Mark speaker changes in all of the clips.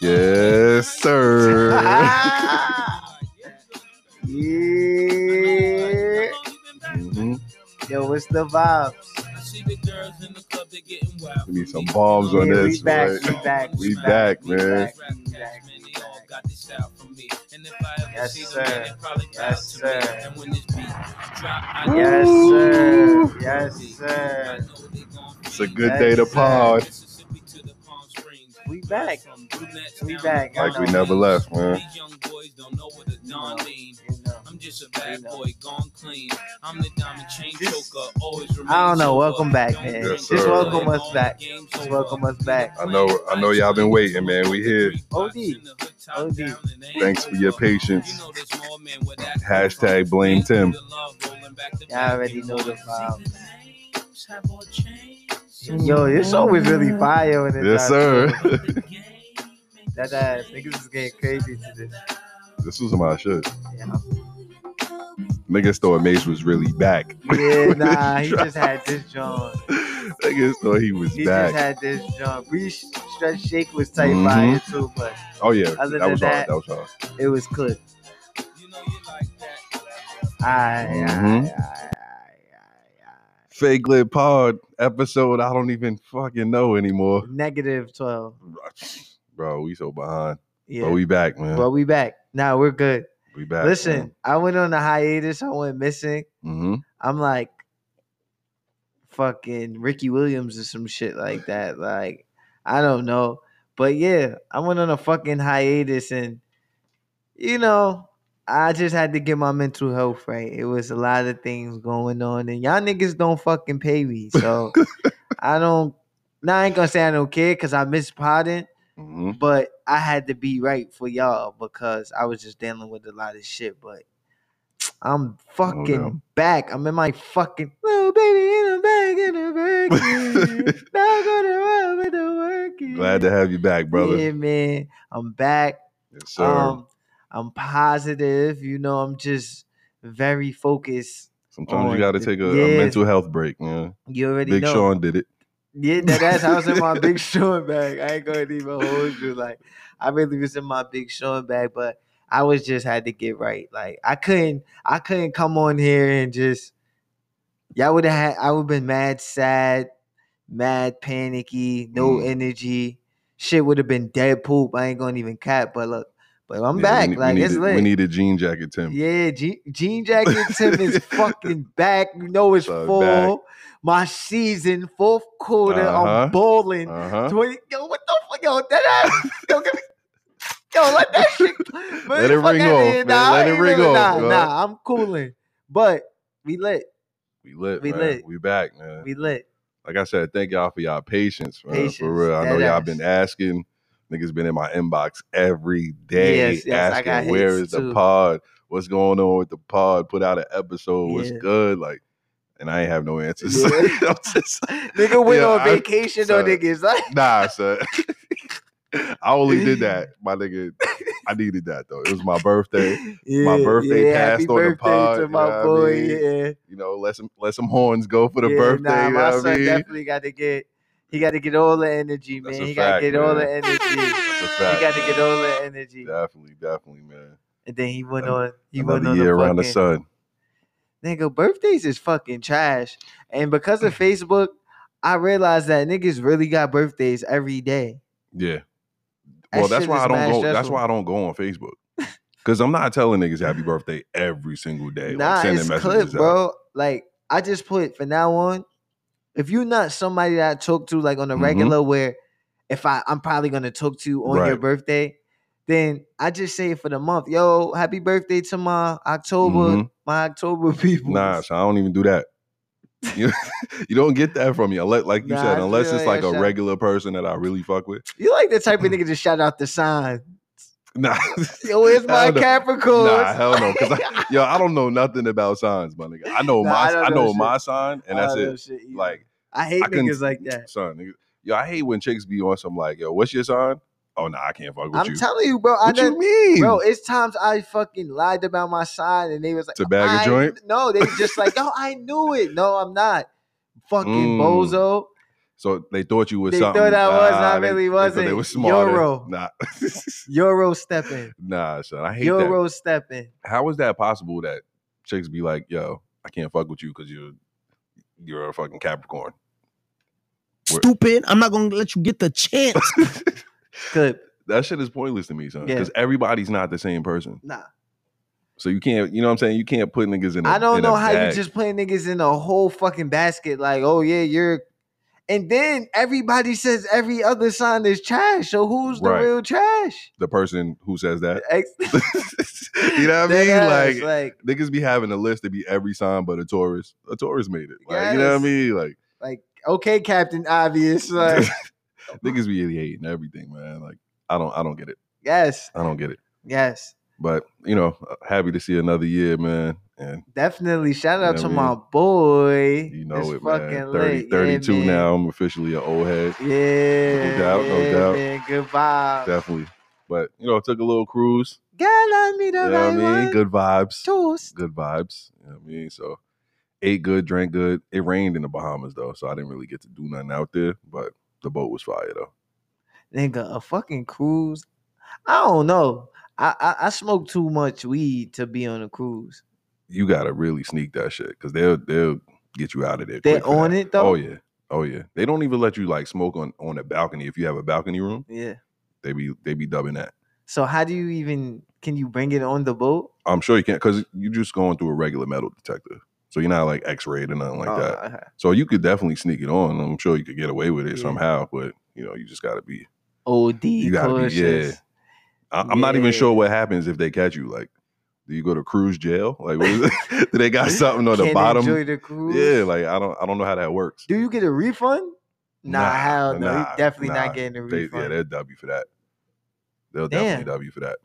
Speaker 1: Yes, sir.
Speaker 2: yeah.
Speaker 1: Mhm.
Speaker 2: Yo, what's the vibes?
Speaker 1: We need some bombs on
Speaker 2: Yeah,
Speaker 1: this.
Speaker 2: we back,
Speaker 1: right?
Speaker 2: we back,
Speaker 1: We
Speaker 2: we
Speaker 1: back,
Speaker 2: back, we
Speaker 1: man.
Speaker 2: back. Yes, sir. Yes,
Speaker 3: Yes,
Speaker 2: sir.
Speaker 3: sir.
Speaker 2: Yes, sir. Yes, sir.
Speaker 1: It's a good day to
Speaker 2: Yes, sir.
Speaker 1: pod.
Speaker 2: We back.
Speaker 3: We back.
Speaker 1: Like we never left, man.
Speaker 3: These young boys don't know what a don
Speaker 2: No.
Speaker 3: mean.
Speaker 2: You know.
Speaker 3: I'm just a bad
Speaker 2: You know.
Speaker 3: boy gone clean. I'm the diamond chain
Speaker 2: Just-
Speaker 3: choker. Always remain
Speaker 2: I don't know.
Speaker 3: sober.
Speaker 2: Welcome back,
Speaker 3: Don't
Speaker 2: man.
Speaker 3: drink
Speaker 1: Yes,
Speaker 2: Just
Speaker 1: sir.
Speaker 2: welcome
Speaker 3: blood.
Speaker 2: us back.
Speaker 3: Game's
Speaker 2: Just
Speaker 3: over.
Speaker 2: welcome us back.
Speaker 1: I know, I know y'all been waiting, man. We here.
Speaker 2: OD. OD.
Speaker 1: Thanks for your
Speaker 3: You
Speaker 1: patience.
Speaker 3: know this more, man, where that come
Speaker 1: Hashtag
Speaker 3: from.
Speaker 1: blame Tim.
Speaker 3: Feel the love rolling back to
Speaker 2: Y'all
Speaker 3: back.
Speaker 2: already know the vibes.
Speaker 3: Names have all changed.
Speaker 2: Yo, it's always really fire when it's
Speaker 1: Yes,
Speaker 2: out.
Speaker 1: sir.
Speaker 2: That ass niggas is getting crazy to this.
Speaker 1: this was my shit.
Speaker 2: Yeah.
Speaker 1: Niggas thought Mace was really back.
Speaker 2: Yeah, nah, he just had this joint.
Speaker 1: Niggas thought he was
Speaker 2: He
Speaker 1: back.
Speaker 2: just had this joint. Breeze stretch shake was tight
Speaker 1: Mhm.
Speaker 2: fire too, but
Speaker 1: oh yeah,
Speaker 2: Other
Speaker 1: that
Speaker 2: than
Speaker 1: was hard.
Speaker 2: that-
Speaker 1: That was hard.
Speaker 2: it was clipped.
Speaker 3: You know you like that.
Speaker 2: Aye, aye,
Speaker 1: Mhm.
Speaker 2: aye, aye, aye, aye.
Speaker 1: Fake Lit Pod episode. I don't even fucking know anymore.
Speaker 2: Negative
Speaker 1: Oh,
Speaker 2: twelve.
Speaker 1: Bro, we so behind.
Speaker 2: Yeah,
Speaker 1: But we back, man.
Speaker 2: but we back. Nah, we're good.
Speaker 1: we back.
Speaker 2: Listen, I went on a hiatus. I went missing.
Speaker 1: Mm-hmm.
Speaker 2: I'm like fucking Ricky Williams or some shit like that. Like, I don't know. But yeah, I went on a fucking hiatus and you know, I just had to get my mental health right. It was a lot of things going on and y'all niggas don't fucking pay me. So I don't now I ain't gonna say I don't care because I miss potting,
Speaker 1: Mm-hmm.
Speaker 2: but I had to be right for y'all because I was just dealing with a lot of shit. But I'm
Speaker 1: Oh, No doubt.
Speaker 2: fucking back. I'm in my fucking little baby in a bag in a bag. Now go to run with the working.
Speaker 1: Glad to have you back, brother.
Speaker 2: Yeah, man. I'm back.
Speaker 1: Yes, sir.
Speaker 2: Um, I'm positive. You know, I'm just very focused.
Speaker 1: Sometimes
Speaker 2: on
Speaker 1: you got to
Speaker 2: the-
Speaker 1: take a, a
Speaker 2: yeah.
Speaker 1: mental health break, man.
Speaker 2: You already
Speaker 1: Big
Speaker 2: know.
Speaker 1: Sean did it.
Speaker 2: Yeah, that, that's I was in my big Sean bag. I ain't gonna even hold you. Like I really was in my big Sean bag, but I was just had to get right. Like I couldn't, I couldn't come on here and just y'all would have had. I would have been mad, sad, mad, panicky, no
Speaker 1: Mm.
Speaker 2: energy. Shit would have been dead poop. I ain't gonna even cap. But look, but I'm
Speaker 1: Yeah,
Speaker 2: back.
Speaker 1: We, ne-
Speaker 2: like
Speaker 1: we
Speaker 2: it's
Speaker 1: needed-
Speaker 2: lit.
Speaker 1: We need a jean jacket, Tim.
Speaker 2: Yeah, Je- Jean Jacket Tim is fucking back. You know it's
Speaker 1: So
Speaker 2: full.
Speaker 1: back.
Speaker 2: My season, fourth quarter,
Speaker 1: Uh-huh.
Speaker 2: I'm bowling.
Speaker 1: Uh huh.
Speaker 2: 20, yo, what the fuck? Yo, that ass. Yo, give me. Yo, let that shit. man,
Speaker 1: Let it
Speaker 2: fuck
Speaker 1: ring
Speaker 2: outta
Speaker 1: off,
Speaker 2: here,
Speaker 1: man. Let
Speaker 2: Nah, I
Speaker 1: it
Speaker 2: ain't
Speaker 1: ring
Speaker 2: really-
Speaker 1: off,
Speaker 2: Nah,
Speaker 1: bro.
Speaker 2: nah, I'm cooling. But we lit.
Speaker 1: We lit.
Speaker 2: We
Speaker 1: man.
Speaker 2: lit.
Speaker 1: We back, man.
Speaker 2: We lit.
Speaker 1: like I said, thank y'all for y'all patience, man.
Speaker 2: Patience,
Speaker 1: For real. I know
Speaker 2: dead
Speaker 1: y'all
Speaker 2: ass.
Speaker 1: been asking. Niggas been in my inbox every day
Speaker 2: Yes, yes, I
Speaker 1: asking
Speaker 2: got
Speaker 1: where
Speaker 2: hits
Speaker 1: is
Speaker 2: too."
Speaker 1: the pod? What's going on with the pod? Put out an episode. What's
Speaker 2: Yeah.
Speaker 1: good? Like, and I ain't have no answers.
Speaker 2: Yeah.
Speaker 1: I'm just-
Speaker 2: Nigga went
Speaker 1: Yeah,
Speaker 2: on
Speaker 1: I-
Speaker 2: vacation, though,
Speaker 1: son.
Speaker 2: niggas. Like,
Speaker 1: nah, son. I only did that, my nigga. I needed that though. It was my birthday.
Speaker 2: yeah,
Speaker 1: birthday
Speaker 2: yeah,
Speaker 1: passed
Speaker 2: happy
Speaker 1: on the
Speaker 2: birthday
Speaker 1: pod,
Speaker 2: to
Speaker 1: you
Speaker 2: my
Speaker 1: know what I
Speaker 2: boy.
Speaker 1: mean?
Speaker 2: Yeah.
Speaker 1: You know, let some let some horns go for the
Speaker 2: Yeah,
Speaker 1: birthday.
Speaker 2: Nah,
Speaker 1: you know
Speaker 2: my
Speaker 1: what
Speaker 2: son
Speaker 1: I mean?
Speaker 2: definitely got to get. He got to get all the energy,
Speaker 1: That's
Speaker 2: man.
Speaker 1: a
Speaker 2: He got to
Speaker 1: fact,
Speaker 2: get all the
Speaker 1: man.
Speaker 2: energy. He
Speaker 1: That's a fact.
Speaker 2: got to get all the energy.
Speaker 1: Definitely, definitely, man.
Speaker 2: And then he went
Speaker 1: Ano-
Speaker 2: on. He went
Speaker 1: Another
Speaker 2: on
Speaker 1: year
Speaker 2: the
Speaker 1: around the
Speaker 2: fucking.
Speaker 1: sun.
Speaker 2: Nigga, birthdays is fucking trash. And because of Facebook, I realized that niggas really got birthdays every day.
Speaker 1: Yeah.
Speaker 2: That
Speaker 1: Well, that's
Speaker 2: shit
Speaker 1: why
Speaker 2: is
Speaker 1: I don't
Speaker 2: mad
Speaker 1: go. That's
Speaker 2: stressful.
Speaker 1: why I don't go on Facebook because I'm not telling niggas happy birthday every single day.
Speaker 2: nah,
Speaker 1: like sending
Speaker 2: it's
Speaker 1: messages
Speaker 2: clip,
Speaker 1: out.
Speaker 2: bro. Like I just put for now on. If you're not somebody that I talk to like on a
Speaker 1: Mhm.
Speaker 2: regular, where if I I'm probably gonna talk to you on your
Speaker 1: Right.
Speaker 2: birthday, then I just say for the month, yo, happy birthday to my October,
Speaker 1: Mhm.
Speaker 2: my October people.
Speaker 1: Nah, so I don't even do that. You, you don't get that from me, unless, like you
Speaker 2: Nah, I
Speaker 1: said,
Speaker 2: feel
Speaker 1: unless it's
Speaker 2: like
Speaker 1: like
Speaker 2: I
Speaker 1: a
Speaker 2: should-
Speaker 1: regular person that I really fuck with.
Speaker 2: you like the type of nigga to shout out the sign.
Speaker 1: Nah,
Speaker 2: Yo, it's my
Speaker 1: Hell no.
Speaker 2: Capricorn.
Speaker 1: nah, hell no, because yo, I don't know nothing about signs, my nigga. I know
Speaker 2: Nah,
Speaker 1: my,
Speaker 2: I don't
Speaker 1: I,
Speaker 2: know
Speaker 1: know
Speaker 2: shit.
Speaker 1: my sign, and that's it.
Speaker 2: Like
Speaker 1: Like,
Speaker 2: I hate
Speaker 1: I couldn't-
Speaker 2: niggas like that.
Speaker 1: son, nigga, yo, I hate when chicks be on some like, yo, what's your sign? Oh, nah, I can't fuck with
Speaker 2: I'm
Speaker 1: you.
Speaker 2: telling you, bro. I
Speaker 1: what
Speaker 2: done
Speaker 1: you mean,
Speaker 2: Bro, it's times I fucking lied about my sign and they was like,
Speaker 1: To bag a
Speaker 2: I-
Speaker 1: joint?
Speaker 2: No, they just like, no, I knew it. No, I'm not. Fucking
Speaker 1: Mm.
Speaker 2: bozo.
Speaker 1: So they thought you was
Speaker 2: They thought
Speaker 1: something.
Speaker 2: I was, and I
Speaker 1: Nah, they-
Speaker 2: really
Speaker 1: they thought They
Speaker 2: wasn't.
Speaker 1: was smarter.
Speaker 2: Euro.
Speaker 1: Nah,
Speaker 2: Euro stepping.
Speaker 1: nah, son. I hate
Speaker 2: Euro stepping.
Speaker 1: that. How is that possible that chicks be like, "Yo, I can't fuck with you because you're you're a fucking Capricorn." Where-
Speaker 4: Stupid. I'm not gonna let you get the chance.
Speaker 2: Clip.
Speaker 1: That shit is pointless to me, son.
Speaker 2: Yeah.
Speaker 1: Because everybody's not the same person.
Speaker 2: Nah.
Speaker 1: So you can't, you know what I'm saying? You can't put niggas in. I
Speaker 2: I don't know how you just play niggas in a whole fucking basket. Like, oh yeah, you're. And then everybody says every other sign is trash. So who's the
Speaker 1: Right.
Speaker 2: real trash?
Speaker 1: the person who says that.
Speaker 2: Ex-
Speaker 1: you know what I mean? Like,
Speaker 2: Deadass, like,
Speaker 1: niggas be having a list to be every sign but a Taurus. A Taurus made it. Like, you know what I
Speaker 2: Yes.
Speaker 1: mean? Like
Speaker 2: like, okay, Captain Obvious. Like,
Speaker 1: niggas be hating everything, man. Like I don't I don't get it.
Speaker 2: yes,
Speaker 1: I don't get it.
Speaker 2: yes,
Speaker 1: But you know, uh, happy to see another year, man. And
Speaker 2: definitely. Shout out
Speaker 1: Yeah,
Speaker 2: to
Speaker 1: man.
Speaker 2: my boy.
Speaker 1: you know
Speaker 2: It's
Speaker 1: it, man. 30,
Speaker 2: lit.
Speaker 1: 32
Speaker 2: yeah, man.
Speaker 1: now. I'm officially an old head.
Speaker 2: Yeah,
Speaker 1: No doubt, no
Speaker 2: yeah,
Speaker 1: doubt.
Speaker 2: Man. Good vibes.
Speaker 1: Definitely. But you know, took a little cruise.
Speaker 2: Girl, I need
Speaker 1: You
Speaker 2: a
Speaker 1: know what I
Speaker 2: right
Speaker 1: mean?
Speaker 2: one.
Speaker 1: Good vibes.
Speaker 2: toast.
Speaker 1: Good vibes. You know what I mean? So ate good, drank good. It rained in the Bahamas though, so I didn't really get to do nothing out there. But the boat was fire though.
Speaker 2: Nigga, a fucking cruise. I don't know. I, I I smoke too much weed to be on a cruise.
Speaker 1: you gotta really sneak that shit because they'll they'll get you out of there.
Speaker 2: They
Speaker 1: quick for
Speaker 2: on
Speaker 1: that.
Speaker 2: it, though?
Speaker 1: Oh yeah, oh yeah. They don't even let you like smoke on on a balcony if you have a balcony room.
Speaker 2: Yeah.
Speaker 1: They be they be dubbing that.
Speaker 2: So how do you even can you bring it on the boat?
Speaker 1: I'm sure you can't because you're just going through a regular metal detector, so you're not like X-rayed or nothing like
Speaker 2: Oh,
Speaker 1: that.
Speaker 2: okay.
Speaker 1: So you could definitely sneak it on. I'm sure you could get away with it
Speaker 2: Yeah.
Speaker 1: somehow, but you know you just gotta be.
Speaker 2: OD
Speaker 1: gotta be-
Speaker 2: cautious.
Speaker 1: I, I'm not even
Speaker 2: Yeah.
Speaker 1: sure what happens if they catch you. Like, do you go to cruise jail? Like, what is it? do they got something on the
Speaker 2: Can't
Speaker 1: bottom?
Speaker 2: Enjoy the cruise.
Speaker 1: Yeah, like I don't I don't know how that works.
Speaker 2: do you get a refund? Nah,
Speaker 1: Nah,
Speaker 2: hell no.
Speaker 1: nah,
Speaker 2: you definitely
Speaker 1: nah.
Speaker 2: not getting a
Speaker 1: They,
Speaker 2: refund.
Speaker 1: yeah, they'll W for that. They'll
Speaker 2: Damn.
Speaker 1: definitely W for that.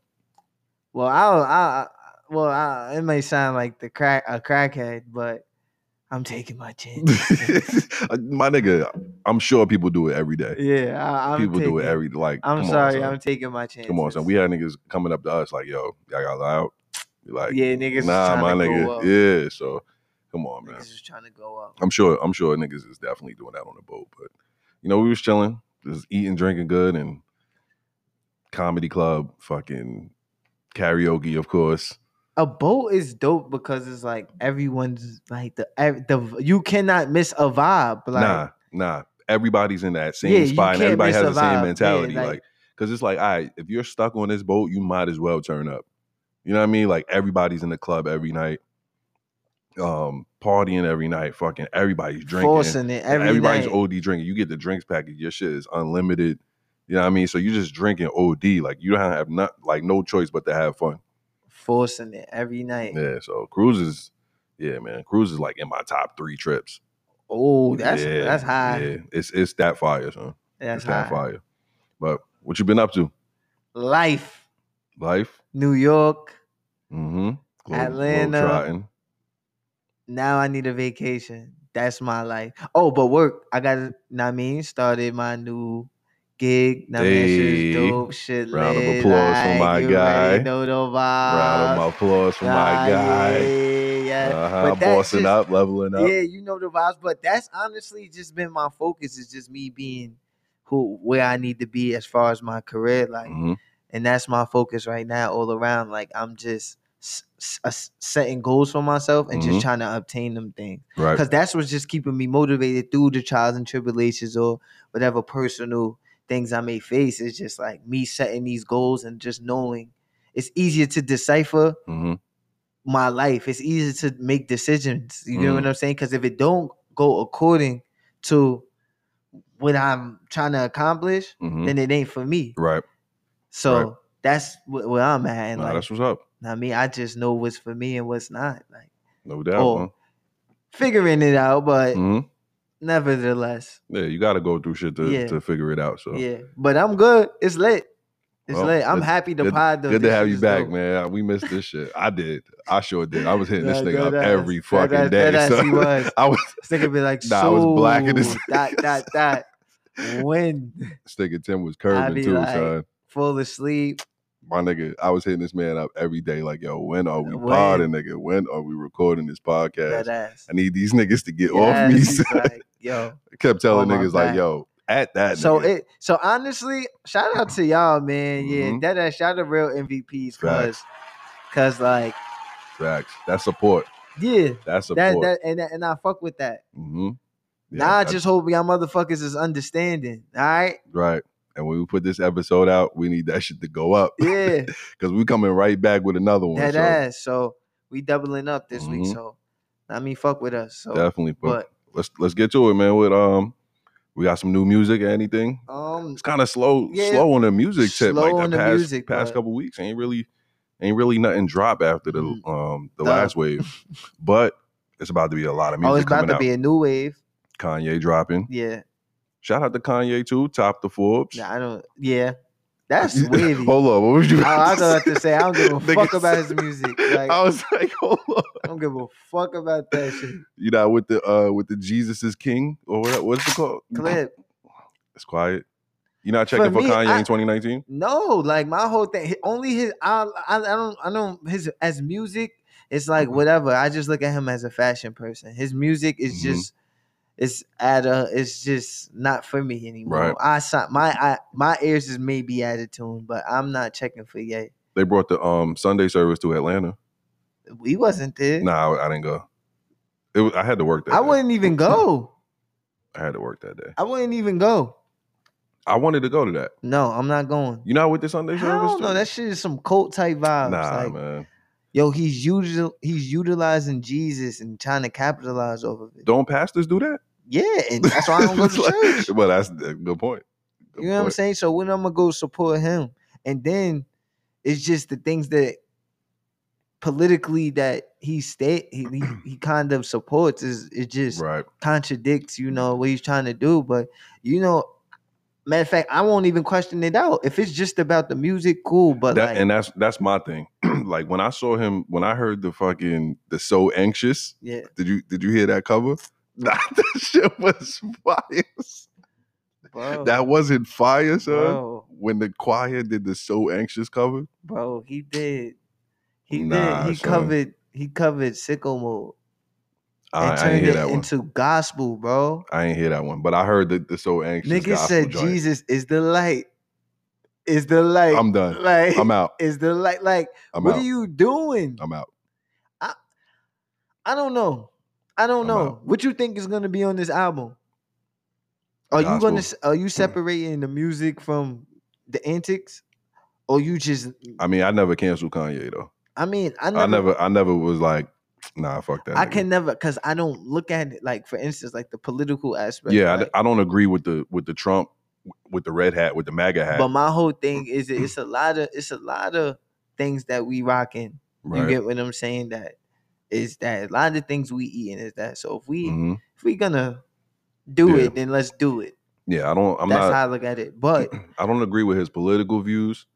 Speaker 2: Well, I, don't- I, I well, I, it may sound like the crack a crackhead, but I'm taking my chance.
Speaker 1: My nigga, I'm sure people do it every day.
Speaker 2: yeah, I, I'm
Speaker 1: people do it
Speaker 2: taking-
Speaker 1: every like.
Speaker 2: I'm
Speaker 1: come on,
Speaker 2: sorry,
Speaker 1: son.
Speaker 2: I'm taking my chance.
Speaker 1: come on, son. We had niggas coming up to us like, yo, y'all got loud. We Like,
Speaker 2: yeah, niggas.
Speaker 1: nah,
Speaker 2: was
Speaker 1: my
Speaker 2: trying to
Speaker 1: nigga.
Speaker 2: Go up.
Speaker 1: Yeah, so come on,
Speaker 2: niggas
Speaker 1: man.
Speaker 2: was trying to go up.
Speaker 1: I'm sure. I'm sure niggas is definitely doing that on the boat, but you know, we was chilling, just eating, drinking good, and comedy club, fucking karaoke, of course.
Speaker 2: A boat is dope because it's like everyone's like the ev- the you cannot miss a vibe. Like
Speaker 1: nah, nah. Everybody's in that same
Speaker 2: Yeah, you
Speaker 1: spot, and
Speaker 2: can't
Speaker 1: everybody
Speaker 2: miss
Speaker 1: has
Speaker 2: a
Speaker 1: the
Speaker 2: vibe.
Speaker 1: same
Speaker 2: Yeah,
Speaker 1: mentality.
Speaker 2: like-
Speaker 1: like, because it's like, all right, if you're stuck on this boat, you might as well turn up. You know what I mean? Like everybody's in the club every night, um, partying every night. Fucking everybody's drinking.
Speaker 2: forcing it every
Speaker 1: everybody's
Speaker 2: night.
Speaker 1: OD drinking. You get the drinks package. Your shit is unlimited. You know what I mean? So you're just drinking OD. Like you don't have not like no choice but to have fun.
Speaker 2: forcing it every night.
Speaker 1: Yeah. So cruises, yeah, man. Cruise is like in my top three trips.
Speaker 2: Oh, that's
Speaker 1: Yeah,
Speaker 2: that's high.
Speaker 1: Yeah. It's it's that fire, son.
Speaker 2: That's
Speaker 1: it's that
Speaker 2: high.
Speaker 1: fire. But what you been up to?
Speaker 2: Life,
Speaker 1: Life?
Speaker 2: New York.
Speaker 1: Mm-hmm.
Speaker 2: Atlanta. Now I need a vacation. That's my life. Oh, but work. I got. know what I mean, started my new gig. Know what I mean, that shit's
Speaker 1: Hey,
Speaker 2: dope. Shit
Speaker 1: round of
Speaker 2: lit,
Speaker 1: applause for
Speaker 2: like,
Speaker 1: my
Speaker 2: you
Speaker 1: guy.
Speaker 2: already Know the vibes.
Speaker 1: Round of applause for
Speaker 2: Nah,
Speaker 1: my guy.
Speaker 2: Uh, Yeah, yeah.
Speaker 1: Uh-huh.
Speaker 2: But that's
Speaker 1: Bossing
Speaker 2: just-
Speaker 1: up, leveling up.
Speaker 2: Yeah, you know the vibes, but that's honestly just been my focus. Is just me being who where I need to be as far as my career, like,
Speaker 1: Mhm.
Speaker 2: and that's my focus right now, all around. Like I'm just s- s- uh, s- setting goals for myself and
Speaker 1: Mhm.
Speaker 2: just trying to obtain them things,
Speaker 1: Right.
Speaker 2: because that's what's just keeping me motivated through the trials and tribulations or whatever personal things I may face. It's just like me setting these goals and just knowing it's easier to decipher
Speaker 1: hmm
Speaker 2: my life. It's easy to make decisions. You know
Speaker 1: Mm.
Speaker 2: what I'm saying? Because if it don't go according to what I'm trying to accomplish,
Speaker 1: hmm
Speaker 2: then it ain't for me.
Speaker 1: Right.
Speaker 2: So that's wh- where I'm at. And
Speaker 1: Nah,
Speaker 2: like,
Speaker 1: that's what's up.
Speaker 2: I mean, I just know what's for me and what's not. Like
Speaker 1: No doubt.
Speaker 2: Oh,
Speaker 1: man.
Speaker 2: figuring it out, but
Speaker 1: Mhm.
Speaker 2: nevertheless,
Speaker 1: Yeah, you got to go through shit to,
Speaker 2: Yeah.
Speaker 1: to figure it out. So
Speaker 2: yeah. But I'm good. It's lit. It's
Speaker 1: Well,
Speaker 2: lit. I'm
Speaker 1: good-
Speaker 2: happy to
Speaker 1: good-
Speaker 2: pod though.
Speaker 1: good
Speaker 2: This
Speaker 1: to have
Speaker 2: shit
Speaker 1: you
Speaker 2: is
Speaker 1: back,
Speaker 2: dope.
Speaker 1: man. We missed this shit. I did. I sure did. I was hitting this
Speaker 2: Nah,
Speaker 1: thing
Speaker 2: dead
Speaker 1: up
Speaker 2: ass.
Speaker 1: every
Speaker 2: Dead
Speaker 1: fucking
Speaker 2: ass-
Speaker 1: day.
Speaker 2: dead ass
Speaker 1: son.
Speaker 2: he was.
Speaker 1: I was
Speaker 2: This nigga be like, so
Speaker 1: Nah, I was blacking this-
Speaker 2: dot dot dot. When
Speaker 1: this nigga Tim was curving
Speaker 2: be
Speaker 1: too,
Speaker 2: like-
Speaker 1: son.
Speaker 2: fall asleep.
Speaker 1: My nigga, I was hitting this man up every day. Like, yo, when are we
Speaker 2: When?
Speaker 1: podding, nigga? When are we recording this podcast?
Speaker 2: That ass.
Speaker 1: I need these niggas to get
Speaker 2: Yes,
Speaker 1: off me.
Speaker 2: he's
Speaker 1: son.
Speaker 2: like, yo.
Speaker 1: Kept telling
Speaker 2: Oh, my
Speaker 1: niggas like,
Speaker 2: bad.
Speaker 1: yo, at that.
Speaker 2: So
Speaker 1: nigga.
Speaker 2: it so honestly, shout out to y'all, man.
Speaker 1: Mhm.
Speaker 2: Yeah, that that shout out to real MVPs,
Speaker 1: Facts.
Speaker 2: cause, cause like
Speaker 1: Facts. That's support.
Speaker 2: yeah,
Speaker 1: That's
Speaker 2: that
Speaker 1: support.
Speaker 2: that and and I fuck with that.
Speaker 1: hmm
Speaker 2: now I just hope y'all motherfuckers is understanding. All right,
Speaker 1: right. And when we put this episode out, we need that shit to go up
Speaker 2: yeah,
Speaker 1: because we coming right back with another one.
Speaker 2: that
Speaker 1: so
Speaker 2: ass. So we doubling up this
Speaker 1: Mhm.
Speaker 2: week. So I mean, fuck with us. So
Speaker 1: definitely. But,
Speaker 2: but
Speaker 1: let's let's get to it, man. With um, we got some new music or anything.
Speaker 2: um,
Speaker 1: It's kind of slow,
Speaker 2: Yeah.
Speaker 1: slow on the music tip.
Speaker 2: Slow
Speaker 1: like the
Speaker 2: on the
Speaker 1: past
Speaker 2: music,
Speaker 1: past
Speaker 2: but-
Speaker 1: couple weeks ain't really ain't really nothing drop after the
Speaker 2: Mm.
Speaker 1: um the
Speaker 2: Duh.
Speaker 1: last wave, but it's about to be a lot of music
Speaker 2: oh, it's about
Speaker 1: coming
Speaker 2: to
Speaker 1: out.
Speaker 2: be a new wave.
Speaker 1: Kanye dropping.
Speaker 2: Yeah,
Speaker 1: Shout out to Kanye too. Top the Forbes.
Speaker 2: nah, I don't. Yeah, that's weird.
Speaker 1: Hold on, what was you?
Speaker 2: I, I was about to say I don't give a
Speaker 1: Nigga
Speaker 2: fuck about his
Speaker 1: said-
Speaker 2: music.
Speaker 1: I
Speaker 2: Like,
Speaker 1: was like, hold on.
Speaker 2: I don't give a fuck about that shit.
Speaker 1: You know, with the uh with the Jesus is King or what, what's it called?
Speaker 2: Clip.
Speaker 1: It's quiet. You not checking for,
Speaker 2: me,
Speaker 1: Kanye
Speaker 2: I-
Speaker 1: in 2019?
Speaker 2: No, like my whole thing. hi- Only his. I, I. I don't. I don't. His as music. It's
Speaker 1: Mm-hmm.
Speaker 2: like whatever. I just look at him as a fashion person. His music is
Speaker 1: Mhm.
Speaker 2: just. It's at a. It's just not for me anymore.
Speaker 1: Right.
Speaker 2: I si- my I, my ears is maybe out of tune, but I'm not checking for yay.
Speaker 1: They brought the um Sunday service to Atlanta.
Speaker 2: We wasn't there.
Speaker 1: Nah, I, I didn't go. It was, I had to work that
Speaker 2: I
Speaker 1: day.
Speaker 2: wouldn't even go.
Speaker 1: I had to work that day.
Speaker 2: I wouldn't even go.
Speaker 1: I wanted to go to that.
Speaker 2: No, I'm not going.
Speaker 1: You know what the Sunday service?
Speaker 2: Hell
Speaker 1: do?
Speaker 2: no, that shit is some cult type vibes.
Speaker 1: nah,
Speaker 2: like,
Speaker 1: man.
Speaker 2: Yo, he's util- he's utilizing Jesus and trying to capitalize off of it.
Speaker 1: Don't pastors do that?
Speaker 2: Yeah, and that's why I don't go
Speaker 1: It's
Speaker 2: to
Speaker 1: like-
Speaker 2: church.
Speaker 1: Well, that's a good point. Good
Speaker 2: You know what I'm
Speaker 1: point.
Speaker 2: saying? So when I'm gonna go support him, and then it's just the things that politically that he state he he, he kind of supports is it just
Speaker 1: Right.
Speaker 2: contradicts you know what he's trying to do. But you know, matter of fact, I won't even question it out if it's just about the music. Cool, but
Speaker 1: that,
Speaker 2: like,
Speaker 1: and that's that's my thing. like when I saw him, when I heard the fucking the so anxious.
Speaker 2: yeah,
Speaker 1: Did you did you hear that cover? Nah, that shit was fire.
Speaker 2: bro,
Speaker 1: That wasn't fire, son.
Speaker 2: bro,
Speaker 1: When the choir did the so anxious cover,
Speaker 2: bro, he did, he
Speaker 1: Nah,
Speaker 2: did, he
Speaker 1: son.
Speaker 2: covered, he covered sicko mode. and
Speaker 1: I, I
Speaker 2: turned
Speaker 1: ain't hear
Speaker 2: it
Speaker 1: that one.
Speaker 2: into gospel, bro.
Speaker 1: I ain't hear that one, but I heard the, the so anxious.
Speaker 2: Nigga
Speaker 1: gospel
Speaker 2: said
Speaker 1: joint.
Speaker 2: Jesus is the light. Is the light.
Speaker 1: I'm done.
Speaker 2: like
Speaker 1: I'm out.
Speaker 2: is the light. Like,
Speaker 1: I'm
Speaker 2: what
Speaker 1: out.
Speaker 2: are you doing?
Speaker 1: I'm out.
Speaker 2: I don't know. I don't
Speaker 1: I'm
Speaker 2: know.
Speaker 1: out.
Speaker 2: What you think is gonna be on this album? Are you
Speaker 1: Gospel. Hmm.
Speaker 2: gonna s- are you separating the music from the antics? Or you just
Speaker 1: I mean, I never canceled Kanye though.
Speaker 2: I mean, I never
Speaker 1: I
Speaker 2: I,
Speaker 1: never, I never was like, nah, fuck that. nigga.
Speaker 2: can never cause I don't look at it like for instance, like the political aspect.
Speaker 1: yeah, I d-
Speaker 2: like-
Speaker 1: I, don't agree with the with the Trump, with the red hat, with the MAGA hat.
Speaker 2: But my whole thing is that it's
Speaker 1: Mm-hmm.
Speaker 2: a lot of it's a lot of things that we rocking.
Speaker 1: right.
Speaker 2: You get what I'm saying? That is that a lot of things we eating is that. So if we
Speaker 1: Mhm.
Speaker 2: if we gonna do
Speaker 1: Yeah.
Speaker 2: it, then let's do it.
Speaker 1: Yeah, I don't. I'm
Speaker 2: That's
Speaker 1: not.
Speaker 2: how I look at it. But
Speaker 1: I don't agree with his political views,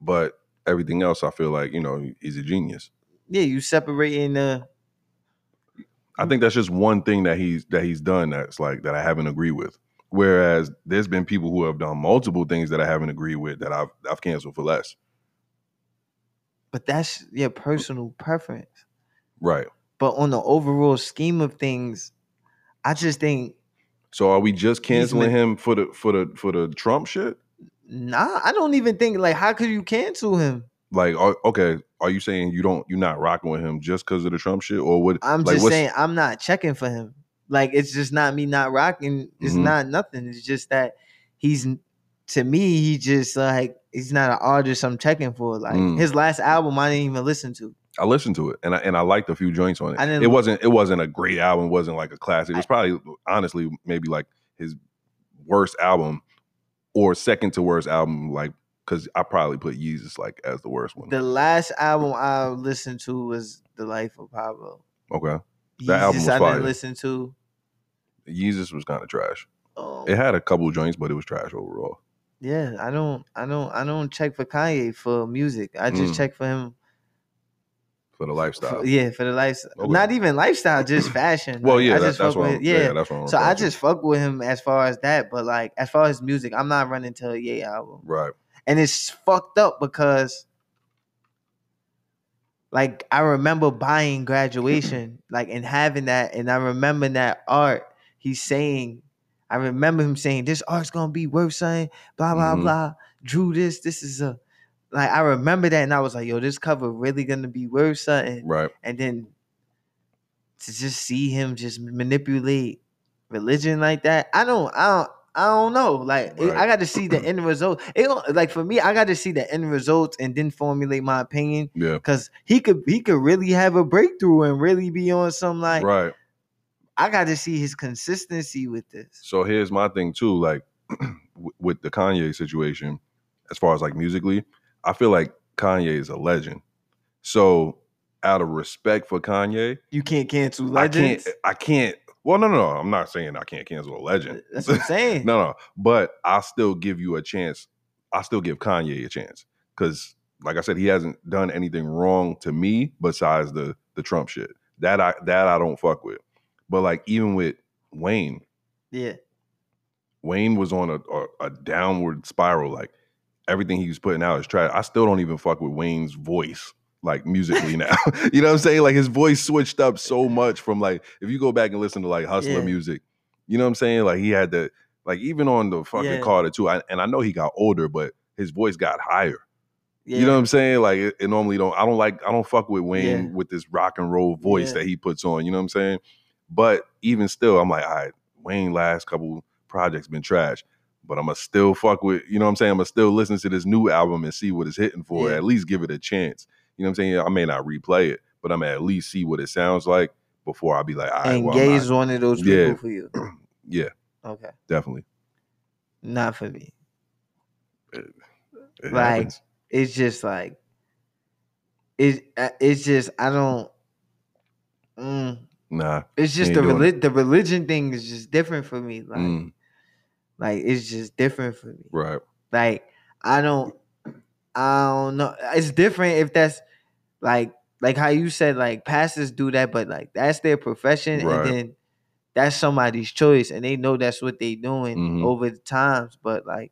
Speaker 1: but everything else, I feel like you know he's a genius.
Speaker 2: yeah, you separating the
Speaker 1: I
Speaker 2: Mm.
Speaker 1: think that's just one thing that he's that he's done that's like that I haven't agreed with. Whereas there's been people who have done multiple things that I haven't agreed with that I've I've canceled for less.
Speaker 2: but that's your personal preference.
Speaker 1: Right.
Speaker 2: But on the overall scheme of things, I just think
Speaker 1: So are we just
Speaker 2: He's ma-
Speaker 1: canceling him for the for the for the Trump shit?
Speaker 2: nah, I don't even think like how could you cancel him?
Speaker 1: Like, are, okay, are you saying you don't you're not rocking with him just because of the Trump shit, or what?
Speaker 2: I'm
Speaker 1: like,
Speaker 2: just
Speaker 1: what's-
Speaker 2: saying I'm not checking for him. Like it's just not me not rocking. It's
Speaker 1: Mhm.
Speaker 2: not nothing. It's just that he's to me he just like he's not an artist I'm checking for. Like
Speaker 1: Mm.
Speaker 2: his last album I didn't even listen to.
Speaker 1: I listened to it and I and I liked a few joints on it.
Speaker 2: I didn't
Speaker 1: it
Speaker 2: li-
Speaker 1: wasn't it wasn't a great album. It wasn't like a classic. It was probably honestly maybe like his worst album or second to worst album. Like because I probably put Yeezus like as the worst one.
Speaker 2: The last album I listened to was The Life of Pablo.
Speaker 1: okay, That album
Speaker 2: Yeezus
Speaker 1: was
Speaker 2: I
Speaker 1: fire.
Speaker 2: didn't listen to.
Speaker 1: Yeezus was kind of trash.
Speaker 2: Um,
Speaker 1: It had a couple joints, but it was trash overall.
Speaker 2: yeah, I don't I don't I don't check for Kanye for music. I just
Speaker 1: Mm.
Speaker 2: check for him
Speaker 1: For the
Speaker 2: for-
Speaker 1: lifestyle.
Speaker 2: yeah, for the lifestyle.
Speaker 1: Okay.
Speaker 2: Not even lifestyle, just fashion.
Speaker 1: Well,
Speaker 2: Like,
Speaker 1: yeah,
Speaker 2: I
Speaker 1: that-
Speaker 2: just
Speaker 1: that's
Speaker 2: fuck
Speaker 1: what
Speaker 2: with
Speaker 1: I'm, yeah,
Speaker 2: yeah.
Speaker 1: that's what I'm
Speaker 2: So I
Speaker 1: referring to.
Speaker 2: just fuck with him as far as that, but like as far as music, I'm not running to a Ye album,
Speaker 1: right.
Speaker 2: and it's fucked up because, like, I remember buying graduation, like, and having that, and I remember that art, he's saying, I remember him saying, this art's gonna be worth something, blah, blah,
Speaker 1: Mhm.
Speaker 2: blah. Drew this, this is a like I remember that and I was like, yo, this cover really gonna be worth something.
Speaker 1: Right.
Speaker 2: And then to just see him just manipulate religion like that, I don't, I don't, I don't know. Like it- I
Speaker 1: Right.
Speaker 2: got to see the end result. It don't- like for me, I got to see the end results and then formulate my opinion
Speaker 1: Yeah.
Speaker 2: because he could, he could really have a breakthrough and really be on some like.
Speaker 1: right.
Speaker 2: I got to see his consistency with this.
Speaker 1: So here's my thing too, like w- with the Kanye situation, as far as like musically, I feel like Kanye is a legend. So out of respect for Kanye,
Speaker 2: You can't cancel legends.
Speaker 1: I can't I can't well no no no, I'm not saying I can't cancel a legend.
Speaker 2: That's what I'm saying.
Speaker 1: No, no. But I still give you a chance. I still give Kanye a chance because, like I said, he hasn't done anything wrong to me besides the the Trump shit. That I that I don't fuck with. But like even with Wayne,
Speaker 2: Yeah,
Speaker 1: Wayne was on a a, a downward spiral. Like everything he was putting out is trash. I still don't even fuck with Wayne's voice. Like musically now, you know what I'm saying? Like his voice switched up so much from like if you go back and listen to like hustler
Speaker 2: Yeah.
Speaker 1: music, you know what I'm saying? Like he had the like even on the fucking
Speaker 2: Yeah.
Speaker 1: Carter too. I, and I know he got older, but his voice got higher.
Speaker 2: yeah.
Speaker 1: You know what I'm saying? Like it, it normally don't. I don't like. I don't fuck with Wayne
Speaker 2: Yeah.
Speaker 1: with this rock and roll voice
Speaker 2: Yeah.
Speaker 1: that he puts on. You know what I'm saying? But even still, I'm like, all right, Wayne last couple projects been trash, but I'ma still fuck with. You know what I'm saying? I'ma still listen to this new album and see what it's hitting for.
Speaker 2: Yeah.
Speaker 1: At least give it a chance. You know what I'm saying? I may not replay it, but I'm at least see what it sounds like before I be like, all right,
Speaker 2: and
Speaker 1: well, I'm
Speaker 2: Gay
Speaker 1: not-
Speaker 2: is one of those people
Speaker 1: Yeah.
Speaker 2: for you.
Speaker 1: yeah,
Speaker 2: Okay,
Speaker 1: definitely.
Speaker 2: not for me.
Speaker 1: It
Speaker 2: Like,
Speaker 1: happens.
Speaker 2: it's just like it. uh, It's just I don't. Mm,
Speaker 1: nah.
Speaker 2: it's just
Speaker 1: ain't
Speaker 2: the
Speaker 1: doing
Speaker 2: reli- the religion thing is just different for me. Like
Speaker 1: Mm,
Speaker 2: like it's just different for me.
Speaker 1: right.
Speaker 2: Like I don't I don't know. It's different if that's like like how you said like pastors do that, but like that's their profession,
Speaker 1: Right.
Speaker 2: and then that's somebody's choice, and they know that's what they doing
Speaker 1: Mhm.
Speaker 2: over the times. But like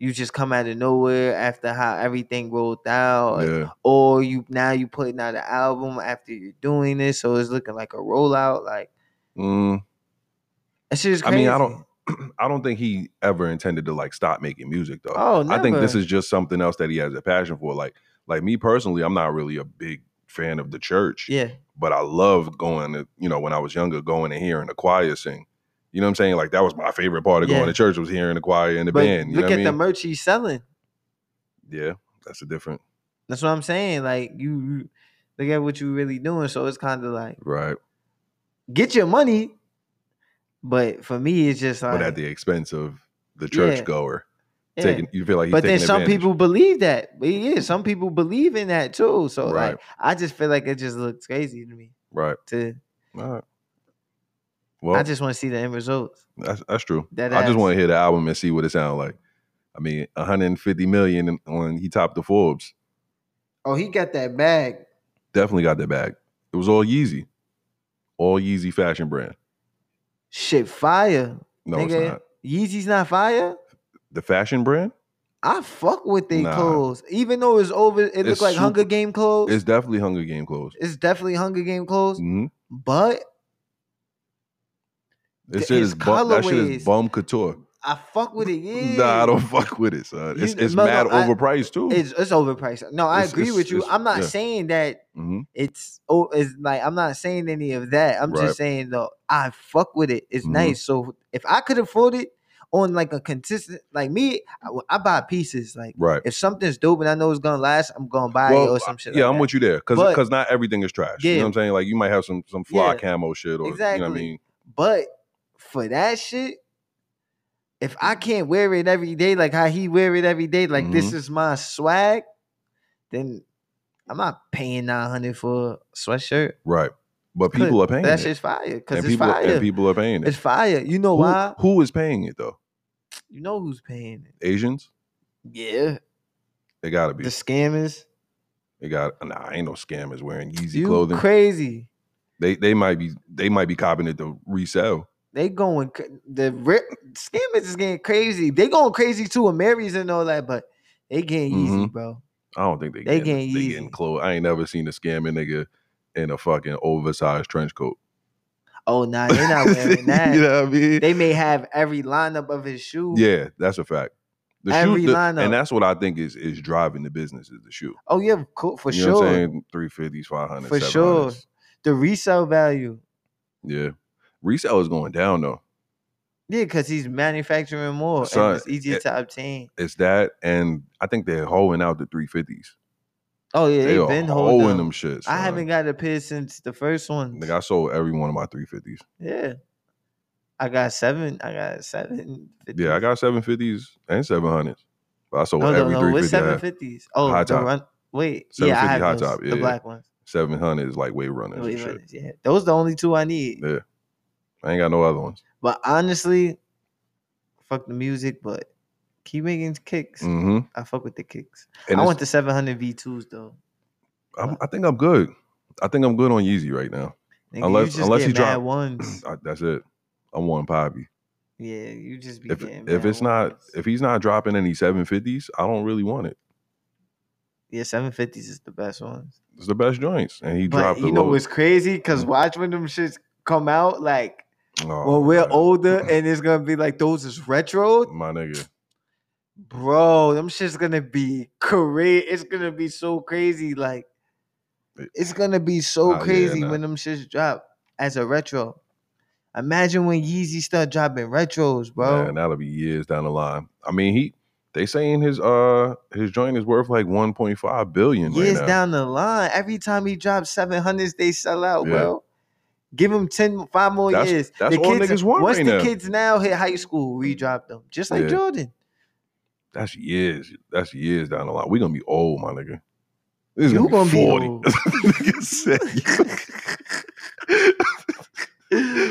Speaker 2: you just come out of nowhere after how everything rolled out,
Speaker 1: Yeah.
Speaker 2: or you now you putting out an album after you're doing this, so it's looking like a rollout. Like
Speaker 1: Mm.
Speaker 2: that shit is
Speaker 1: I
Speaker 2: crazy.
Speaker 1: mean, I don't I don't think he ever intended to like stop making music though.
Speaker 2: Oh,
Speaker 1: I think this
Speaker 2: never.
Speaker 1: is just something else that he has a passion for. Like like me personally, I'm not really a big fan of the church,
Speaker 2: Yeah,
Speaker 1: but I love going to, you know, when I was younger, going and hearing the choir sing. You know what I'm saying? Like that was my favorite part of
Speaker 2: Yeah.
Speaker 1: going to church was hearing the choir and the
Speaker 2: but
Speaker 1: band. You
Speaker 2: look
Speaker 1: know what
Speaker 2: at
Speaker 1: I
Speaker 2: the
Speaker 1: mean?
Speaker 2: merch he's selling.
Speaker 1: yeah, that's a different
Speaker 2: That's what I'm saying. Like you you- look at what you really doing. So it's kind of like
Speaker 1: right.
Speaker 2: get your money, but for me it's just like
Speaker 1: But at the expense of the
Speaker 2: Yeah.
Speaker 1: churchgoer goer
Speaker 2: yeah.
Speaker 1: taking you feel like he's
Speaker 2: But then
Speaker 1: taking
Speaker 2: some
Speaker 1: advantage.
Speaker 2: people believe that. But yeah, some people believe in that too. So
Speaker 1: Right.
Speaker 2: like I just feel like it just looks crazy to me.
Speaker 1: right.
Speaker 2: To
Speaker 1: All right. Well,
Speaker 2: I just want to see the end results.
Speaker 1: that's that's true.
Speaker 2: That
Speaker 1: I just
Speaker 2: ass.
Speaker 1: want to hear the album and see what it sounds like. I mean, 150 million and- on he topped the Forbes.
Speaker 2: Oh, he got that bag.
Speaker 1: Definitely got that back. It was all Yeezy, all Yeezy fashion brand.
Speaker 2: Shit fire.
Speaker 1: No,
Speaker 2: nigga.
Speaker 1: it's not
Speaker 2: Yeezy's not fire.
Speaker 1: the fashion brand.
Speaker 2: I fuck with they
Speaker 1: Nah.
Speaker 2: clothes. Even though it's over, it
Speaker 1: It's
Speaker 2: looks like
Speaker 1: super-
Speaker 2: Hunger Game clothes.
Speaker 1: It's definitely Hunger Game clothes.
Speaker 2: it's definitely Hunger Game clothes.
Speaker 1: Mhm.
Speaker 2: But
Speaker 1: This
Speaker 2: Th-
Speaker 1: shit
Speaker 2: it's
Speaker 1: is bum, that shit
Speaker 2: colorways.
Speaker 1: is bum couture.
Speaker 2: I fuck with it. Yeah.
Speaker 1: Nah, I don't fuck with it, son.
Speaker 2: You-
Speaker 1: It's, it's
Speaker 2: no, no,
Speaker 1: mad
Speaker 2: I-
Speaker 1: overpriced too.
Speaker 2: It's it's overpriced. No, I
Speaker 1: It's-
Speaker 2: agree
Speaker 1: it's-
Speaker 2: with you.
Speaker 1: it's-
Speaker 2: I'm not
Speaker 1: yeah.
Speaker 2: saying that
Speaker 1: Mhm.
Speaker 2: it's oh it's like I'm not saying any of that. I'm
Speaker 1: Right.
Speaker 2: just saying though I fuck with it. It's
Speaker 1: Mhm.
Speaker 2: nice. So if I could afford it on like a consistent like me, I, would- I buy pieces. Like
Speaker 1: Right.
Speaker 2: if something's dope and I know it's gonna last, I'm gonna buy it
Speaker 1: Well,
Speaker 2: or some shit.
Speaker 1: yeah,
Speaker 2: like
Speaker 1: I'm
Speaker 2: that.
Speaker 1: with you there, cause
Speaker 2: But-
Speaker 1: 'cause not everything is trash. You
Speaker 2: Yeah.
Speaker 1: know what I'm saying? Like you might have some some fly
Speaker 2: Yeah.
Speaker 1: camo shit, or you know what I
Speaker 2: Exactly.
Speaker 1: mean?
Speaker 2: But for that shit, if I can't wear it every day like how he wear it every day, like
Speaker 1: Mm-hmm.
Speaker 2: this is my swag, then I'm not paying nine hundred for a sweatshirt.
Speaker 1: Right. But people are paying
Speaker 2: That
Speaker 1: it.
Speaker 2: shit's fire because
Speaker 1: and
Speaker 2: it's
Speaker 1: people
Speaker 2: fire.
Speaker 1: and people are paying it.
Speaker 2: It's fire. You know
Speaker 1: Who-
Speaker 2: why?
Speaker 1: who is paying it though?
Speaker 2: You know who's paying it?
Speaker 1: Asians?
Speaker 2: Yeah,
Speaker 1: They gotta
Speaker 2: the
Speaker 1: be.
Speaker 2: scammers.
Speaker 1: They got nah. Ain't no scammers wearing Yeezy
Speaker 2: You
Speaker 1: clothing.
Speaker 2: crazy?
Speaker 1: they they might be they might be copping it to resell.
Speaker 2: They going cra- the re- scammers is getting crazy. They going crazy too, and Mary's and all that, but they getting easy,
Speaker 1: Mhm.
Speaker 2: bro.
Speaker 1: I don't think they
Speaker 2: They
Speaker 1: getting,
Speaker 2: getting
Speaker 1: they
Speaker 2: Yeezy.
Speaker 1: getting clothes. I ain't never seen a scamming nigga in a fucking oversized trench coat.
Speaker 2: Oh nah, they're not wearing that.
Speaker 1: you know what I mean?
Speaker 2: They may have every lineup of his shoe.
Speaker 1: yeah, that's a fact. The
Speaker 2: Every
Speaker 1: shoe, the-
Speaker 2: lineup.
Speaker 1: and that's what I think is is driving the business is the shoe.
Speaker 2: Oh yeah, cool, for
Speaker 1: you know what I'm
Speaker 2: sure.
Speaker 1: saying? 350s, 500s,
Speaker 2: For sure.
Speaker 1: 700s.
Speaker 2: The resale value.
Speaker 1: Yeah. Resale is going down though.
Speaker 2: Yeah, because he's manufacturing more
Speaker 1: Son,
Speaker 2: and it's easier
Speaker 1: it-
Speaker 2: to obtain.
Speaker 1: It's that, and I think they're holding out the 350s.
Speaker 2: Oh yeah,
Speaker 1: They
Speaker 2: they've
Speaker 1: are
Speaker 2: been holding
Speaker 1: holding
Speaker 2: them.
Speaker 1: them shits.
Speaker 2: I haven't got a pair since the first one.
Speaker 1: Like I sold every one of my 350s.
Speaker 2: yeah. I got seven. I got seven.
Speaker 1: Yeah, I got 750s and 700s. But I sold
Speaker 2: no,
Speaker 1: every
Speaker 2: no, no. What's
Speaker 1: 350. I had.
Speaker 2: seven fifties? Oh,
Speaker 1: High
Speaker 2: the
Speaker 1: top.
Speaker 2: run. Wait, yeah, I
Speaker 1: 750 high
Speaker 2: have those,
Speaker 1: top, yeah,
Speaker 2: the
Speaker 1: yeah.
Speaker 2: black ones.
Speaker 1: 700 is like weight
Speaker 2: The
Speaker 1: runners and
Speaker 2: wave
Speaker 1: shit.
Speaker 2: runners, yeah, those the only two I need.
Speaker 1: Yeah. I ain't got no other ones.
Speaker 2: But honestly, fuck the music, but keep making kicks.
Speaker 1: hmm
Speaker 2: I fuck with the kicks.
Speaker 1: And
Speaker 2: I
Speaker 1: I,
Speaker 2: want the seven hundred V twos though.
Speaker 1: I'm, I think I'm good. I think I'm good on Yeezy right now.
Speaker 2: Nigga,
Speaker 1: Unless-
Speaker 2: you just
Speaker 1: unless
Speaker 2: get
Speaker 1: you
Speaker 2: mad
Speaker 1: drop-
Speaker 2: ones.
Speaker 1: I, that's it. I'm one poppy.
Speaker 2: Yeah, you just be
Speaker 1: If
Speaker 2: getting
Speaker 1: if
Speaker 2: mad
Speaker 1: it's not
Speaker 2: ones.
Speaker 1: if he's not dropping any 750s, I don't really want it.
Speaker 2: yeah, seven fifties is the best ones.
Speaker 1: It's the best joints, and he
Speaker 2: But
Speaker 1: dropped the
Speaker 2: you know
Speaker 1: low-
Speaker 2: what's crazy? Cause
Speaker 1: Mhm.
Speaker 2: watch when them shits come out, like
Speaker 1: Oh,
Speaker 2: when we're
Speaker 1: man.
Speaker 2: older and it's gonna be like those is retro.
Speaker 1: my nigga.
Speaker 2: bro, them shit's gonna be crazy. It's gonna be so crazy. Like,
Speaker 1: It-
Speaker 2: it's gonna be so
Speaker 1: Oh, yeah,
Speaker 2: crazy
Speaker 1: nah.
Speaker 2: when them shits drop as a retro. Imagine when Yeezy start dropping retros, bro.
Speaker 1: Man, that'll be years down the line. I mean, he they saying his uh his joint is worth like 1.5 billion right
Speaker 2: Years
Speaker 1: now.
Speaker 2: down the line, every time he drops seven hundreds, they sell out,
Speaker 1: Yeah.
Speaker 2: bro. Give him 10, five more
Speaker 1: That's-
Speaker 2: years.
Speaker 1: that's all niggas want
Speaker 2: once
Speaker 1: right
Speaker 2: the
Speaker 1: now.
Speaker 2: kids now hit high school, redrop them, just like
Speaker 1: Yeah.
Speaker 2: Jordan.
Speaker 1: That's years. That's years down the line. We're gonna be old, my nigga. This is
Speaker 2: You
Speaker 1: gonna,
Speaker 2: gonna be
Speaker 1: be 40.
Speaker 2: old.
Speaker 1: Nigga said,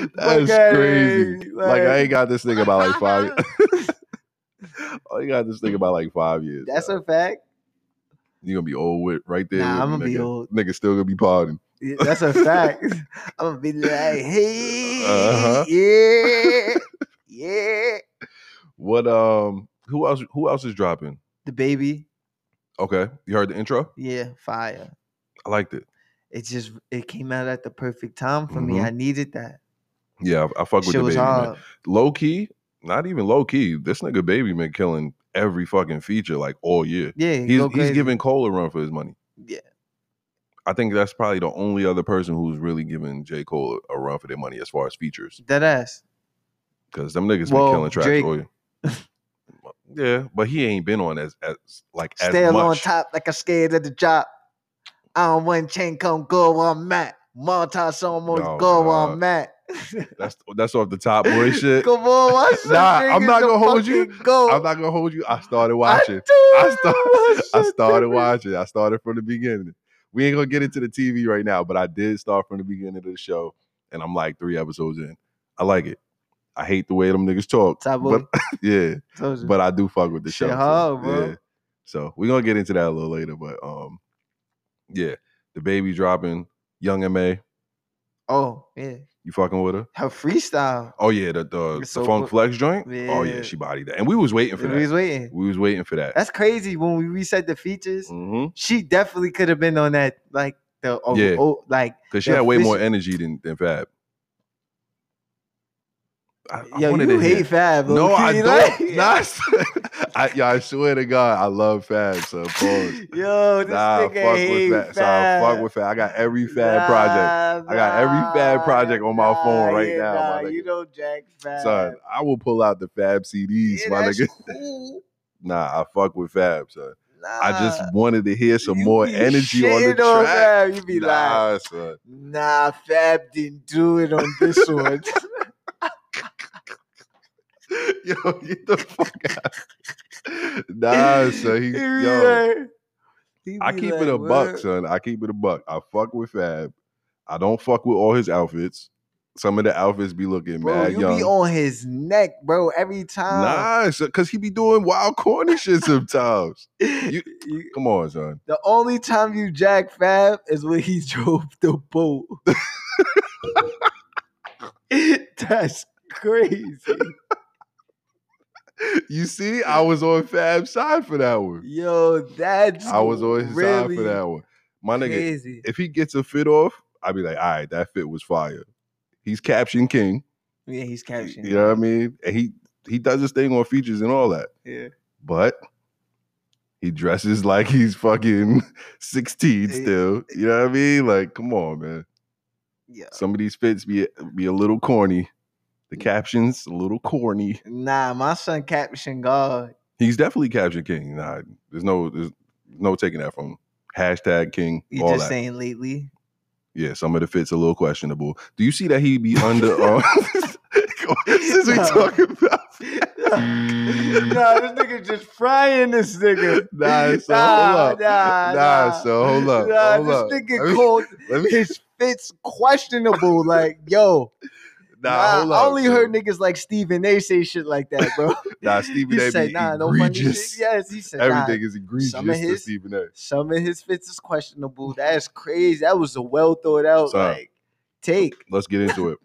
Speaker 2: Look
Speaker 1: That's
Speaker 2: at
Speaker 1: crazy.
Speaker 2: it,
Speaker 1: Like I ain't got this thing about like five. I ain't got this thing about like five years.
Speaker 2: That's
Speaker 1: dog.
Speaker 2: a fact.
Speaker 1: you gonna be old with right there.
Speaker 2: Nah,
Speaker 1: with
Speaker 2: I'ma
Speaker 1: me,
Speaker 2: be
Speaker 1: nigga.
Speaker 2: old.
Speaker 1: Nigga still gonna be partying.
Speaker 2: Yeah, That's a fact. I'm gonna be like, hey,
Speaker 1: Uh-huh.
Speaker 2: yeah, yeah.
Speaker 1: What um? Who else? Who else is dropping?
Speaker 2: The baby,
Speaker 1: Okay, you heard the intro.
Speaker 2: yeah, fire.
Speaker 1: I liked it.
Speaker 2: It just it came out at the perfect time for me.
Speaker 1: Mhm.
Speaker 2: I needed that.
Speaker 1: Yeah, I, I fuck with
Speaker 2: Shit
Speaker 1: the
Speaker 2: was
Speaker 1: baby. man.
Speaker 2: hard.
Speaker 1: Low key, not even low key. This nigga baby been killing every fucking feature like all year.
Speaker 2: Yeah,
Speaker 1: He's
Speaker 2: go
Speaker 1: he's
Speaker 2: crazy.
Speaker 1: giving Cole a run for his money.
Speaker 2: Yeah.
Speaker 1: I think that's probably the only other person who's really giving J. Cole a run for their money as far as features.
Speaker 2: dead ass.
Speaker 1: Because them niggas
Speaker 2: Well,
Speaker 1: been killing tracks
Speaker 2: Drake-
Speaker 1: all year. yeah, but he ain't been on as as like
Speaker 2: Stay
Speaker 1: as much.
Speaker 2: on top like I'm scared of the job. I don't want chain come go where I'm at. Maltas almost
Speaker 1: No,
Speaker 2: go where
Speaker 1: nah.
Speaker 2: I'm at.
Speaker 1: That's that's off the top boy shit.
Speaker 2: Come on, watch some
Speaker 1: Nah, I'm
Speaker 2: niggas
Speaker 1: not
Speaker 2: to
Speaker 1: gonna hold you.
Speaker 2: fucking Go.
Speaker 1: I'm not gonna hold you. I started watching.
Speaker 2: I,
Speaker 1: I
Speaker 2: Oh,
Speaker 1: started. I started watching. I started from the beginning. We ain't gonna get into the TV right now, but I did start from the beginning of the show, and I'm like three episodes in. I like it. I hate the way them niggas talk.
Speaker 2: Top boy.
Speaker 1: but yeah,
Speaker 2: Told you.
Speaker 1: but I do fuck with the show.
Speaker 2: Shit
Speaker 1: so,
Speaker 2: hard, bro.
Speaker 1: Yeah. So we're gonna get into that a little later, but um, yeah, the baby dropping, Young Ma,
Speaker 2: oh yeah,
Speaker 1: you fucking with her?
Speaker 2: her freestyle.
Speaker 1: Oh yeah, the the,
Speaker 2: It's
Speaker 1: the
Speaker 2: so
Speaker 1: Funk
Speaker 2: good.
Speaker 1: Flex joint. Oh
Speaker 2: Yeah.
Speaker 1: yeah, she bodied that, and we was waiting for
Speaker 2: We was
Speaker 1: that.
Speaker 2: waiting.
Speaker 1: We was waiting for that.
Speaker 2: That's crazy. When we reset the features,
Speaker 1: hmm
Speaker 2: she definitely could have been on that. Like the oh,
Speaker 1: Yeah.
Speaker 2: oh, like
Speaker 1: Because she
Speaker 2: The
Speaker 1: had way more
Speaker 2: official-
Speaker 1: energy than, than Fab. I, I
Speaker 2: yo,
Speaker 1: wanted
Speaker 2: you
Speaker 1: to
Speaker 2: hate
Speaker 1: hear-
Speaker 2: Fab.
Speaker 1: No, I
Speaker 2: low-key,
Speaker 1: don't.
Speaker 2: like-
Speaker 1: Not- I, yo, I swear to God, I love Fab. So pause.
Speaker 2: Yo, this
Speaker 1: Nah, I
Speaker 2: nigga
Speaker 1: fuck
Speaker 2: hate
Speaker 1: with Fab.
Speaker 2: Fab.
Speaker 1: So I fuck with Fab. I got every Fab project. I got every Fab
Speaker 2: nah,
Speaker 1: project on my
Speaker 2: nah,
Speaker 1: phone right
Speaker 2: yeah,
Speaker 1: now, my
Speaker 2: Nah,
Speaker 1: nigga.
Speaker 2: you don't jack Fab.
Speaker 1: Son, I will pull out the Fab CDs,
Speaker 2: Yeah,
Speaker 1: my
Speaker 2: that's
Speaker 1: nigga.
Speaker 2: cool.
Speaker 1: Nah, I fuck with Fab, son. I
Speaker 2: Nah,
Speaker 1: just wanted to hear some
Speaker 2: Uh, you
Speaker 1: more
Speaker 2: be
Speaker 1: energy on the
Speaker 2: shitting on
Speaker 1: track.
Speaker 2: Fab. You be like,
Speaker 1: nah, son.
Speaker 2: Nah, Fab didn't do it on this one.
Speaker 1: Yo, get the fuck out. Nah, son. He,
Speaker 2: He be
Speaker 1: yo,
Speaker 2: like- he
Speaker 1: I
Speaker 2: be
Speaker 1: keep
Speaker 2: like,
Speaker 1: it a buck,
Speaker 2: "What?"
Speaker 1: son. I keep it a buck. I fuck with Fab. I don't fuck with all his outfits. Some of the outfits be looking
Speaker 2: Bro,
Speaker 1: mad
Speaker 2: you
Speaker 1: young.
Speaker 2: be on his neck, bro, every time.
Speaker 1: nah, son, cause he be doing wild corny shit sometimes.
Speaker 2: You,
Speaker 1: you- Come on, son.
Speaker 2: the only time you jack Fab is when he drove the boat. That's crazy.
Speaker 1: You see, I was on Fab's side for that one.
Speaker 2: Yo, that's
Speaker 1: I was on his side
Speaker 2: really
Speaker 1: for that one. My nigga,
Speaker 2: crazy.
Speaker 1: if he gets a fit off, I'd be like, all right, that fit was fire. He's caption king.
Speaker 2: Yeah, he's captioned.
Speaker 1: You know what I mean? And he he does his thing on features and all that.
Speaker 2: Yeah.
Speaker 1: But he dresses like he's fucking 16
Speaker 2: Eh,
Speaker 1: still. You know what I mean? Like, come on, man.
Speaker 2: Yeah.
Speaker 1: Some of these fits be be a little corny. The captions a little corny.
Speaker 2: Nah, my son caption God.
Speaker 1: He's definitely caption king. Nah, there's no there's no taking that from him. Hashtag king.
Speaker 2: You
Speaker 1: all
Speaker 2: just
Speaker 1: that.
Speaker 2: saying lately.
Speaker 1: Yeah, some of the fits a little questionable. Do you see that he be under? Uh, since we
Speaker 2: No.
Speaker 1: talking about,
Speaker 2: nah, this nigga just frying this nigga.
Speaker 1: Nah, so hold up.
Speaker 2: Nah,
Speaker 1: Nah, so hold up,
Speaker 2: Nah,
Speaker 1: hold
Speaker 2: this
Speaker 1: up. Let
Speaker 2: nigga
Speaker 1: me-
Speaker 2: called
Speaker 1: let me.
Speaker 2: his fits questionable. like, yo,
Speaker 1: Nah,
Speaker 2: nah,
Speaker 1: hold
Speaker 2: I
Speaker 1: up,
Speaker 2: only
Speaker 1: bro.
Speaker 2: heard niggas like Steven They say shit like that, bro.
Speaker 1: Nah, Stephen
Speaker 2: he
Speaker 1: A.
Speaker 2: said,
Speaker 1: be
Speaker 2: nah, no funny shit.
Speaker 1: egregious.
Speaker 2: Yes, he said, nah,
Speaker 1: Everything is egregious
Speaker 2: Some of
Speaker 1: to
Speaker 2: his-
Speaker 1: Stephen A.
Speaker 2: Some of his fits is questionable. That's crazy. That was a well thought out
Speaker 1: Son.
Speaker 2: like take.
Speaker 1: Let's get into it.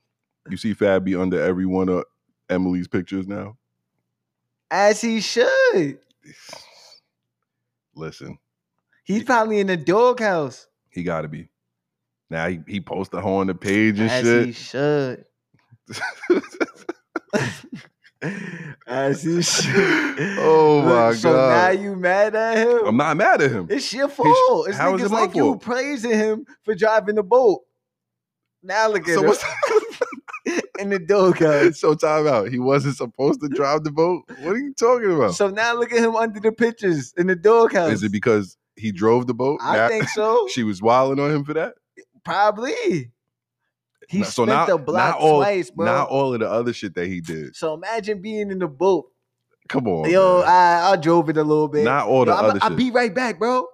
Speaker 1: You see Fab be under every one of Emily's pictures now.
Speaker 2: As he should.
Speaker 1: Listen,
Speaker 2: He's probably in the doghouse.
Speaker 1: he got to be. Now he, he posts the whole on the page and
Speaker 2: As he
Speaker 1: shit.
Speaker 2: should. As he should.
Speaker 1: Oh my
Speaker 2: so
Speaker 1: God.
Speaker 2: now you mad at him?
Speaker 1: I'm not mad at him.
Speaker 2: it's your fault. It's
Speaker 1: how is
Speaker 2: niggas
Speaker 1: it my
Speaker 2: like you
Speaker 1: fault?
Speaker 2: praising him for driving the boat. Now look at
Speaker 1: So
Speaker 2: him
Speaker 1: what's
Speaker 2: in the doghouse.
Speaker 1: so time out. He wasn't supposed to drive the boat. What are you talking about?
Speaker 2: So now look at him under the pictures in the doghouse.
Speaker 1: Oh. Is it because he drove the boat?
Speaker 2: I
Speaker 1: Now-
Speaker 2: think so.
Speaker 1: she was wilding on him for that.
Speaker 2: Probably. He
Speaker 1: Nah,
Speaker 2: spent the block
Speaker 1: not all,
Speaker 2: twice, bro.
Speaker 1: Not all of the other shit that he did.
Speaker 2: so imagine being in the boat.
Speaker 1: Come on,
Speaker 2: Yo,
Speaker 1: man.
Speaker 2: I, I drove it a little bit.
Speaker 1: not all the
Speaker 2: Yo, I'm-
Speaker 1: other
Speaker 2: I'll
Speaker 1: shit
Speaker 2: be right back, bro.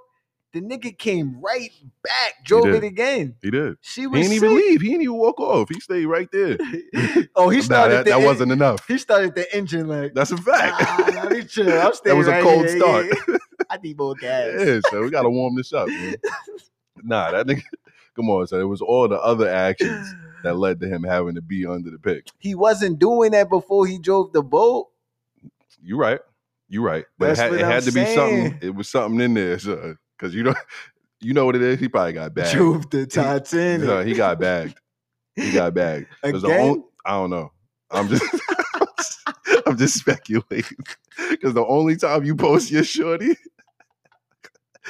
Speaker 2: The nigga came right back, drove
Speaker 1: did.
Speaker 2: it again.
Speaker 1: he did.
Speaker 2: She
Speaker 1: He
Speaker 2: was
Speaker 1: didn't even leave. He didn't even walk off. He stayed right there.
Speaker 2: leave. oh, he
Speaker 1: Nah,
Speaker 2: started
Speaker 1: that,
Speaker 2: the
Speaker 1: that
Speaker 2: en-
Speaker 1: wasn't enough.
Speaker 2: he started the engine like
Speaker 1: That's a fact.
Speaker 2: ah, let me chill. I'm
Speaker 1: that
Speaker 2: staying
Speaker 1: was a
Speaker 2: right
Speaker 1: cold
Speaker 2: here.
Speaker 1: start.
Speaker 2: Yeah. I need more gas.
Speaker 1: Yeah, so we gotta warm this up. Man. Nah, that nigga. Come on, so it was all the other actions that led to him having to be under the pick.
Speaker 2: He wasn't doing that before he drove the boat.
Speaker 1: You're right. You're right. But
Speaker 2: That's
Speaker 1: it had,
Speaker 2: what
Speaker 1: it
Speaker 2: I'm
Speaker 1: had to be
Speaker 2: saying.
Speaker 1: something. It was something in there, so because you know, you know what it is. He probably got bagged.
Speaker 2: Drove the Titanic.
Speaker 1: So he got bagged. He got bagged. 'Cause the
Speaker 2: Again?
Speaker 1: on- I don't know. I'm just. I'm just speculating because the only time you post your shorty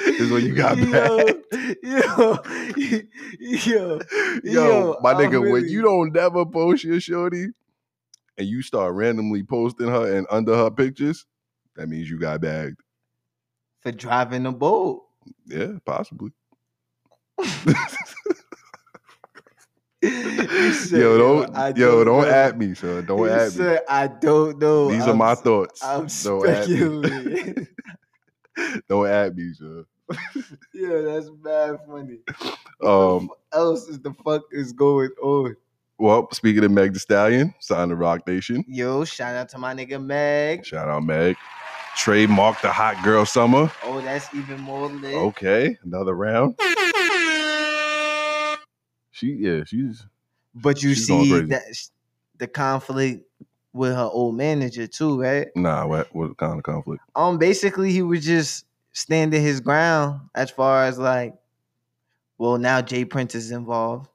Speaker 1: is when you got bagged.
Speaker 2: Yo, yo, yo,
Speaker 1: Yo,
Speaker 2: Yo,
Speaker 1: my
Speaker 2: I'm
Speaker 1: nigga, when
Speaker 2: really-
Speaker 1: you don't never post your shorty and you start randomly posting her and under her pictures, that means you got bagged.
Speaker 2: for driving the boat.
Speaker 1: Yeah, possibly.
Speaker 2: You said,
Speaker 1: yo, don't
Speaker 2: I
Speaker 1: yo, don't
Speaker 2: know."
Speaker 1: at me, son. Don't
Speaker 2: You
Speaker 1: at me.
Speaker 2: said, I don't know.
Speaker 1: These
Speaker 2: I'm,
Speaker 1: are my
Speaker 2: s-
Speaker 1: thoughts.
Speaker 2: I'm
Speaker 1: Don't at me.
Speaker 2: speculating.
Speaker 1: Don't at me, son.
Speaker 2: yeah, that's bad funny.
Speaker 1: Um,
Speaker 2: Else is the fuck is going on?
Speaker 1: well, speaking of Meg the Stallion, sign to Rock Nation.
Speaker 2: Yo, shout out to my nigga Meg.
Speaker 1: Shout out Meg. Trademark the hot girl summer.
Speaker 2: Oh, that's even more lit.
Speaker 1: Okay, another round. She yeah, she's
Speaker 2: But you
Speaker 1: she's going
Speaker 2: see
Speaker 1: crazy.
Speaker 2: that sh- the conflict with her old manager too, right?
Speaker 1: nah. What what kind of conflict?
Speaker 2: Um, basically, he was just standing his ground as far as like, well, now Jay Prince is involved,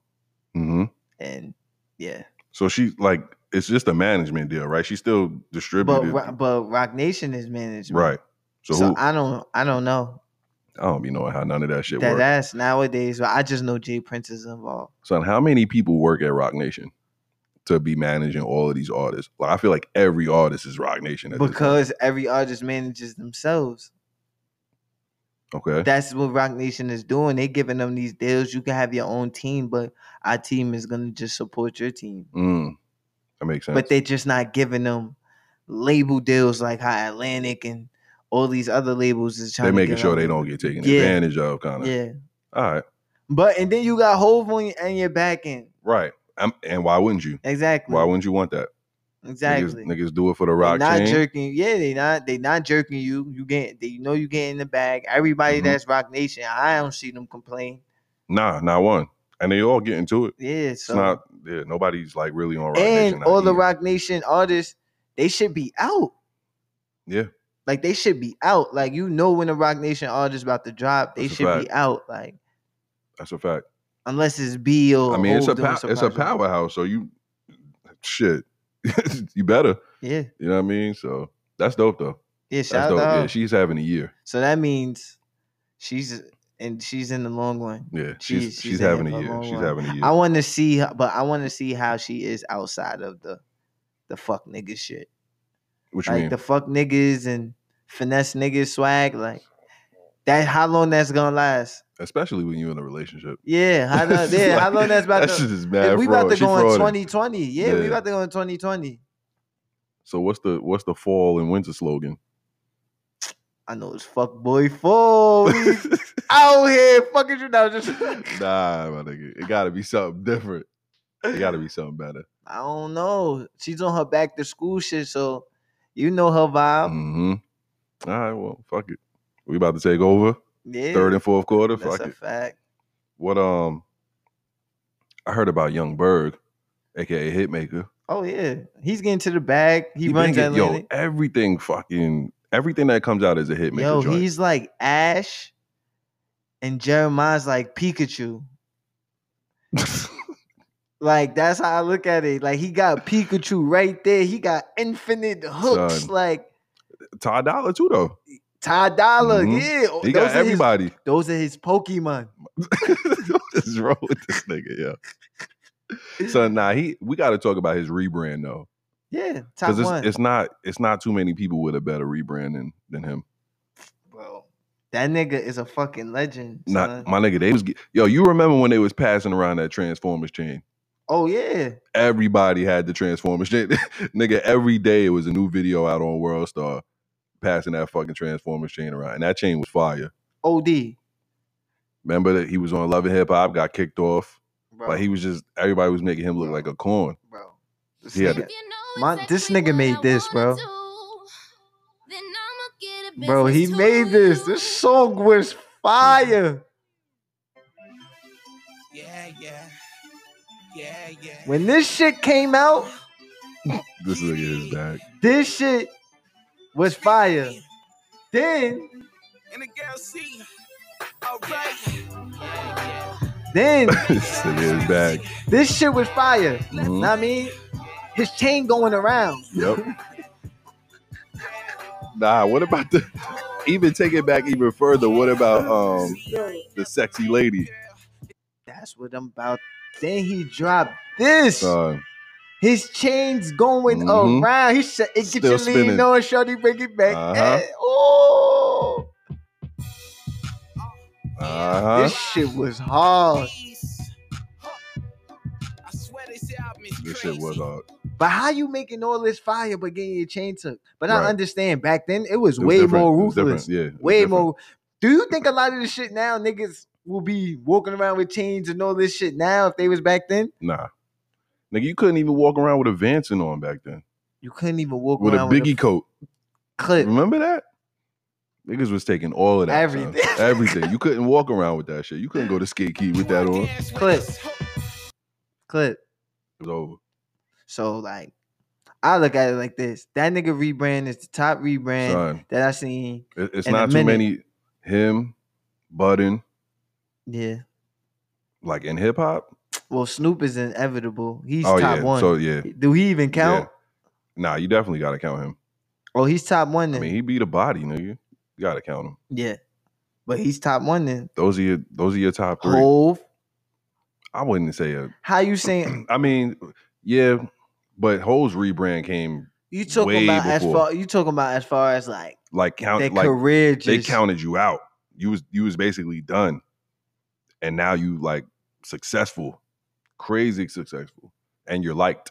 Speaker 1: hmm
Speaker 2: and yeah,
Speaker 1: So she's like, it's just a management deal, right? She's still
Speaker 2: but
Speaker 1: distributed,
Speaker 2: Ro- but Rock Nation is managed,
Speaker 1: right? So,
Speaker 2: So,
Speaker 1: who, I,
Speaker 2: I don't I don't know
Speaker 1: don't be knowing how none of that shit
Speaker 2: that
Speaker 1: works.
Speaker 2: that's nowadays, but I just know Jay Prince is involved.
Speaker 1: Son, how many people work at Rock Nation to be managing all of these artists? Like, I feel like every artist is Rock Nation at this point.
Speaker 2: Because every artist manages themselves.
Speaker 1: okay,
Speaker 2: That's what Rock Nation is doing. They giving them these deals. You can have your own team, but our team is gonna just support your team.
Speaker 1: Mm. that makes sense.
Speaker 2: but they're just not giving them label deals like how Atlantic and all these other labels is trying.
Speaker 1: They're
Speaker 2: to
Speaker 1: making
Speaker 2: get
Speaker 1: sure
Speaker 2: out.
Speaker 1: they don't get taken
Speaker 2: Yeah.
Speaker 1: advantage of, kind of.
Speaker 2: Yeah,
Speaker 1: All right,
Speaker 2: but and then you got Hove on your, on your back end.
Speaker 1: right. I'm, and why wouldn't you?
Speaker 2: Exactly.
Speaker 1: Why wouldn't you want that?
Speaker 2: Mm-hmm. exactly.
Speaker 1: Niggas, niggas do it for the
Speaker 2: They
Speaker 1: rock
Speaker 2: not
Speaker 1: chain.
Speaker 2: jerking. Yeah, they not. They not jerking you. You get. They know you get in the bag. Everybody
Speaker 1: Mhm.
Speaker 2: that's Rock Nation, I don't see them complain.
Speaker 1: Nah, not one. And they all get into it.
Speaker 2: Yeah.
Speaker 1: It's
Speaker 2: So
Speaker 1: not. Yeah, nobody's like really on rock
Speaker 2: and
Speaker 1: Nation. now
Speaker 2: all the
Speaker 1: either.
Speaker 2: Rock Nation artists, they should be out.
Speaker 1: Yeah.
Speaker 2: Like they should be out. Like you know when a Rock Nation artist about to drop, they
Speaker 1: That's a
Speaker 2: should
Speaker 1: fact.
Speaker 2: be out. Like
Speaker 1: That's a fact.
Speaker 2: unless it's B or
Speaker 1: I mean, it's a
Speaker 2: Hov doing
Speaker 1: pow-
Speaker 2: some
Speaker 1: it's a
Speaker 2: project.
Speaker 1: powerhouse, so you shit. you better.
Speaker 2: Yeah,
Speaker 1: You know what I mean? So that's dope though.
Speaker 2: yeah.
Speaker 1: That's
Speaker 2: Shout
Speaker 1: dope.
Speaker 2: out.
Speaker 1: Yeah, she's having a year.
Speaker 2: so that means she's and she's in the long run.
Speaker 1: Yeah, she's she's,
Speaker 2: She's- she's
Speaker 1: having
Speaker 2: in
Speaker 1: a
Speaker 2: it
Speaker 1: year.
Speaker 2: for a
Speaker 1: She's
Speaker 2: long
Speaker 1: having a year.
Speaker 2: I want to see, her- but I want to see how she is outside of the the fuck nigga shit.
Speaker 1: what you
Speaker 2: like
Speaker 1: mean?
Speaker 2: the fuck niggas and finesse niggas swag. Like that. How long that's gonna last?
Speaker 1: Especially when you're in a relationship.
Speaker 2: Yeah. How long?
Speaker 1: It's
Speaker 2: Yeah.
Speaker 1: like,
Speaker 2: how long that's about
Speaker 1: that
Speaker 2: to?
Speaker 1: shit is mad.
Speaker 2: we about
Speaker 1: fraud.
Speaker 2: to
Speaker 1: She
Speaker 2: go in
Speaker 1: frauding.
Speaker 2: 2020. Yeah, we
Speaker 1: Yeah.
Speaker 2: about to go in 2020.
Speaker 1: So what's the what's the fall and winter slogan?
Speaker 2: I know it's fuck boy four. out here fucking you now. Just
Speaker 1: nah, my nigga. It gotta be something different. It gotta be something better.
Speaker 2: I don't know. She's on her back to school shit, so you know her vibe.
Speaker 1: Mm-hmm. All right, well, fuck it. We about to take over.
Speaker 2: Yeah,
Speaker 1: Third and fourth quarter.
Speaker 2: that's
Speaker 1: Fuck
Speaker 2: a
Speaker 1: it.
Speaker 2: fact.
Speaker 1: What um I heard about Young Berg, aka Hitmaker.
Speaker 2: Oh yeah, he's getting to the bag. He,
Speaker 1: been
Speaker 2: runs
Speaker 1: get- yo,
Speaker 2: Atlantic.
Speaker 1: everything fucking everything that comes out is a hitmaker
Speaker 2: Yo,
Speaker 1: joint.
Speaker 2: he's like Ash, and Jeremiah's like Pikachu. Like that's how I look at it. Like he got Pikachu right there. He got infinite hooks.
Speaker 1: Son.
Speaker 2: Like
Speaker 1: Ty Dolla too though.
Speaker 2: Ty Dolla.
Speaker 1: Mhm.
Speaker 2: Yeah,
Speaker 1: He
Speaker 2: those
Speaker 1: got
Speaker 2: are his.
Speaker 1: everybody.
Speaker 2: Those are his Pokemon.
Speaker 1: what is wrong with this nigga? Yeah. So nah, he we got to talk about his rebrand though,
Speaker 2: Yeah, top
Speaker 1: because it's,
Speaker 2: one.
Speaker 1: it's not it's not too many people with a better rebrand than than him.
Speaker 2: bro. That nigga is a fucking legend. son.
Speaker 1: Not my nigga. They was ge- yo. You remember when they was passing around that Transformers chain?
Speaker 2: oh yeah,
Speaker 1: Everybody had the Transformers chain. nigga, every day it was a new video out on World Star passing that fucking Transformers chain around, and that chain was fire.
Speaker 2: OD.
Speaker 1: Remember that he was on Love and Hip Hop, got kicked off.
Speaker 2: Bro,
Speaker 1: Like he was just everybody was making him look like a corn.
Speaker 2: bro. This
Speaker 1: He had
Speaker 2: nigga-
Speaker 5: My, this nigga made this, bro.
Speaker 2: bro, he made this. This song was fire.
Speaker 3: Yeah, yeah. Yeah, yeah.
Speaker 2: When this shit came out,
Speaker 1: This nigga is back.
Speaker 2: this shit was fire. Then,
Speaker 3: And the girl see. All right. Yeah,
Speaker 2: then
Speaker 1: this nigga is back.
Speaker 2: this shit was fire.
Speaker 1: Mhm.
Speaker 2: Know what I mean, his chain going around.
Speaker 1: Yep. nah, what about the even take it back even further? What about um the sexy lady?
Speaker 2: That's what I'm about. Then he dropped this.
Speaker 1: Son,
Speaker 2: His chains going
Speaker 1: Mhm.
Speaker 2: around. He said, "It
Speaker 1: Still
Speaker 2: get your
Speaker 1: spinning.
Speaker 2: lean on, shorty, bring it back."
Speaker 1: Uh-huh.
Speaker 2: Eh, oh,
Speaker 1: uh
Speaker 2: this
Speaker 1: huh.
Speaker 2: shit was hard.
Speaker 3: Oh.
Speaker 4: Oh.
Speaker 3: I swear they say I've been
Speaker 1: This shit was hard.
Speaker 2: But how you making all this fire but getting your chain took? But I
Speaker 1: Right.
Speaker 2: understand back then it was,
Speaker 1: It was
Speaker 2: way
Speaker 1: different.
Speaker 2: more
Speaker 1: It was different.
Speaker 2: ruthless.
Speaker 1: Yeah. it was
Speaker 2: Way
Speaker 1: different.
Speaker 2: more. Do you think a lot of this shit now niggas will be walking around with chains and all this shit now if they was back then?
Speaker 1: Nah, nigga, you couldn't even walk around with a Vanson on back then
Speaker 2: You couldn't even walk
Speaker 1: with a
Speaker 2: around
Speaker 1: biggie Mm-hmm.
Speaker 2: with
Speaker 1: coat.
Speaker 2: a clip.
Speaker 1: Remember that? Niggas was taking all of that. son.
Speaker 2: Everything.
Speaker 1: Everything. You couldn't walk around with that shit. You couldn't go to skate key with that on. It
Speaker 2: Clip. Clip.
Speaker 1: was over.
Speaker 2: So like, I look at it like this: that nigga rebrand is the top rebrand
Speaker 1: Son,
Speaker 2: that I seen.
Speaker 1: it- it's
Speaker 2: In a
Speaker 1: not too
Speaker 2: minute.
Speaker 1: many. Him, Budden,
Speaker 2: Yeah.
Speaker 1: like in hip hop.
Speaker 2: Well, Snoop is inevitable. He's
Speaker 1: oh
Speaker 2: top
Speaker 1: yeah.
Speaker 2: one.
Speaker 1: So yeah.
Speaker 2: Do he even count?
Speaker 1: Nah, you definitely gotta count him.
Speaker 2: Oh, he's top one
Speaker 1: I
Speaker 2: then.
Speaker 1: mean, he beat a body, nigga. You gotta count him.
Speaker 2: yeah. But he's top one then.
Speaker 1: Those are your those are your top three.
Speaker 2: Hove.
Speaker 1: I wouldn't say a,
Speaker 2: How you saying
Speaker 1: I mean, yeah, but Ho's rebrand came
Speaker 2: you talking
Speaker 1: Way
Speaker 2: about as
Speaker 1: before.
Speaker 2: far you talking about as far as like
Speaker 1: like count
Speaker 2: their
Speaker 1: like
Speaker 2: career just
Speaker 1: they counted you out. You was you was basically done, and now you like successful, crazy successful, and you're liked.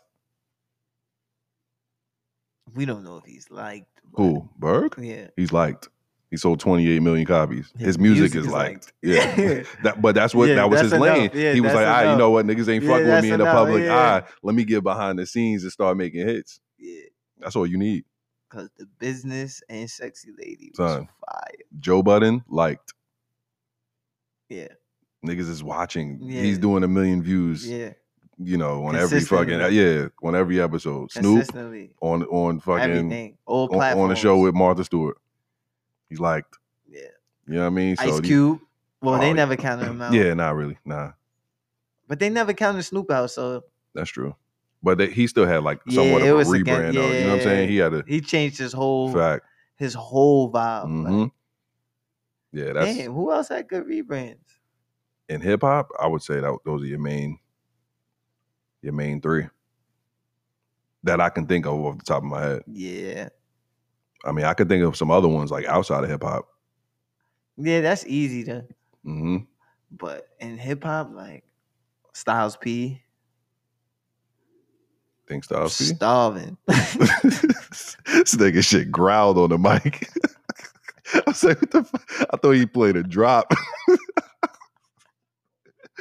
Speaker 2: we don't know if he's liked. but-
Speaker 1: Who Berg?
Speaker 2: Yeah.
Speaker 1: He's liked. He sold 28 million copies.
Speaker 2: His
Speaker 1: His, music,
Speaker 2: music
Speaker 1: is,
Speaker 2: is
Speaker 1: liked.
Speaker 2: liked.
Speaker 1: Yeah. that, but that's what
Speaker 2: Yeah,
Speaker 1: that was
Speaker 2: that's
Speaker 1: his lane.
Speaker 2: enough. Yeah,
Speaker 1: he was
Speaker 2: that's
Speaker 1: like, ah, you
Speaker 2: enough.
Speaker 1: know what, niggas ain't
Speaker 2: Yeah,
Speaker 1: fucking with
Speaker 2: that's
Speaker 1: me in the
Speaker 2: enough,
Speaker 1: public.
Speaker 2: yeah.
Speaker 1: Ah, let me get behind the scenes and start making hits.
Speaker 2: Yeah.
Speaker 1: That's all you need.
Speaker 2: Cause the business and sexy lady was
Speaker 1: Son.
Speaker 2: fire.
Speaker 1: Joe Budden liked.
Speaker 2: Yeah.
Speaker 1: Niggas is watching.
Speaker 2: Yeah.
Speaker 1: He's doing a million views,
Speaker 2: Yeah.
Speaker 1: you know, on every
Speaker 2: Consistently.
Speaker 1: fucking yeah, on every episode. Snoop
Speaker 2: Consistently.
Speaker 1: on on fucking
Speaker 2: Everything. All
Speaker 1: on,
Speaker 2: platforms.
Speaker 1: on the show with Martha Stewart. He liked.
Speaker 2: Yeah.
Speaker 1: You know what I mean?
Speaker 2: Ice
Speaker 1: these-
Speaker 2: Cube. Well,
Speaker 1: Oh,
Speaker 2: they
Speaker 1: yeah.
Speaker 2: never counted him out.
Speaker 1: Yeah, not really. Nah.
Speaker 2: But they never counted Snoop out, so
Speaker 1: That's true. But they, he still had like somewhat
Speaker 2: Yeah, it
Speaker 1: of a
Speaker 2: was a gang-
Speaker 1: rebrand. though. You know what I'm
Speaker 2: yeah.
Speaker 1: saying? He had a
Speaker 2: he changed his whole
Speaker 1: fact.
Speaker 2: his whole vibe.
Speaker 1: hmm Yeah,
Speaker 2: Like,
Speaker 1: that's
Speaker 2: damn, who else had good rebrands?
Speaker 1: in hip hop. I would say that those are your main, your main three that I can think of off the top of my head.
Speaker 2: Yeah,
Speaker 1: I mean, I could think of some other ones like outside of hip hop.
Speaker 2: yeah, that's easy to.
Speaker 1: hmm
Speaker 2: But in hip hop, like Styles P,
Speaker 1: Think Styles P.
Speaker 2: starving.
Speaker 1: this nigga shit growled on the mic. I was like, what the fu- I thought he played a drop.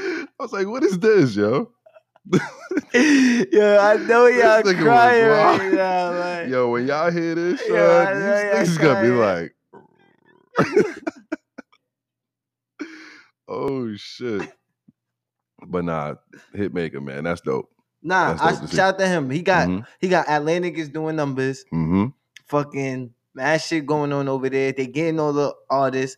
Speaker 1: I was like, what is this, yo?
Speaker 2: yeah, I know
Speaker 1: This
Speaker 2: y'all
Speaker 1: nigga was
Speaker 2: crying
Speaker 1: wild.
Speaker 2: right now. Like,
Speaker 1: Yo, when y'all hear this,
Speaker 2: Yo,
Speaker 1: son,
Speaker 2: I know y'all
Speaker 1: these niggas gonna be
Speaker 2: crying.
Speaker 1: like, oh shit. But nah, Hitmaker, man, that's dope.
Speaker 2: nah,
Speaker 1: That's dope
Speaker 2: I
Speaker 1: to see.
Speaker 2: shout to him. He got
Speaker 1: Mhm,
Speaker 2: he got Atlantic is doing numbers.
Speaker 1: mhm.
Speaker 2: Fucking mad shit going on over there. They getting all the artists.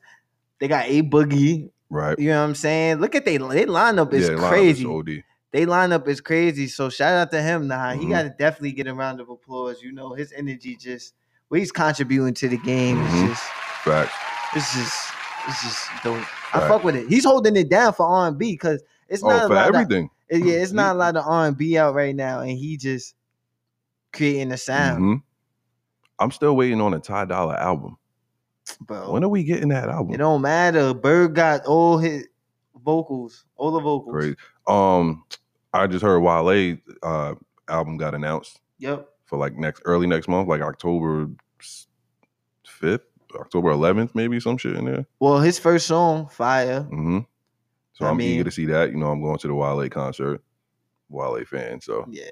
Speaker 2: They got a boogie.
Speaker 1: Right.
Speaker 2: You know what I'm saying? Look at they they lineup is
Speaker 1: line up is
Speaker 2: crazy.
Speaker 1: OD.
Speaker 2: they lineup is crazy. So shout out to him. Nah, he
Speaker 1: Mhm.
Speaker 2: got to definitely get a round of applause. You know, his energy just what he's contributing to the game
Speaker 1: Mhm.
Speaker 2: is just
Speaker 1: Facts.
Speaker 2: it's just it's just dope. I
Speaker 1: Right.
Speaker 2: fuck with it. He's holding it down for R and B because it's not
Speaker 1: Oh,
Speaker 2: a
Speaker 1: for
Speaker 2: lot of-
Speaker 1: everything. Mm-hmm.
Speaker 2: it- yeah, it's not a lot of R and B out right now, and he just creating a sound.
Speaker 1: Mhm. I'm still waiting on a Ty Dollar album. Mm-hmm.
Speaker 2: Bro,
Speaker 1: When are we getting that album?
Speaker 2: Oh. it don't matter. Bird got all his vocals, all the vocals.
Speaker 1: Crazy. Um, I just heard Wale uh album got announced
Speaker 2: Yep.
Speaker 1: for like next early next month, like October fifth, October eleventh, maybe some shit in there.
Speaker 2: Well, his first song, Fire.
Speaker 1: hmm So
Speaker 2: I
Speaker 1: I am
Speaker 2: mean-
Speaker 1: eager to see that. You know, I'm going to the Wale concert. Wale fan, so
Speaker 2: Yeah.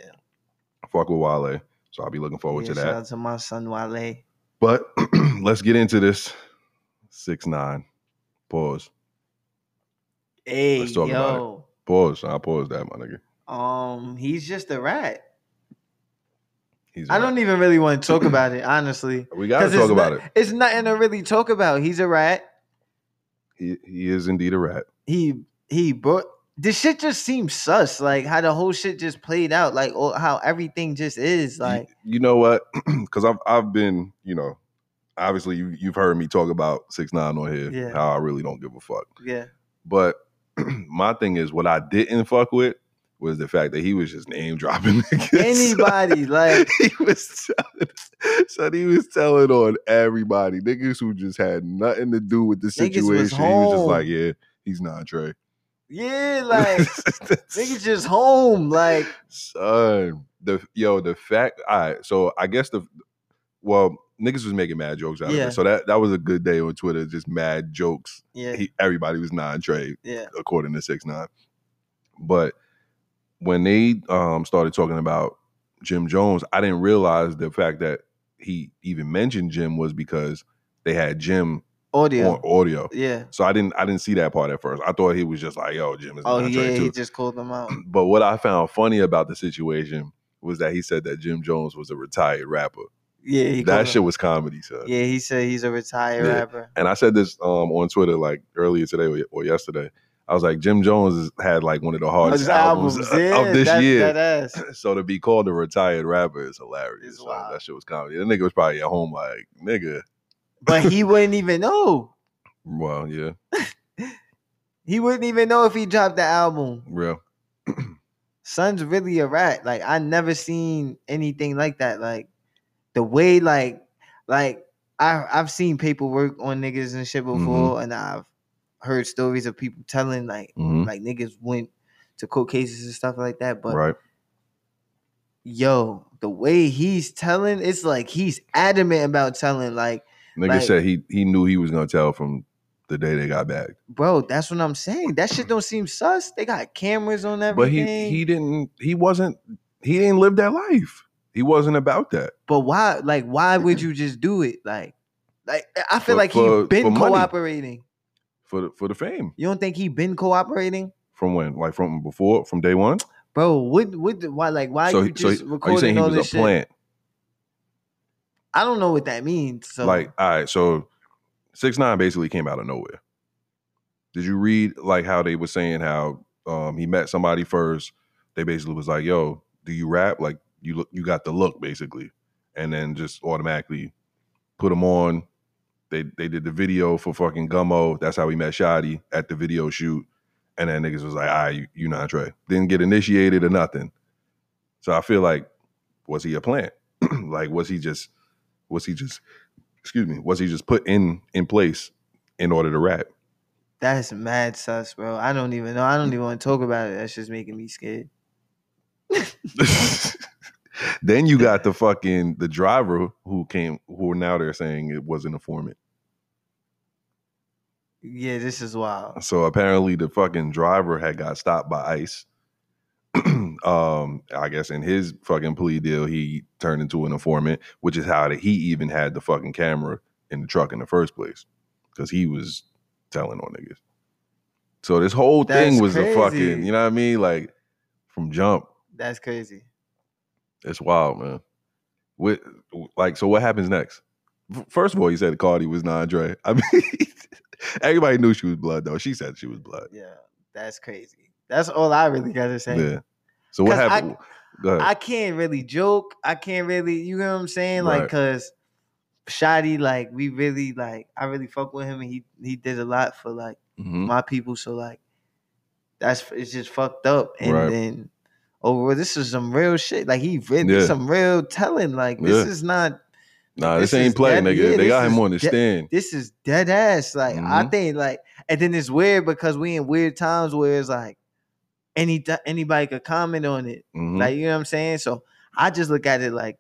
Speaker 1: fuck with Wale. So I'll be looking forward
Speaker 2: yeah
Speaker 1: to
Speaker 2: Shout
Speaker 1: that.
Speaker 2: out to my son Wale.
Speaker 1: But let's get into this six nine. Pause.
Speaker 2: Hey,
Speaker 1: Let's talk about it.
Speaker 2: yo.
Speaker 1: Pause. I pause that, my nigga.
Speaker 2: Um, he's just a rat.
Speaker 1: He's
Speaker 2: I don't even really want to talk about it, honestly.
Speaker 1: We gotta
Speaker 2: 'Cause
Speaker 1: talk
Speaker 2: it's
Speaker 1: about
Speaker 2: not-
Speaker 1: it.
Speaker 2: It's nothing to really talk about. He's a rat.
Speaker 1: He he is indeed a rat.
Speaker 2: He he brought this shit just seems sus. Like how the whole shit just played out. Like oh, how everything just is.
Speaker 1: You-
Speaker 2: Like
Speaker 1: you, know what? Because I've I've been you know obviously you, you've heard me talk about six nine on here
Speaker 2: Yeah.
Speaker 1: how I really don't give a fuck.
Speaker 2: yeah,
Speaker 1: But my thing is what I didn't fuck with was the fact that he was just name dropping niggas.
Speaker 2: anybody like
Speaker 1: he was telling, so he was telling on everybody niggas who just had nothing to do with the
Speaker 2: Niggas was
Speaker 1: situation. he was just
Speaker 2: home.
Speaker 1: like, yeah, he's not Trey.
Speaker 2: yeah, like niggas just home. Like
Speaker 1: Son, the yo, the fact. All right, so I guess the well, niggas was making mad jokes out of
Speaker 2: Yeah.
Speaker 1: it. So that that was a good day on Twitter, just mad jokes.
Speaker 2: yeah,
Speaker 1: He, everybody was nine trade
Speaker 2: yeah,
Speaker 1: according to six nine. But when they um started talking about Jim Jones, I didn't realize the fact that he even mentioned Jim was because they had Jim
Speaker 2: audio,
Speaker 1: on audio.
Speaker 2: yeah.
Speaker 1: So I didn't I didn't see that part at first. I thought he was just like, yo, Jim is
Speaker 2: Oh
Speaker 1: not
Speaker 2: yeah,
Speaker 1: too.
Speaker 2: he just called them out.
Speaker 1: But what I found funny about the situation was that he said that Jim Jones was a retired rapper.
Speaker 2: Yeah, he called
Speaker 1: that
Speaker 2: him-
Speaker 1: shit was comedy, son.
Speaker 2: Yeah, he said he's a retired
Speaker 1: Yeah.
Speaker 2: rapper.
Speaker 1: And I said this um, on Twitter like earlier today or, or yesterday. I was like, Jim Jones has had like one of the hardest
Speaker 2: His
Speaker 1: Oh, albums, of-
Speaker 2: yeah,
Speaker 1: of this
Speaker 2: that-
Speaker 1: year.
Speaker 2: that ass.
Speaker 1: so to be called a retired rapper is hilarious.
Speaker 2: It's
Speaker 1: So
Speaker 2: wild.
Speaker 1: that shit was comedy. The nigga was probably at home like, nigga.
Speaker 2: but he wouldn't even know.
Speaker 1: Well, yeah,
Speaker 2: He wouldn't even know if he dropped the album.
Speaker 1: real.
Speaker 2: Son's really a rat. Like I never seen anything like that. Like the way like like I I've seen paperwork on niggas and shit
Speaker 1: Mm-hmm.
Speaker 2: before, and I've heard stories of people telling like
Speaker 1: Mhm.
Speaker 2: like niggas went to court cases and stuff like that. But
Speaker 1: Right.
Speaker 2: yo, the way he's telling, it's like he's adamant about telling. Like
Speaker 1: Nigga
Speaker 2: like-
Speaker 1: said he he knew he was gonna tell from the day they got back.
Speaker 2: bro, that's what I'm saying. That shit don't seem sus. They got cameras on
Speaker 1: but he
Speaker 2: everything.
Speaker 1: he didn't he wasn't he didn't live that life he wasn't about that
Speaker 2: But why? Like, why would you just do it? Like, like I feel
Speaker 1: For-
Speaker 2: like
Speaker 1: for-
Speaker 2: he
Speaker 1: for
Speaker 2: been
Speaker 1: money.
Speaker 2: cooperating.
Speaker 1: for the, for the fame
Speaker 2: You don't think he been cooperating,
Speaker 1: from when like from before from day one
Speaker 2: bro? What? What? the- Why? Like, why
Speaker 1: so
Speaker 2: you
Speaker 1: he- so
Speaker 2: just
Speaker 1: he- are you saying
Speaker 2: recording
Speaker 1: he
Speaker 2: all
Speaker 1: was a
Speaker 2: this shit?
Speaker 1: plant
Speaker 2: I don't know what that means. So,
Speaker 1: like all right so six nine basically came out of nowhere did you read like how they were saying how um, he met somebody first. They basically was like, "Yo, do you rap? Like you look, you got the look, basically." And then just automatically put him on. They they did the video for fucking Gummo. That's how we met Shoddy at the video shoot. And then niggas was like, "Ah, you, you not Trey." Didn't get initiated or nothing. So I feel like, was he a plant? like, was he just, was he just, excuse me, was he just put in in place in order to rap?
Speaker 2: That's mad sus, bro. I don't even know. I
Speaker 1: Mm.
Speaker 2: don't even want to talk about it. That's just making me scared.
Speaker 1: then you got the fucking the driver who came who are now they're saying it was an informant.
Speaker 2: Yeah, this is wild.
Speaker 1: So apparently the fucking driver had got stopped by ICE. um, I guess in his fucking plea deal, he turned into an informant, which is how that he even had the fucking camera in the truck in the first place. Because he was telling on niggas. So this whole thing
Speaker 2: That's
Speaker 1: was a
Speaker 2: crazy.
Speaker 1: fucking, you know what I mean? Like from jump.
Speaker 2: That's crazy.
Speaker 1: It's wild, man. What, like, so what happens next? F- First of all, you said Cardi was not Dre. I mean, everybody knew she was blood, though. She said she was blood.
Speaker 2: Yeah, that's crazy. That's all I really gotta say.
Speaker 1: Yeah. So what
Speaker 2: 'Cause I-
Speaker 1: happened? Go ahead.
Speaker 2: I can't really joke. I can't really, you know what I'm saying? Like,
Speaker 1: Right.
Speaker 2: cause Shotty, like, we really, like, I really fuck with him, and he he did a lot for like
Speaker 1: Mhm.
Speaker 2: my people. So like, that's it's just fucked up. And
Speaker 1: Right.
Speaker 2: then overall, this is some real shit. Like he really
Speaker 1: Yeah.
Speaker 2: some real telling. Like this
Speaker 1: Yeah.
Speaker 2: is not.
Speaker 1: Nah, this,
Speaker 2: this
Speaker 1: ain't
Speaker 2: is
Speaker 1: play,
Speaker 2: dead-
Speaker 1: nigga.
Speaker 2: yeah,
Speaker 1: they got
Speaker 2: this
Speaker 1: him
Speaker 2: is
Speaker 1: on the
Speaker 2: dead-
Speaker 1: stand.
Speaker 2: This is dead ass. Like I
Speaker 1: Mhm.
Speaker 2: think like, and then it's weird because we in weird times where it's like any anybody could comment on it.
Speaker 1: Mhm.
Speaker 2: Like, you know what I'm saying? So I just look at it like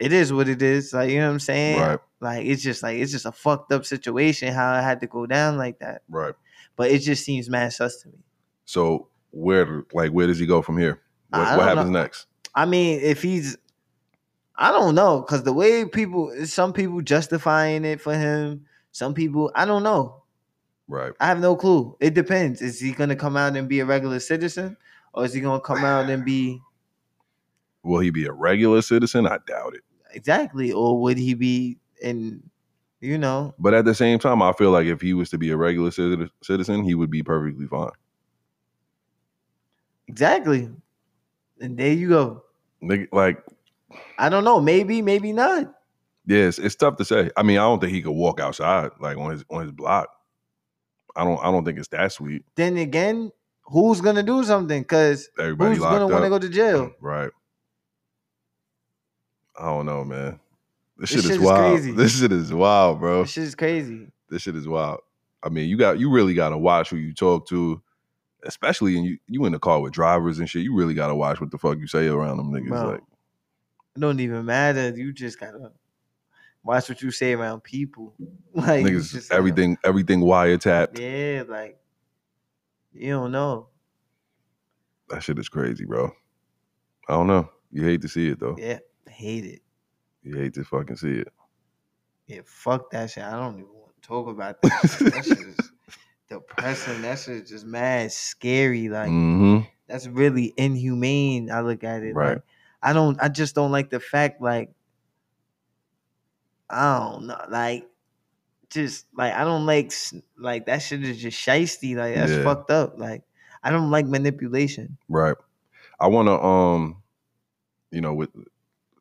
Speaker 2: it is what it is. Like, you know what I'm saying?
Speaker 1: Right,
Speaker 2: Like it's just like it's just a fucked up situation how it had to go down like that.
Speaker 1: right.
Speaker 2: But it just seems mad sus to me.
Speaker 1: So where, like, where does he go from here?
Speaker 2: I-
Speaker 1: What,
Speaker 2: I
Speaker 1: what
Speaker 2: don't
Speaker 1: happens next?
Speaker 2: I mean, if he's I don't know, cause the way people some people justifying it for him, some people I don't know.
Speaker 1: Right.
Speaker 2: I have no clue. It depends. Is he gonna come out and be a regular citizen? Or is he gonna come out and be
Speaker 1: Will he be a regular citizen? I doubt it.
Speaker 2: exactly? Or would he be in you know,
Speaker 1: But at the same time, I feel like if he was to be a regular citi- citizen, he would be perfectly fine.
Speaker 2: Exactly. And there you go.
Speaker 1: Nigga, like,
Speaker 2: I don't know. Maybe, maybe not.
Speaker 1: Yeah, it's, it's tough to say. I mean, I don't think he could walk outside like on his on his block. I don't I don't think it's that sweet.
Speaker 2: Then again, who's gonna do something? Cause
Speaker 1: Everybody
Speaker 2: who's
Speaker 1: locked
Speaker 2: gonna
Speaker 1: up.
Speaker 2: want to go to jail?
Speaker 1: Right. I don't know, man. This,
Speaker 2: This
Speaker 1: shit,
Speaker 2: shit
Speaker 1: is
Speaker 2: is
Speaker 1: wild.
Speaker 2: crazy.
Speaker 1: This shit is wild, bro.
Speaker 2: This shit is crazy.
Speaker 1: This shit is wild. I mean, you got you really gotta watch who you talk to, especially in you you in the car with drivers and shit. You really gotta watch what the fuck you say around them niggas.
Speaker 2: Bro.
Speaker 1: Like,
Speaker 2: It don't even matter. You just gotta watch what you say around people. Like it's
Speaker 1: niggas,
Speaker 2: just like-
Speaker 1: everything everything wiretapped.
Speaker 2: yeah, like you don't know.
Speaker 1: That shit is crazy, bro. I don't know. You hate to see it though.
Speaker 2: Yeah, hate it.
Speaker 1: You hate to fucking see it.
Speaker 2: Yeah, fuck that shit. I don't even want to talk about that. shit. that shit is depressing. That shit is just mad scary. Like.
Speaker 1: hmm
Speaker 2: that's really inhumane. I look at it
Speaker 1: Right.
Speaker 2: like I don't. I just don't like the fact like I don't know. Like just like I don't like s- like that shit is just shisty. Like that's
Speaker 1: Yeah.
Speaker 2: fucked up. Like I don't like manipulation.
Speaker 1: Right. I want to, um, you know, with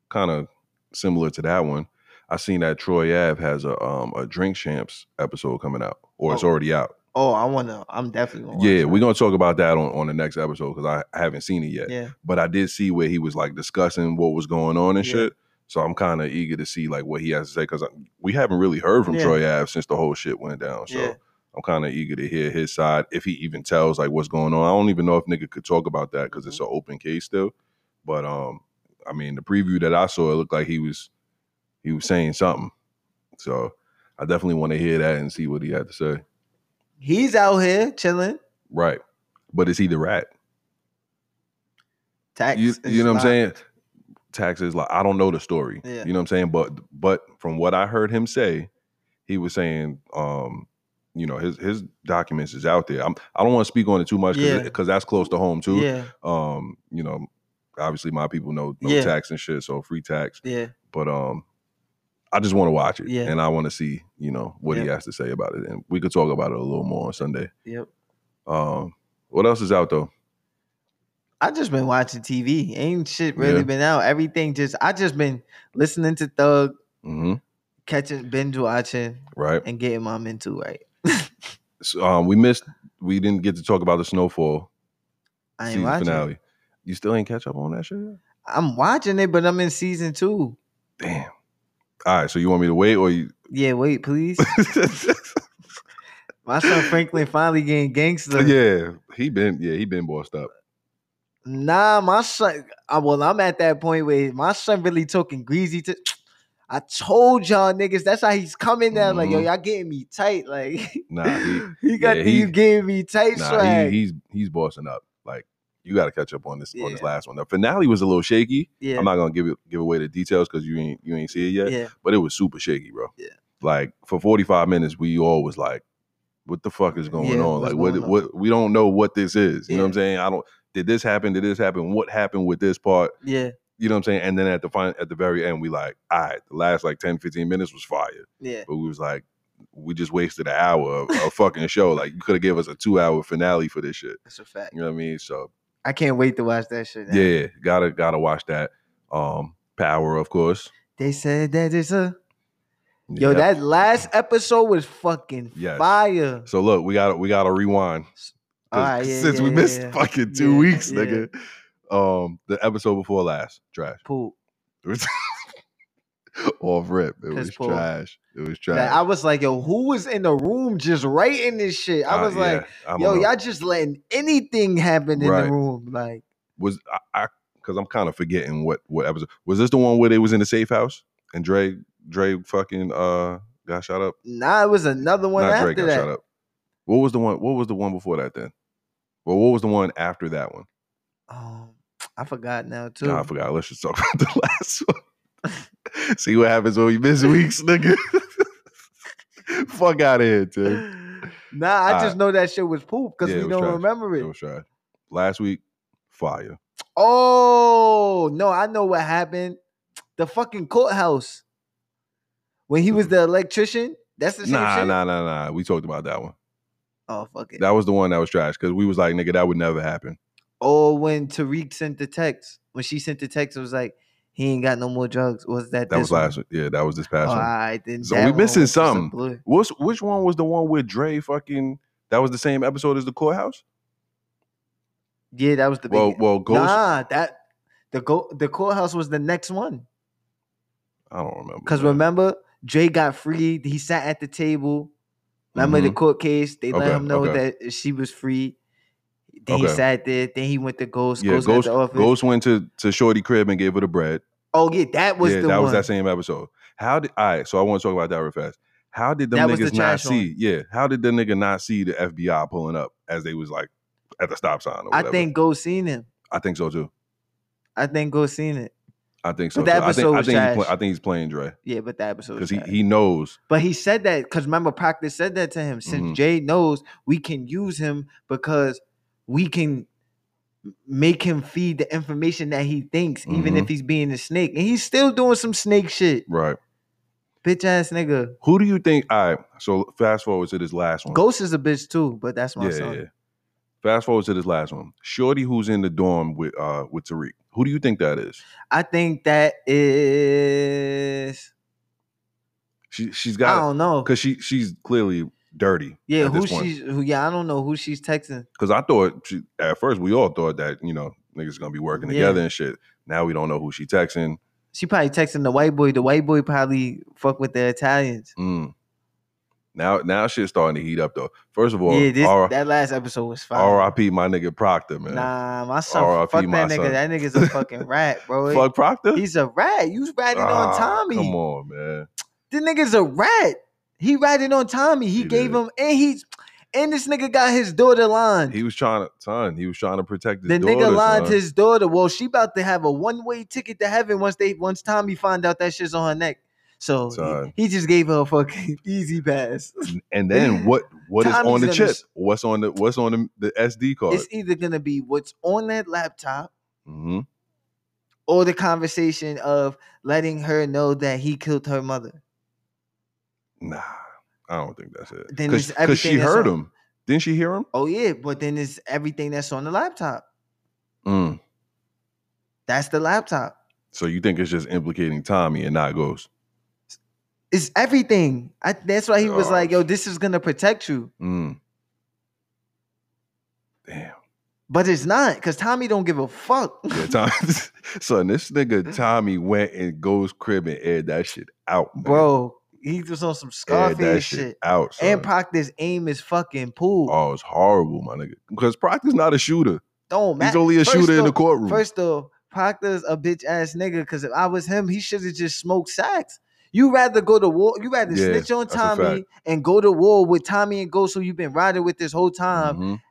Speaker 1: kind of similar to that one. I seen that Troy Ave has a um a Drink Champs episode coming out, or it's
Speaker 2: Oh.
Speaker 1: already out.
Speaker 2: Oh, I wanna. I'm definitely gonna. watch
Speaker 1: yeah,
Speaker 2: that.
Speaker 1: we're gonna talk about that on, on the next episode because I, I haven't seen it yet.
Speaker 2: Yeah,
Speaker 1: But I did see where he was like discussing what was going on and
Speaker 2: Yeah.
Speaker 1: shit. So I'm kind of eager to see like what he has to say because we haven't really heard from
Speaker 2: Yeah.
Speaker 1: Troy Ave since the whole shit went down. So
Speaker 2: Yeah.
Speaker 1: I'm kind of eager to hear his side if he even tells like what's going on. I don't even know if nigga could talk about that because it's
Speaker 2: Mm-hmm.
Speaker 1: an open case still. But um, I mean the preview that I saw, it looked like he was he was saying something. So I definitely want to hear that and see what he had to say.
Speaker 2: he's out here chilling.
Speaker 1: Right. But is he the rat?
Speaker 2: Tax.
Speaker 1: you,
Speaker 2: is
Speaker 1: you know what I'm
Speaker 2: live.
Speaker 1: saying? Taxes, like I don't know the story.
Speaker 2: Yeah.
Speaker 1: You know what I'm saying? But but from what I heard him say, he was saying, um, you know, his his documents is out there. I'm I don't want to speak on it too much
Speaker 2: Yeah.
Speaker 1: because that's close to home too.
Speaker 2: Yeah,
Speaker 1: Um, you know, obviously my people know no
Speaker 2: Yeah.
Speaker 1: tax and shit, so free tax.
Speaker 2: yeah.
Speaker 1: But um, I just want to watch it,
Speaker 2: Yeah.
Speaker 1: and I want to see you know what he
Speaker 2: Yeah.
Speaker 1: has to say about it, and we could talk about it a little more on Sunday.
Speaker 2: Yep.
Speaker 1: Um, What else is out though?
Speaker 2: I just been watching TV. Ain't shit really
Speaker 1: Um, Yeah.
Speaker 2: been out. Everything just I just been listening to Thug,
Speaker 1: hmm
Speaker 2: catching binge watching,
Speaker 1: Right.
Speaker 2: and getting my mental right.
Speaker 1: So, um, we missed. We didn't get to talk about the Snowfall
Speaker 2: I ain't
Speaker 1: season
Speaker 2: watching.
Speaker 1: finale. You still ain't catch up on that shit. yet?
Speaker 2: I'm watching it, but I'm in season two.
Speaker 1: Damn. All right. So you want me to wait or you?
Speaker 2: Yeah, wait, please. My son Franklin finally getting gangster.
Speaker 1: yeah, he been yeah he been bossed up.
Speaker 2: Nah, my son. I, well, I'm at that point where my son really talking greasy. To I told y'all niggas, that's how he's coming now. Like yo,
Speaker 1: Mhm.
Speaker 2: y'all getting me tight. Like
Speaker 1: Nah, he,
Speaker 2: he got
Speaker 1: yeah,
Speaker 2: the,
Speaker 1: he-
Speaker 2: you getting me tight
Speaker 1: nah,
Speaker 2: swag.
Speaker 1: he, he's he's bossing up. Like you got to catch up on this on this
Speaker 2: Yeah.
Speaker 1: last one. The finale was a little shaky.
Speaker 2: yeah,
Speaker 1: I'm not gonna give it, give away the details because you ain't you ain't see it yet.
Speaker 2: yeah.
Speaker 1: But it was super shaky, bro.
Speaker 2: Yeah.
Speaker 1: Like for 45 minutes, we all was like, "What the fuck is going
Speaker 2: Yeah,
Speaker 1: on?
Speaker 2: what's
Speaker 1: Like what
Speaker 2: going on?
Speaker 1: what we don't know what this is. You know what I'm
Speaker 2: Yeah.
Speaker 1: saying? I don't. Did this happen? Did this happen? What happened with this part?
Speaker 2: Yeah,
Speaker 1: You know what I'm saying? And then at the fin- at the very end, we like, all right, the last like 10, 15 minutes was fire.
Speaker 2: yeah,
Speaker 1: But we was like, we just wasted an hour of a fucking show. Like you could have gave us a two hour finale for this shit.
Speaker 2: that's a fact.
Speaker 1: You know what I mean? So
Speaker 2: I can't wait to watch that shit. now.
Speaker 1: yeah, gotta gotta watch that. Um, Power, of course.
Speaker 2: They said that it's a yo.
Speaker 1: Yeah.
Speaker 2: That last episode was fucking
Speaker 1: Yes.
Speaker 2: fire.
Speaker 1: So look, we gotta we gotta rewind 'Cause-
Speaker 2: All right, ah, yeah,
Speaker 1: since we
Speaker 2: yeah,
Speaker 1: missed
Speaker 2: yeah.
Speaker 1: fucking two
Speaker 2: Yeah,
Speaker 1: weeks,
Speaker 2: yeah.
Speaker 1: nigga. Um, the episode before last, trash.
Speaker 2: Poop.
Speaker 1: Off rip, it was
Speaker 2: Piss poor.
Speaker 1: trash. It was trash.
Speaker 2: Like, I was like, yo, who was in the room just writing this shit? I
Speaker 1: Uh,
Speaker 2: was like.
Speaker 1: yeah, I don't
Speaker 2: Yo,
Speaker 1: know.
Speaker 2: y'all just letting anything happen in
Speaker 1: Right.
Speaker 2: the room. Like,
Speaker 1: was I because I'm kind of forgetting what what episode was this the one where they was in the safe house and Dre Dre fucking uh got shot up.
Speaker 2: nah, it was another one
Speaker 1: Not Dre
Speaker 2: after
Speaker 1: got
Speaker 2: that.
Speaker 1: shot up. What was the one? What was the one before that then? Well, what was the one after that one?
Speaker 2: Um, I forgot now too.
Speaker 1: Nah, I forgot. Let's just talk about the last one. See what happens when we miss weeks, nigga. Fuck out of here, Tim.
Speaker 2: Nah, I
Speaker 1: Alright.
Speaker 2: just know that shit was poop because
Speaker 1: Yeah, it
Speaker 2: we
Speaker 1: was
Speaker 2: don't
Speaker 1: trash.
Speaker 2: remember
Speaker 1: It
Speaker 2: it.
Speaker 1: was trash. Last week, fire.
Speaker 2: Oh no, I know what happened. The fucking courthouse when he was the electrician. That's the same
Speaker 1: Mm-hmm. Nah,
Speaker 2: shit.
Speaker 1: nah, nah, nah. We talked about that one.
Speaker 2: Oh fuck it.
Speaker 1: That was the one that was trash because we was like, nigga, that would never happen.
Speaker 2: or when Tariq sent the text, when she sent the text, it was like he ain't got no more drugs. Was that
Speaker 1: That
Speaker 2: this
Speaker 1: was
Speaker 2: one?
Speaker 1: last. Yeah, that was this
Speaker 2: Oh,
Speaker 1: past
Speaker 2: all
Speaker 1: one.
Speaker 2: right, then
Speaker 1: So
Speaker 2: that
Speaker 1: we
Speaker 2: one
Speaker 1: missing
Speaker 2: was just a
Speaker 1: something.
Speaker 2: blur.
Speaker 1: What's which one was the one with Dre fucking? That was the same episode as the courthouse.
Speaker 2: Yeah, that was the big.
Speaker 1: Well, well, Ghost.
Speaker 2: Nah, that the go the courthouse was the next one.
Speaker 1: I don't remember.
Speaker 2: Cause
Speaker 1: man.
Speaker 2: remember, Dre got freed. He sat at the table. Remember the
Speaker 1: Mhm.
Speaker 2: court case? They let
Speaker 1: Okay,
Speaker 2: him know
Speaker 1: okay.
Speaker 2: that she was free. Then he
Speaker 1: Okay.
Speaker 2: sat there. Then he went to Ghost.
Speaker 1: yeah,
Speaker 2: Ghost,
Speaker 1: Ghost.
Speaker 2: got the office.
Speaker 1: Ghost went to to Shorty crib and gave her the bread.
Speaker 2: oh yeah, that was
Speaker 1: yeah,
Speaker 2: the
Speaker 1: that
Speaker 2: one.
Speaker 1: was that same episode. How did? All right, so I want to talk about that real fast. How did them
Speaker 2: That was the
Speaker 1: niggas not
Speaker 2: trash one.
Speaker 1: see? Yeah, how did the nigga not see the FBI pulling up as they was like at the stop sign? Or
Speaker 2: I
Speaker 1: whatever?
Speaker 2: think Ghost seen him.
Speaker 1: I think so too.
Speaker 2: I think Ghost seen it.
Speaker 1: I think so.
Speaker 2: But that
Speaker 1: too. I think,
Speaker 2: episode
Speaker 1: I
Speaker 2: was
Speaker 1: think, he's
Speaker 2: trash.
Speaker 1: play, I think he's playing Dre
Speaker 2: Yeah, but that episode.
Speaker 1: because
Speaker 2: Was
Speaker 1: he
Speaker 2: trash.
Speaker 1: he knows.
Speaker 2: but he said that because remember, Proctor said that to him. Since
Speaker 1: Mhm.
Speaker 2: Jay knows we can use him because we can make him feed the information that he thinks, even
Speaker 1: Mm-hmm.
Speaker 2: if he's being a snake. And he's still doing some snake shit.
Speaker 1: Right.
Speaker 2: Bitch ass nigga.
Speaker 1: Who do you think? All right. So fast forward to this last one.
Speaker 2: Ghost is a bitch too, but that's my
Speaker 1: yeah,
Speaker 2: son.
Speaker 1: yeah. Fast forward to this last one. Shorty, who's in the dorm with uh with Tariq. Who do you think that is?
Speaker 2: I think that is
Speaker 1: She she's
Speaker 2: I
Speaker 1: got
Speaker 2: don't know.
Speaker 1: because she she's clearly dirty.
Speaker 2: Yeah,
Speaker 1: at
Speaker 2: who
Speaker 1: this point.
Speaker 2: she's who yeah, I don't know who she's texting.
Speaker 1: Because I thought she, at first we all thought that you know niggas gonna be working
Speaker 2: Yeah.
Speaker 1: together and shit. Now we don't know who she texting.
Speaker 2: She probably texting the white boy. The white boy probably fuck with the Italians.
Speaker 1: Mm. Now now shit's starting to heat up though. First of all,
Speaker 2: yeah, this
Speaker 1: R-
Speaker 2: that last episode was fire.
Speaker 1: R.I.P. my nigga Proctor man.
Speaker 2: Nah, my son,
Speaker 1: R.I.P.
Speaker 2: fuck
Speaker 1: my
Speaker 2: that nigga.
Speaker 1: son.
Speaker 2: That nigga's a fucking rat, bro.
Speaker 1: Fuck Proctor.
Speaker 2: He's a rat. You ratted on
Speaker 1: Ah,
Speaker 2: Tommy.
Speaker 1: Come on, man.
Speaker 2: This nigga's a rat. He ratted on Tommy.
Speaker 1: He
Speaker 2: He, gave
Speaker 1: did.
Speaker 2: him, and he's, and this nigga got his daughter lined.
Speaker 1: He was trying to son. He was trying to protect his
Speaker 2: the
Speaker 1: daughter.
Speaker 2: nigga lined
Speaker 1: son.
Speaker 2: his daughter. Well, she about to have a one way ticket to heaven once they once Tommy find out that shit's on her neck. So he-
Speaker 1: Son.
Speaker 2: he, just gave her a fucking easy pass.
Speaker 1: And then what what is
Speaker 2: Tommy's
Speaker 1: on the
Speaker 2: gonna
Speaker 1: chip?
Speaker 2: s-
Speaker 1: what's on the what's on the, the SD card?
Speaker 2: It's either gonna be what's on that laptop
Speaker 1: hmm
Speaker 2: or the conversation of letting her know that he killed her mother.
Speaker 1: Nah, I don't think that's it.
Speaker 2: Then
Speaker 1: Because
Speaker 2: it's everything
Speaker 1: she
Speaker 2: that's
Speaker 1: heard
Speaker 2: on-
Speaker 1: him. Didn't she hear him?
Speaker 2: Oh yeah, but then it's everything that's on the laptop.
Speaker 1: Mm.
Speaker 2: That's the laptop.
Speaker 1: So you think it's just implicating Tommy and not Ghost?
Speaker 2: It's everything. I, that's why he was
Speaker 1: Oh.
Speaker 2: like, "Yo, this is gonna protect you,"
Speaker 1: Mm. Damn.
Speaker 2: but it's not because Tommy don't give a fuck.
Speaker 1: Yeah, Tommy. Son, this
Speaker 2: Mm.
Speaker 1: nigga Tommy went in Ghost crib and aired that shit out, man.
Speaker 2: bro. He was on some
Speaker 1: Aired that
Speaker 2: Scarface
Speaker 1: shit,
Speaker 2: shit.
Speaker 1: out. Son.
Speaker 2: And Pac, this aim is fucking pool.
Speaker 1: oh, it's horrible, my nigga. Because Proctor's not a shooter.
Speaker 2: Don't
Speaker 1: He's
Speaker 2: matter.
Speaker 1: only a
Speaker 2: First
Speaker 1: shooter in
Speaker 2: off-
Speaker 1: the courtroom.
Speaker 2: First off, Proctor's a bitch ass nigga. Because if I was him, he should have just smoked sacks. You rather go to war. You rather
Speaker 1: Yeah,
Speaker 2: snitch on
Speaker 1: that's a
Speaker 2: Tommy and go to war with Tommy and Ghost, who you've been riding with this whole time,
Speaker 1: Mhm.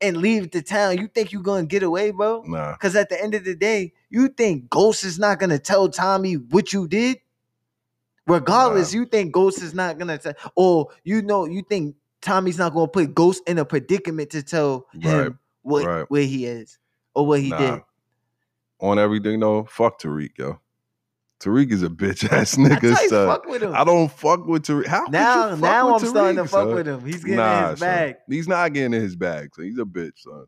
Speaker 2: and leave the town. You think you gonna get away, bro?
Speaker 1: Nah.
Speaker 2: Because at the end of the day, you think Ghost is not gonna tell Tommy what you did. Regardless, you think Ghost is not gonna tell, or you know, you think Tommy's not gonna put Ghost in a predicament to tell
Speaker 1: Right,
Speaker 2: him what
Speaker 1: right.
Speaker 2: where he is or what he
Speaker 1: nah.
Speaker 2: did.
Speaker 1: On everything though, fuck Tariq, yo. Tariq is a bitch ass
Speaker 2: I
Speaker 1: nigga,
Speaker 2: tell you,
Speaker 1: son.
Speaker 2: fuck with him.
Speaker 1: uh, I don't fuck with Tariq. How could you
Speaker 2: now,
Speaker 1: fuck
Speaker 2: now I'm
Speaker 1: with
Speaker 2: starting to
Speaker 1: Tariq,
Speaker 2: fuck
Speaker 1: son?
Speaker 2: with him. He's getting in his
Speaker 1: son.
Speaker 2: bag.
Speaker 1: He's not getting in his bag, so he's a bitch, son.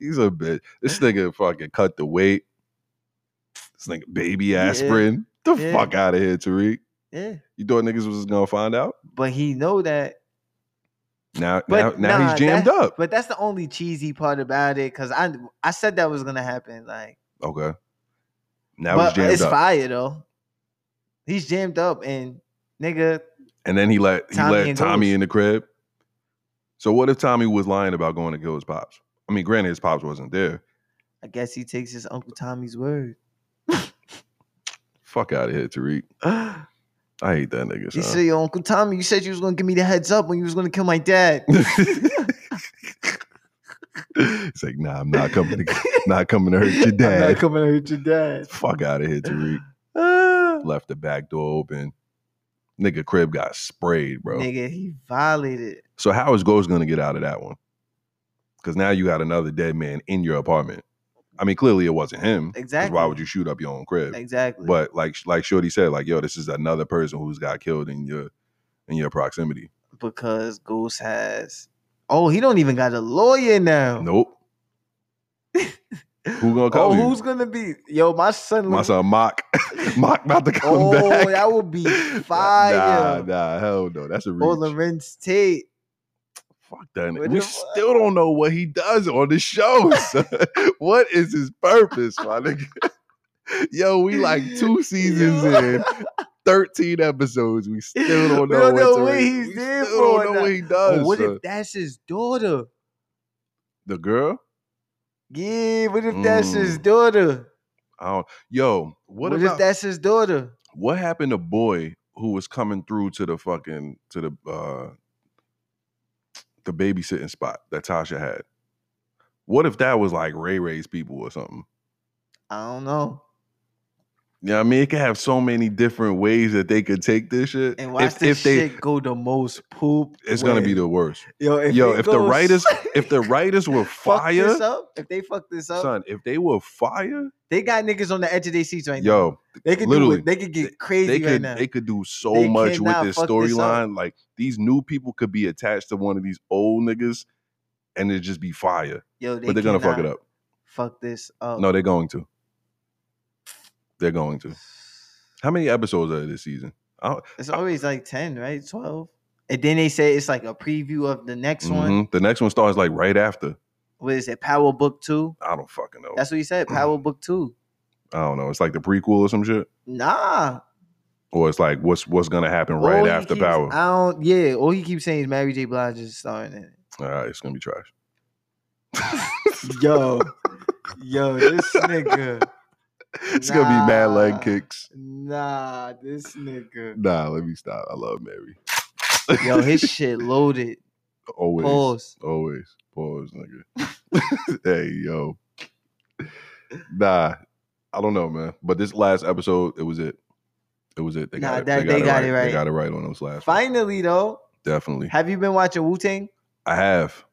Speaker 1: he's a bitch. This nigga fucking cut the weight. This nigga baby
Speaker 2: Yeah.
Speaker 1: aspirin. The
Speaker 2: Yeah.
Speaker 1: fuck out of here, Tariq.
Speaker 2: Yeah,
Speaker 1: You thought niggas was gonna find out?
Speaker 2: but he know that.
Speaker 1: Now,
Speaker 2: But
Speaker 1: now, now
Speaker 2: nah,
Speaker 1: he's jammed
Speaker 2: that-
Speaker 1: up.
Speaker 2: But that's the only cheesy part about it, cause I I said that was gonna happen. Like.
Speaker 1: Okay. Now
Speaker 2: but
Speaker 1: he's jammed
Speaker 2: it's
Speaker 1: up.
Speaker 2: fire though. He's jammed up and nigga,
Speaker 1: And then he let he
Speaker 2: Tommy
Speaker 1: let
Speaker 2: and
Speaker 1: Tommy
Speaker 2: Ghost.
Speaker 1: in the crib. So what if Tommy was lying about going to kill his pops? I mean, granted, his pops wasn't there.
Speaker 2: I guess he takes his Uncle Tommy's word.
Speaker 1: Fuck out of here, Tariq.
Speaker 2: you
Speaker 1: I hate that nigga. Son.
Speaker 2: said, "Yo, Uncle Tommy, you said you was gonna give me the heads up when you was gonna kill my dad."
Speaker 1: it's like, nah, I'm not coming. To, not coming to hurt your
Speaker 2: I'm not
Speaker 1: dad.
Speaker 2: coming to hurt your dad.
Speaker 1: Fuck out of here, Tariq.
Speaker 2: Ah.
Speaker 1: Left the back door open. Nigga crib got sprayed, bro.
Speaker 2: Nigga, he violated.
Speaker 1: So how is Ghost gonna get out of that one? Because now you got another dead man in your apartment. I mean, clearly it wasn't him. 'cause Why
Speaker 2: Exactly.
Speaker 1: would you shoot up your own crib?
Speaker 2: Exactly.
Speaker 1: But like like Shorty said, like, yo, this is another person who's got killed in your in your proximity.
Speaker 2: because Goose has Oh, he don't even got a lawyer now.
Speaker 1: Nope. Who gonna
Speaker 2: Oh,
Speaker 1: cover you?
Speaker 2: who's gonna be? Yo, my son.
Speaker 1: My
Speaker 2: look-
Speaker 1: son Mock. Mock about to come
Speaker 2: Mm-hmm. Oh,
Speaker 1: back.
Speaker 2: that would be
Speaker 1: Nah,
Speaker 2: fire.
Speaker 1: nah, hell no. That's a reach.
Speaker 2: Or Lorenz Tate.
Speaker 1: Fuck that. nigga.
Speaker 2: What
Speaker 1: We
Speaker 2: the fuck?
Speaker 1: still don't know what he does on the show. son. what is his purpose, my nigga? Yo, we like two seasons in, 13 episodes. We still don't
Speaker 2: We
Speaker 1: know,
Speaker 2: don't know
Speaker 1: to
Speaker 2: what
Speaker 1: read.
Speaker 2: he's
Speaker 1: we
Speaker 2: there
Speaker 1: still
Speaker 2: for
Speaker 1: don't know
Speaker 2: now.
Speaker 1: what he does.
Speaker 2: what
Speaker 1: son.
Speaker 2: if that's his daughter?
Speaker 1: the girl?
Speaker 2: Yeah, what if that's his
Speaker 1: Mm.
Speaker 2: daughter?
Speaker 1: I don't, yo, what,
Speaker 2: What,
Speaker 1: about,
Speaker 2: if that's his daughter?
Speaker 1: what happened to boy who was coming through to the fucking to the uh the babysitting spot that Tasha had? What if that was like Ray Ray's people or something?
Speaker 2: I don't know.
Speaker 1: You know what I mean? It could have so many different ways that they could take this shit.
Speaker 2: And watch
Speaker 1: if,
Speaker 2: this
Speaker 1: if they,
Speaker 2: shit go the most poop.
Speaker 1: It's gonna be
Speaker 2: way.
Speaker 1: the worst.
Speaker 2: yo. If,
Speaker 1: Yo,
Speaker 2: it
Speaker 1: if the
Speaker 2: goes-
Speaker 1: writers, if the writers were
Speaker 2: fuck this
Speaker 1: fire,
Speaker 2: up, if they fuck this up,
Speaker 1: son, if they were fire,
Speaker 2: they got niggas on the edge of their seats right now.
Speaker 1: yo,
Speaker 2: They could
Speaker 1: literally,
Speaker 2: do it. They could get crazy
Speaker 1: they
Speaker 2: right
Speaker 1: could
Speaker 2: now.
Speaker 1: they could do so
Speaker 2: They
Speaker 1: much with
Speaker 2: cannot
Speaker 1: this
Speaker 2: fuck this up.
Speaker 1: storyline. Like these new people could be attached to one of these old niggas, and it just be fire.
Speaker 2: yo, they
Speaker 1: but they're gonna fuck it
Speaker 2: cannot
Speaker 1: up.
Speaker 2: Fuck this up.
Speaker 1: No, they're going to. They're going to. How many episodes are this season? I don't,
Speaker 2: it's always like ten, right? Twelve. And then they say it's like a preview of the next one.
Speaker 1: Mhm. The next one starts like right after.
Speaker 2: What is it? Power Book Two.
Speaker 1: I don't fucking know.
Speaker 2: That's what he said.
Speaker 1: Mm.
Speaker 2: Power Book Two.
Speaker 1: I don't know. It's like the prequel or some shit,
Speaker 2: Nah.
Speaker 1: or it's like what's what's gonna happen right
Speaker 2: All he
Speaker 1: after
Speaker 2: keeps-
Speaker 1: Power.
Speaker 2: I don't. Yeah. All he keeps saying is Mary J. Blige is starring in it.
Speaker 1: All right, it's gonna be trash.
Speaker 2: Yo, yo, this nigga.
Speaker 1: It's gonna be mad leg
Speaker 2: Nah.
Speaker 1: kicks.
Speaker 2: Nah, this nigga.
Speaker 1: Nah, let me stop. I love Mary.
Speaker 2: Yo, his shit loaded.
Speaker 1: always,
Speaker 2: Pause.
Speaker 1: always, pause, nigga. hey, yo. Nah, I don't know, man. But this last episode, it was it. It was it. They got
Speaker 2: Nah,
Speaker 1: it.
Speaker 2: that- they got it
Speaker 1: They
Speaker 2: right.
Speaker 1: got it right on those last. ones.
Speaker 2: Finally, though,
Speaker 1: Definitely.
Speaker 2: have you been watching Wu Tang?
Speaker 1: I have.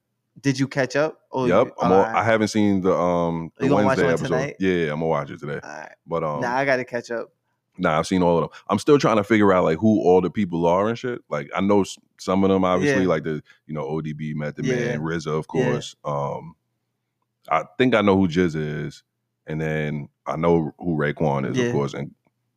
Speaker 2: Did you catch up? Oh,
Speaker 1: yep.
Speaker 2: You,
Speaker 1: I'm
Speaker 2: all
Speaker 1: all,
Speaker 2: right,
Speaker 1: I haven't seen the um the
Speaker 2: You gonna watch
Speaker 1: Wednesday
Speaker 2: one
Speaker 1: episode.
Speaker 2: tonight? Uh,
Speaker 1: Yeah, yeah, I'm gonna watch it today.
Speaker 2: all right.
Speaker 1: But um,
Speaker 2: nah, I gotta catch up.
Speaker 1: Nah, I've seen all of them. I'm still trying to figure out like who all the people are and shit. Like I know s- some of them obviously,
Speaker 2: Yeah.
Speaker 1: like the you know ODB, Method
Speaker 2: Yeah.
Speaker 1: Man, RZA, of
Speaker 2: Yeah.
Speaker 1: course. Um, I think I know who Jizz is, and then I know who Raekwon is,
Speaker 2: Yeah.
Speaker 1: of course. And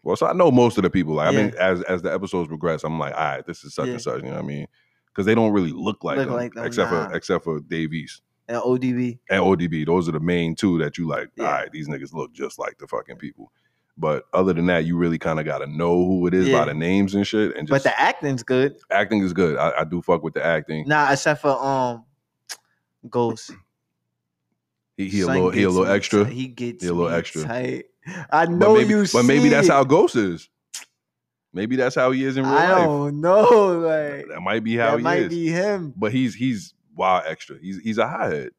Speaker 1: well, so I know most of the people. Like I mean,
Speaker 2: Yeah.
Speaker 1: as as the episodes progress, I'm like, all right, this is such
Speaker 2: Yeah.
Speaker 1: and such. You know what I mean? Because they don't really look like,
Speaker 2: Look
Speaker 1: them,
Speaker 2: like them,
Speaker 1: except
Speaker 2: nah.
Speaker 1: for except for Dave East
Speaker 2: And ODB.
Speaker 1: and ODB. Those are the main two that you like.
Speaker 2: Yeah.
Speaker 1: All right, these niggas look just like the fucking people. But other than that, you really kind of got to know who it is
Speaker 2: Yeah.
Speaker 1: by the names and shit. And
Speaker 2: But
Speaker 1: just
Speaker 2: the acting's good.
Speaker 1: acting is good. I, I do fuck with the acting.
Speaker 2: Nah, except for um Ghost.
Speaker 1: He, he a
Speaker 2: Son
Speaker 1: little he a
Speaker 2: gets
Speaker 1: little
Speaker 2: me
Speaker 1: extra.
Speaker 2: tight. He gets
Speaker 1: He a little
Speaker 2: me
Speaker 1: extra.
Speaker 2: tight. I
Speaker 1: But
Speaker 2: know
Speaker 1: maybe,
Speaker 2: you.
Speaker 1: but maybe
Speaker 2: see
Speaker 1: that's
Speaker 2: it.
Speaker 1: how Ghost is. Maybe that's how he is in real
Speaker 2: I
Speaker 1: life.
Speaker 2: don't know. Like
Speaker 1: That might be how
Speaker 2: that
Speaker 1: he
Speaker 2: might
Speaker 1: is.
Speaker 2: be him.
Speaker 1: But he's he's wild extra. He's he's a high head.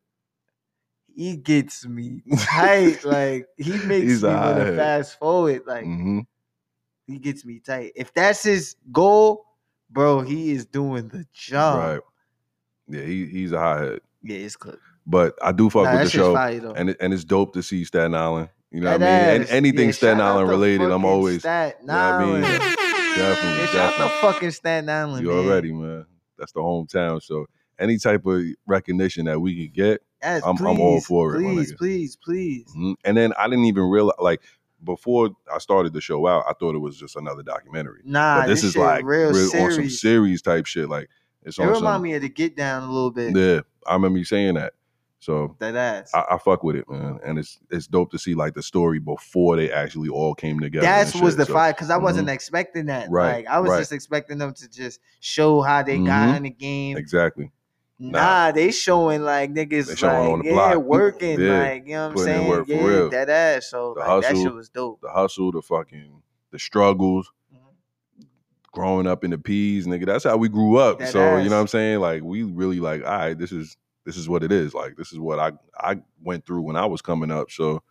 Speaker 2: He gets me tight. like he makes
Speaker 1: He's
Speaker 2: me
Speaker 1: a
Speaker 2: want to
Speaker 1: hothead.
Speaker 2: fast forward. Like
Speaker 1: hmm
Speaker 2: he gets me tight. If that's his goal, bro, he is doing the job.
Speaker 1: Right. Yeah, he, he's a high head.
Speaker 2: Yeah, it's clip.
Speaker 1: But I do fuck with
Speaker 2: Nah, that
Speaker 1: the
Speaker 2: shit's
Speaker 1: show.
Speaker 2: fire though.
Speaker 1: and it, and it's dope to see Staten Island. You know
Speaker 2: That
Speaker 1: what I mean? And
Speaker 2: ass.
Speaker 1: anything
Speaker 2: Yeah,
Speaker 1: Staten
Speaker 2: shout out
Speaker 1: Island
Speaker 2: to
Speaker 1: related, I'm
Speaker 2: fucking
Speaker 1: always
Speaker 2: Staten
Speaker 1: know what I mean?
Speaker 2: Island.
Speaker 1: definitely,
Speaker 2: Yeah, shout out
Speaker 1: definitely.
Speaker 2: to fucking Staten Island.
Speaker 1: You
Speaker 2: man.
Speaker 1: already, man. That's the hometown. So any type of recognition that we could get,
Speaker 2: Yes,
Speaker 1: I'm-
Speaker 2: please,
Speaker 1: I'm all for it, my
Speaker 2: Please,
Speaker 1: nigga.
Speaker 2: please, please.
Speaker 1: Mhm. and then I didn't even realize like before I started the show out, I thought it was just another documentary.
Speaker 2: Nah,
Speaker 1: but this, is
Speaker 2: shit
Speaker 1: like
Speaker 2: real
Speaker 1: real- on
Speaker 2: serious.
Speaker 1: some series type shit. Like it's
Speaker 2: it
Speaker 1: on
Speaker 2: remind
Speaker 1: some.
Speaker 2: me of the Get Down a little bit.
Speaker 1: yeah, I remember you saying that. So
Speaker 2: That ass.
Speaker 1: I, I fuck with it, man, and it's it's dope to see like the story before they actually all came together.
Speaker 2: That's
Speaker 1: and
Speaker 2: was
Speaker 1: shit.
Speaker 2: the
Speaker 1: So- Mm-hmm.
Speaker 2: fire because I wasn't expecting that.
Speaker 1: Right,
Speaker 2: Like I was
Speaker 1: right.
Speaker 2: just expecting them to just show how they got
Speaker 1: Mhm.
Speaker 2: in the game.
Speaker 1: Exactly.
Speaker 2: Nah,
Speaker 1: Nah.
Speaker 2: they showing like niggas
Speaker 1: They showing
Speaker 2: like
Speaker 1: on the
Speaker 2: yeah,
Speaker 1: block.
Speaker 2: working
Speaker 1: Yeah,
Speaker 2: like you know what I'm
Speaker 1: putting in
Speaker 2: saying.
Speaker 1: work for
Speaker 2: yeah,
Speaker 1: real.
Speaker 2: that ass. So
Speaker 1: The
Speaker 2: like, that
Speaker 1: hustle.
Speaker 2: shit was dope.
Speaker 1: The hustle, the fucking, the struggles,
Speaker 2: Mm-hmm.
Speaker 1: growing up in the peas, nigga. That's how we grew up.
Speaker 2: That
Speaker 1: so you
Speaker 2: ass.
Speaker 1: know what I'm saying? Like we really like, all right, this is this is what it is. Like this is what I I went through when I was coming up. So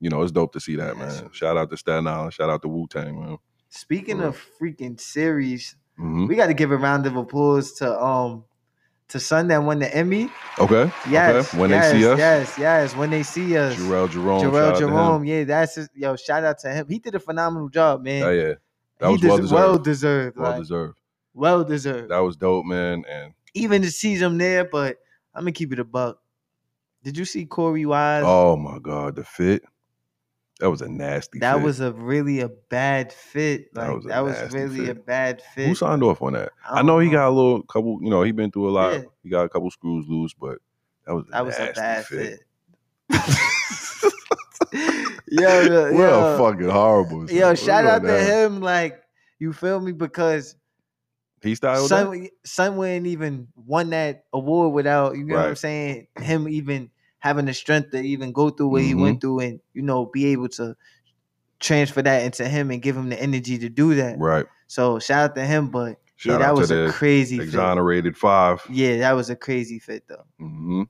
Speaker 1: you know, it's dope to see that,
Speaker 2: Yeah, that's
Speaker 1: man.
Speaker 2: true.
Speaker 1: Shout out to Staten Island. Shout out to Wu Tang, man.
Speaker 2: Speaking
Speaker 1: For real.
Speaker 2: of freaking series,
Speaker 1: hmm
Speaker 2: we got to give a round of applause to um to Son that won the Emmy.
Speaker 1: Okay.
Speaker 2: Yes,
Speaker 1: Okay. When
Speaker 2: yes,
Speaker 1: they see us,
Speaker 2: yes, yes. When they see us, Jarrell
Speaker 1: Jarrell Jerome. shout out
Speaker 2: Jerome,
Speaker 1: to him.
Speaker 2: yeah, that's his, yo. Shout out to him. He did a phenomenal job, man.
Speaker 1: Oh yeah, that
Speaker 2: he
Speaker 1: was well
Speaker 2: des-
Speaker 1: deserved.
Speaker 2: well
Speaker 1: Well,
Speaker 2: deserved, like,
Speaker 1: deserved.
Speaker 2: well deserved.
Speaker 1: That was dope, man. And
Speaker 2: Even to see him there, but I'm gonna keep it a buck. Did you see Corey Wise?
Speaker 1: oh my god, the fit. That was a nasty.
Speaker 2: that
Speaker 1: fit.
Speaker 2: was a really a bad fit.
Speaker 1: That
Speaker 2: Like that was,
Speaker 1: was a nasty
Speaker 2: really a
Speaker 1: fit.
Speaker 2: bad fit.
Speaker 1: Who signed off on that?
Speaker 2: I
Speaker 1: I know
Speaker 2: don't
Speaker 1: he
Speaker 2: know.
Speaker 1: got a little couple. You know, he been through a lot.
Speaker 2: Yeah.
Speaker 1: He got a couple screws loose, but that was a
Speaker 2: That was a
Speaker 1: nasty
Speaker 2: bad
Speaker 1: fit.
Speaker 2: fit. yo, yo,
Speaker 1: Well,
Speaker 2: yo.
Speaker 1: fucking horrible. son.
Speaker 2: Yo,
Speaker 1: What
Speaker 2: shout
Speaker 1: we
Speaker 2: out
Speaker 1: on
Speaker 2: to
Speaker 1: that?
Speaker 2: him. Like, you feel me? Because
Speaker 1: He styled that?
Speaker 2: Sun, Sun wouldn't even won that award without, you know what I'm
Speaker 1: Right.
Speaker 2: saying? Him even having the strength to even go through what he
Speaker 1: Mm-hmm.
Speaker 2: went through and, you know, be able to transfer that into him and give him the energy to do that.
Speaker 1: Right.
Speaker 2: So shout out to him. But yeah,
Speaker 1: Shout
Speaker 2: that
Speaker 1: out
Speaker 2: was
Speaker 1: to
Speaker 2: a
Speaker 1: the
Speaker 2: crazy fit.
Speaker 1: exonerated five.
Speaker 2: Yeah, that was a crazy fit though.
Speaker 1: hmm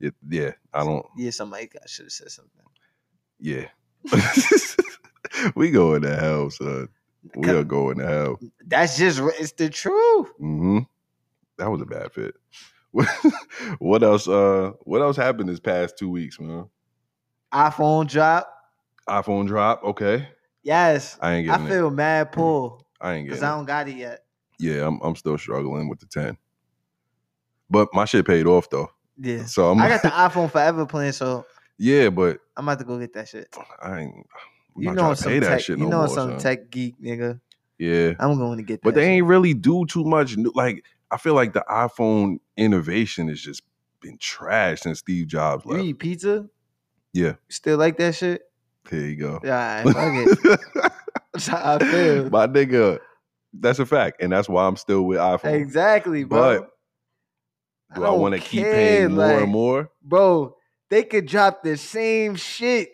Speaker 1: Yeah, yeah, I don't.
Speaker 2: Yeah, somebody got should have said something.
Speaker 1: Yeah. we going to hell, son. We are going to hell.
Speaker 2: That's just it's the truth.
Speaker 1: hmm That was a bad fit. what else? Uh, what else happened this past two weeks, man?
Speaker 2: iPhone drop.
Speaker 1: iPhone drop. Okay,
Speaker 2: Yes.
Speaker 1: I ain't getting
Speaker 2: I
Speaker 1: it.
Speaker 2: feel mad poor
Speaker 1: I ain't
Speaker 2: because
Speaker 1: getting it.
Speaker 2: I don't got it yet.
Speaker 1: Yeah, I'm I'm still struggling with the 10. But my shit paid off though.
Speaker 2: Yeah.
Speaker 1: So I'm
Speaker 2: I got the iPhone Forever plan, so
Speaker 1: Yeah, but
Speaker 2: I'm about to go get that shit.
Speaker 1: I ain't I'm
Speaker 2: You
Speaker 1: not
Speaker 2: know
Speaker 1: tryna
Speaker 2: I'm some
Speaker 1: pay that
Speaker 2: tech,
Speaker 1: shit
Speaker 2: you
Speaker 1: no
Speaker 2: know I'm
Speaker 1: more,
Speaker 2: some
Speaker 1: son.
Speaker 2: tech geek, nigga.
Speaker 1: Yeah.
Speaker 2: I'm going to get that.
Speaker 1: But they
Speaker 2: shit.
Speaker 1: ain't really do too much new, like I feel like the iPhone innovation has just been trash since Steve Jobs
Speaker 2: You
Speaker 1: left.
Speaker 2: eat pizza?
Speaker 1: Yeah.
Speaker 2: You Still like that shit?
Speaker 1: Here you go.
Speaker 2: Yeah, all right, fuck it. That's how I feel.
Speaker 1: My nigga. That's a fact. And that's why I'm still with iPhone.
Speaker 2: Exactly, bro.
Speaker 1: But Do I,
Speaker 2: don't
Speaker 1: want to keep
Speaker 2: care,
Speaker 1: paying more
Speaker 2: like,
Speaker 1: and more?
Speaker 2: Bro, they could drop the same shit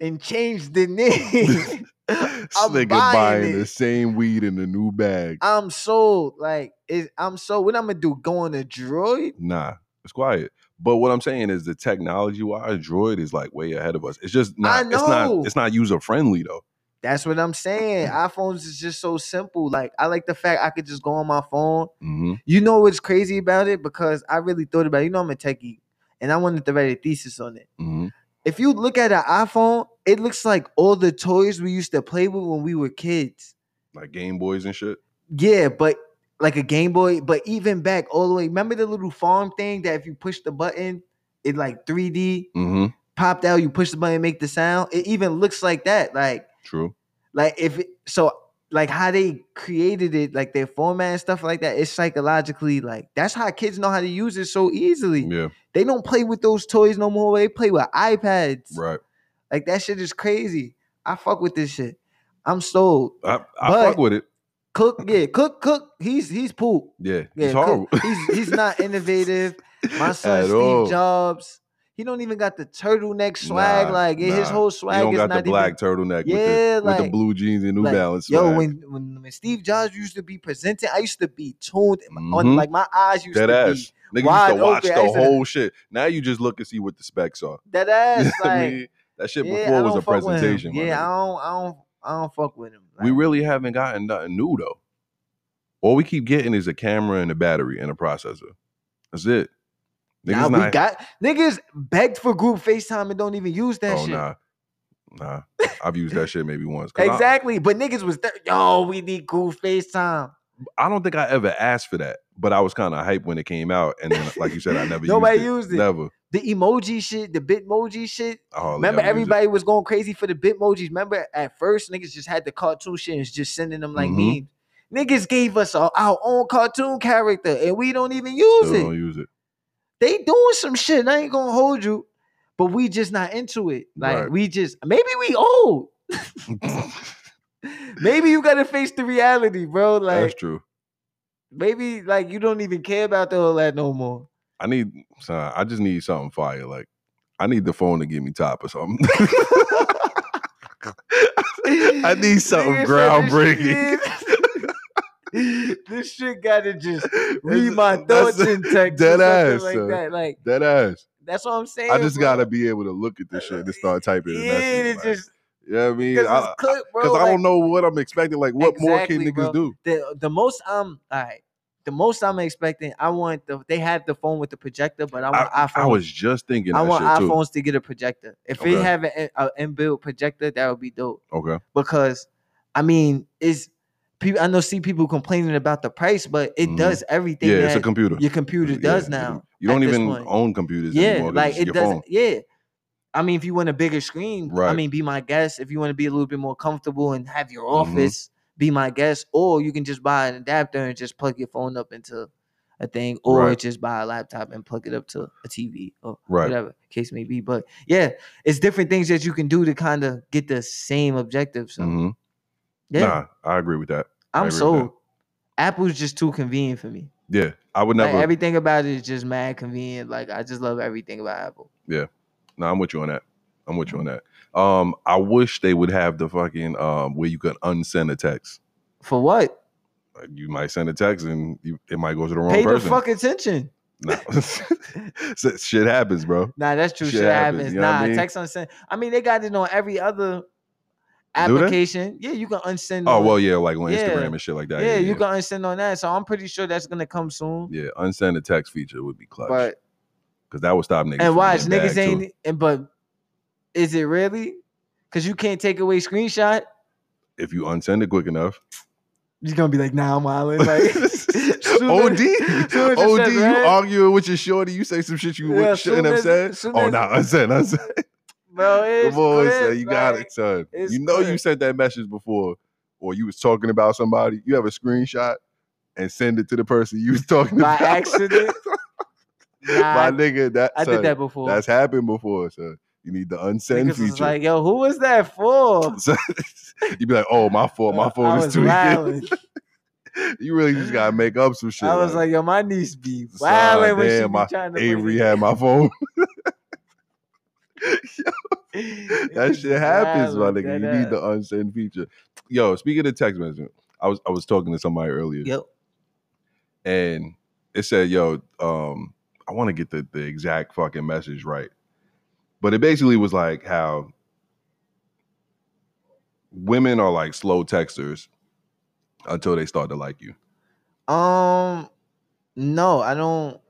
Speaker 2: and change the name.
Speaker 1: This
Speaker 2: I'm
Speaker 1: nigga
Speaker 2: buying
Speaker 1: buying
Speaker 2: it.
Speaker 1: the same weed in a new bag.
Speaker 2: I'm sold. Like, it, I'm sold. What I'm gonna do? Go on a droid?
Speaker 1: Nah, it's quiet. But what I'm saying is the technology wise, Droid is like way ahead of us. It's just not it's
Speaker 2: know.
Speaker 1: not it's not user friendly though.
Speaker 2: That's what I'm saying. iPhones is just so simple. Like, I like the fact I could just go on my phone.
Speaker 1: Mm-hmm.
Speaker 2: You know what's crazy about it? Because I really thought about it. You know, I'm a techie, and I wanted to write a thesis on it.
Speaker 1: Mm-hmm.
Speaker 2: If you look at an iPhone, it looks like all the toys we used to play with when we were kids.
Speaker 1: like Game Boys and shit.
Speaker 2: Yeah, but like a Game Boy, but even back all the way. Remember the little farm thing that if you push the button, it like 3D
Speaker 1: Mm-hmm.
Speaker 2: popped out, you push the button, make the sound. It even looks like that. Like
Speaker 1: True.
Speaker 2: like if it, so like how they created it, like their format and stuff like that, it's psychologically like that's how kids know how to use it so easily.
Speaker 1: Yeah.
Speaker 2: They don't play with those toys no more. They play with iPads.
Speaker 1: Right.
Speaker 2: Like that shit is crazy. I fuck with this shit. I'm sold.
Speaker 1: I, I
Speaker 2: But-
Speaker 1: fuck with it.
Speaker 2: Cook, yeah, cook, cook. He's he's poop.
Speaker 1: Yeah.
Speaker 2: Yeah,
Speaker 1: it's
Speaker 2: Cook,
Speaker 1: horrible.
Speaker 2: he's he's not innovative. My son
Speaker 1: At
Speaker 2: Steve
Speaker 1: all.
Speaker 2: Jobs. He don't even got the turtleneck swag.
Speaker 1: Nah,
Speaker 2: like yeah, his
Speaker 1: nah.
Speaker 2: whole
Speaker 1: You
Speaker 2: swag
Speaker 1: don't
Speaker 2: is
Speaker 1: got
Speaker 2: not
Speaker 1: the black turtleneck with, the,
Speaker 2: Yeah,
Speaker 1: with the
Speaker 2: like-
Speaker 1: blue jeans and New
Speaker 2: even like,
Speaker 1: Balance.
Speaker 2: Yo,
Speaker 1: swag.
Speaker 2: when, when when Steve Jobs used to be presenting, I used to be tuned on.
Speaker 1: Mhm.
Speaker 2: Like my eyes used
Speaker 1: Dead
Speaker 2: to
Speaker 1: ass. Nigga
Speaker 2: wide
Speaker 1: used to watch
Speaker 2: open. I
Speaker 1: the
Speaker 2: used to-
Speaker 1: whole shit. Now you just look and see what the specs are.
Speaker 2: be dead ass. Like
Speaker 1: I mean, that shit
Speaker 2: yeah,
Speaker 1: before
Speaker 2: I
Speaker 1: was
Speaker 2: don't
Speaker 1: a
Speaker 2: fuck with him.
Speaker 1: presentation. my
Speaker 2: Yeah,
Speaker 1: nigga.
Speaker 2: I don't, I don't, I don't fuck with him.
Speaker 1: we
Speaker 2: Like,
Speaker 1: really haven't gotten nothing new though. All we keep getting is a camera and a battery and a processor. That's it.
Speaker 2: Nah,
Speaker 1: Niggas
Speaker 2: we
Speaker 1: not.
Speaker 2: got niggas begged for group FaceTime and don't even use that
Speaker 1: oh
Speaker 2: shit.
Speaker 1: nah, nah. I've used that shit maybe once. 'Cause I-
Speaker 2: Exactly. but niggas was there. Yo, we need group FaceTime.
Speaker 1: I, don't think I ever asked for that, but I was kind of hyped when it came out. And then, like you said, I never
Speaker 2: Nobody
Speaker 1: used
Speaker 2: used
Speaker 1: it.
Speaker 2: it.
Speaker 1: Never. Oh,
Speaker 2: The emoji shit, the bitmoji shit.
Speaker 1: I hardly
Speaker 2: Remember,
Speaker 1: ever use it.
Speaker 2: everybody was going crazy for the bitmojis. Remember, at first, niggas just had the cartoon shit and was just sending them like
Speaker 1: Mhm.
Speaker 2: memes. Niggas gave us our, our own cartoon character and we don't even use
Speaker 1: Still
Speaker 2: it.
Speaker 1: don't use it.
Speaker 2: They doing some shit. and I ain't gonna hold you, but we just not into it. Like
Speaker 1: Right.
Speaker 2: we just maybe we old. maybe you gotta face the reality, bro. Like
Speaker 1: That's true.
Speaker 2: maybe like you don't even care about the whole that no more.
Speaker 1: I need. Son, I just need something fire. Like I need the phone to give me top or something. I need something groundbreaking.
Speaker 2: groundbreaking. This shit gotta just read
Speaker 1: That's-
Speaker 2: my
Speaker 1: uh, that's-
Speaker 2: thoughts in text.
Speaker 1: dead
Speaker 2: Dead
Speaker 1: ass,
Speaker 2: ass, like
Speaker 1: son.
Speaker 2: that. Like
Speaker 1: That ass.
Speaker 2: that's what I'm saying.
Speaker 1: I just
Speaker 2: bro.
Speaker 1: gotta be able to look at this shit and just start typing.
Speaker 2: Yeah,
Speaker 1: Yeah, and
Speaker 2: it's just
Speaker 1: you know what I mean?
Speaker 2: because
Speaker 1: Because
Speaker 2: it's clip, bro.
Speaker 1: I,
Speaker 2: like,
Speaker 1: don't know what I'm expecting. Like, what more can
Speaker 2: Exactly,
Speaker 1: niggas
Speaker 2: bro.
Speaker 1: do?
Speaker 2: the the most I'm all right. The most I'm expecting, I want the they have the phone with the projector, but I want iPhone.
Speaker 1: I was just thinking. That
Speaker 2: I want
Speaker 1: shit
Speaker 2: iPhones to get a projector. If
Speaker 1: Okay.
Speaker 2: they have an, an inbuilt projector, that would be dope.
Speaker 1: Too. Okay.
Speaker 2: Because I mean, is people I know see people complaining about the price, but it
Speaker 1: Mhm.
Speaker 2: does everything
Speaker 1: Yeah, it's a
Speaker 2: that
Speaker 1: computer.
Speaker 2: your computer
Speaker 1: Yeah,
Speaker 2: does
Speaker 1: it-
Speaker 2: now.
Speaker 1: You don't
Speaker 2: at this
Speaker 1: even
Speaker 2: point.
Speaker 1: own computers
Speaker 2: Yeah,
Speaker 1: anymore. 'cause
Speaker 2: like
Speaker 1: it's
Speaker 2: it
Speaker 1: your
Speaker 2: doesn't.
Speaker 1: phone.
Speaker 2: Yeah, I mean, if you want a bigger screen, I
Speaker 1: Right.
Speaker 2: mean, be my guest. If you want to be a little bit more comfortable and have your
Speaker 1: Mhm.
Speaker 2: office, be my guest. Or you can just buy an adapter and just plug your phone up into a thing, or
Speaker 1: Right.
Speaker 2: just buy a laptop and plug it up to a TV or
Speaker 1: Right.
Speaker 2: whatever case may be. But yeah, it's different things that you can do to kind of get the same objective. So
Speaker 1: Mhm.
Speaker 2: yeah,
Speaker 1: Nah, I agree with that. I
Speaker 2: I'm
Speaker 1: agree with that.
Speaker 2: sold. Apple's just too convenient for me.
Speaker 1: Yeah, I would
Speaker 2: Like
Speaker 1: never.
Speaker 2: everything about it is just mad convenient. Like I just love everything about Apple.
Speaker 1: No, I'm with you on that. I'm with you on that. Um, I wish they would have the fucking um where you could unsend a text.
Speaker 2: For what?
Speaker 1: Like, you might send a text and you, it might go to the wrong
Speaker 2: Pay
Speaker 1: person.
Speaker 2: the fuck attention.
Speaker 1: Nah. So, shit happens, bro.
Speaker 2: Nah, that's true.
Speaker 1: Shit
Speaker 2: Shit,
Speaker 1: happens,
Speaker 2: happens.
Speaker 1: you know what I
Speaker 2: Nah,
Speaker 1: mean?
Speaker 2: text unsend. I mean, they got it on every other
Speaker 1: they?
Speaker 2: application. Yeah, you can unsend.
Speaker 1: Oh
Speaker 2: on-
Speaker 1: well, yeah, like on
Speaker 2: Yeah.
Speaker 1: Instagram and shit like that.
Speaker 2: yeah, you can unsend on that. So I'm pretty sure that's gonna come soon.
Speaker 1: yeah, unsend a text feature would be clutch
Speaker 2: but
Speaker 1: because that would stop niggas.
Speaker 2: and
Speaker 1: from
Speaker 2: watch,
Speaker 1: getting bagged,
Speaker 2: niggas
Speaker 1: too.
Speaker 2: ain't. e And but is it really? Because you can't take away screenshot.
Speaker 1: If you unsend it quick enough,
Speaker 2: You're gonna be like, nah, I'm wildin'. Like soon
Speaker 1: OD,
Speaker 2: as- soon as it
Speaker 1: OD,
Speaker 2: says
Speaker 1: you
Speaker 2: red-
Speaker 1: arguing with your shorty, you say some shit you
Speaker 2: Yeah,
Speaker 1: wouldn't- shouldn't
Speaker 2: soon
Speaker 1: have
Speaker 2: as-
Speaker 1: said.
Speaker 2: soon
Speaker 1: Oh no,
Speaker 2: as-
Speaker 1: nah, unsend, unsend.
Speaker 2: bro, it's
Speaker 1: Come on, son,
Speaker 2: clipped,
Speaker 1: you got
Speaker 2: like,
Speaker 1: it, son.
Speaker 2: it's
Speaker 1: You know you
Speaker 2: clipped.
Speaker 1: sent that message before, or you was talking about somebody. You have a screenshot and send it to the person you was talking
Speaker 2: by
Speaker 1: about.
Speaker 2: accident. Nah,
Speaker 1: My
Speaker 2: I-
Speaker 1: nigga, that
Speaker 2: I
Speaker 1: son,
Speaker 2: did that before.
Speaker 1: That's happened before, son. You need the unsend
Speaker 2: Niggas
Speaker 1: feature.
Speaker 2: was like, yo, who was that for?
Speaker 1: So, you'd be like, "Oh, my fault. My
Speaker 2: Uh,
Speaker 1: phone
Speaker 2: I
Speaker 1: is
Speaker 2: was
Speaker 1: tweaking."
Speaker 2: wildin'.
Speaker 1: you really just gotta make up some shit.
Speaker 2: I was like, yo, my niece be
Speaker 1: Son,
Speaker 2: wildin' when she
Speaker 1: damn, my
Speaker 2: be trying to.
Speaker 1: Avery had my phone. that shit happens, my nigga. You need the unsend feature. Yo, speaking of text messaging, I was I was talking to somebody earlier,
Speaker 2: Yep.
Speaker 1: and it said, "Yo, um, I want to get the the exact fucking message right," but it basically was like how women are like slow texters until they start to like you.
Speaker 2: Um, no, I don't.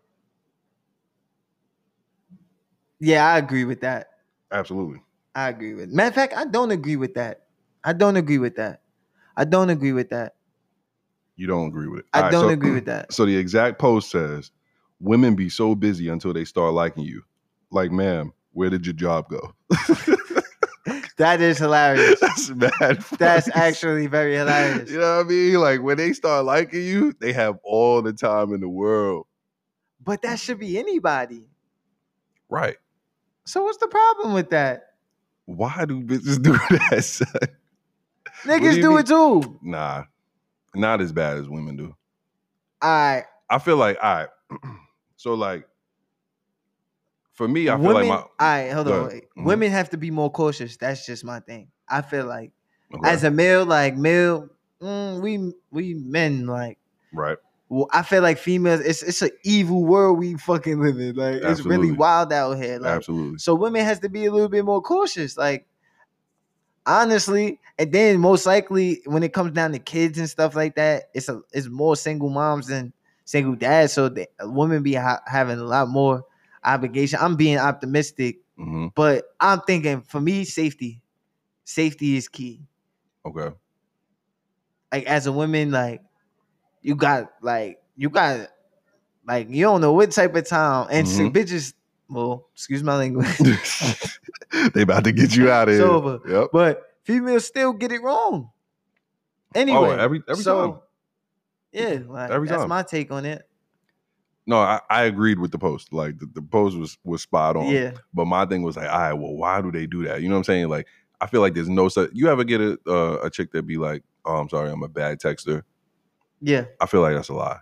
Speaker 2: Yeah, I agree with that.
Speaker 1: Absolutely.
Speaker 2: I agree with. Matter of fact, I don't agree with that. I don't agree with that. I don't agree with that.
Speaker 1: You don't agree with it.
Speaker 2: I
Speaker 1: All right,
Speaker 2: don't
Speaker 1: so-
Speaker 2: agree with that.
Speaker 1: So the exact post says, "Women be so busy until they start liking you." Like, ma'am, where did your job go?
Speaker 2: That is hilarious.
Speaker 1: That's mad.
Speaker 2: That's
Speaker 1: funny.
Speaker 2: actually very hilarious.
Speaker 1: You know what I mean? Like when they start liking you, they have all the time in the world.
Speaker 2: But that should be anybody.
Speaker 1: Right.
Speaker 2: So what's the problem with that?
Speaker 1: Why do bitches do that? son?
Speaker 2: Niggas
Speaker 1: you
Speaker 2: do
Speaker 1: mean?
Speaker 2: it too.
Speaker 1: nah. Not as bad as women do.
Speaker 2: I
Speaker 1: I feel like all right. so like for me, I feel
Speaker 2: women.
Speaker 1: like
Speaker 2: all right, hold
Speaker 1: Go
Speaker 2: on.
Speaker 1: ahead.
Speaker 2: wait.
Speaker 1: Mhm.
Speaker 2: Women have to be more cautious. That's just my thing. I feel like
Speaker 1: my okay,
Speaker 2: as a male, like male, mm, we we men like.
Speaker 1: right.
Speaker 2: Well, I feel like females. It's it's an evil world we fucking live in. Like it's
Speaker 1: Absolutely.
Speaker 2: really wild out here. Like
Speaker 1: Absolutely.
Speaker 2: so, women has to be a little bit more cautious. Like honestly, and then most likely when it comes down to kids and stuff like that, it's a it's more single moms than single dads. So the uh, women be ha- having a lot more obligation. I'm being optimistic,
Speaker 1: hmm
Speaker 2: but I'm thinking for me, safety, safety is key
Speaker 1: Okay.
Speaker 2: like as a woman, like you got like you got like you don't know what type of time and so
Speaker 1: Mhm.
Speaker 2: bitches. Well, excuse my language,
Speaker 1: they about to get you out of
Speaker 2: It's
Speaker 1: here.
Speaker 2: over.
Speaker 1: Yep.
Speaker 2: but females still get it wrong. Anyway,
Speaker 1: oh, every every
Speaker 2: so,
Speaker 1: time.
Speaker 2: Yeah, like,
Speaker 1: Every
Speaker 2: that's
Speaker 1: time.
Speaker 2: my take on it.
Speaker 1: No, I, I agreed with the post. Like the, the post was was spot on.
Speaker 2: Yeah,
Speaker 1: But my thing was like, all right, well, why do they do that? You know what I'm saying? Like, I feel like there's no such. You ever get a uh, a chick that be like, oh, I'm sorry, I'm a bad texter.
Speaker 2: yeah.
Speaker 1: I feel like that's a lie.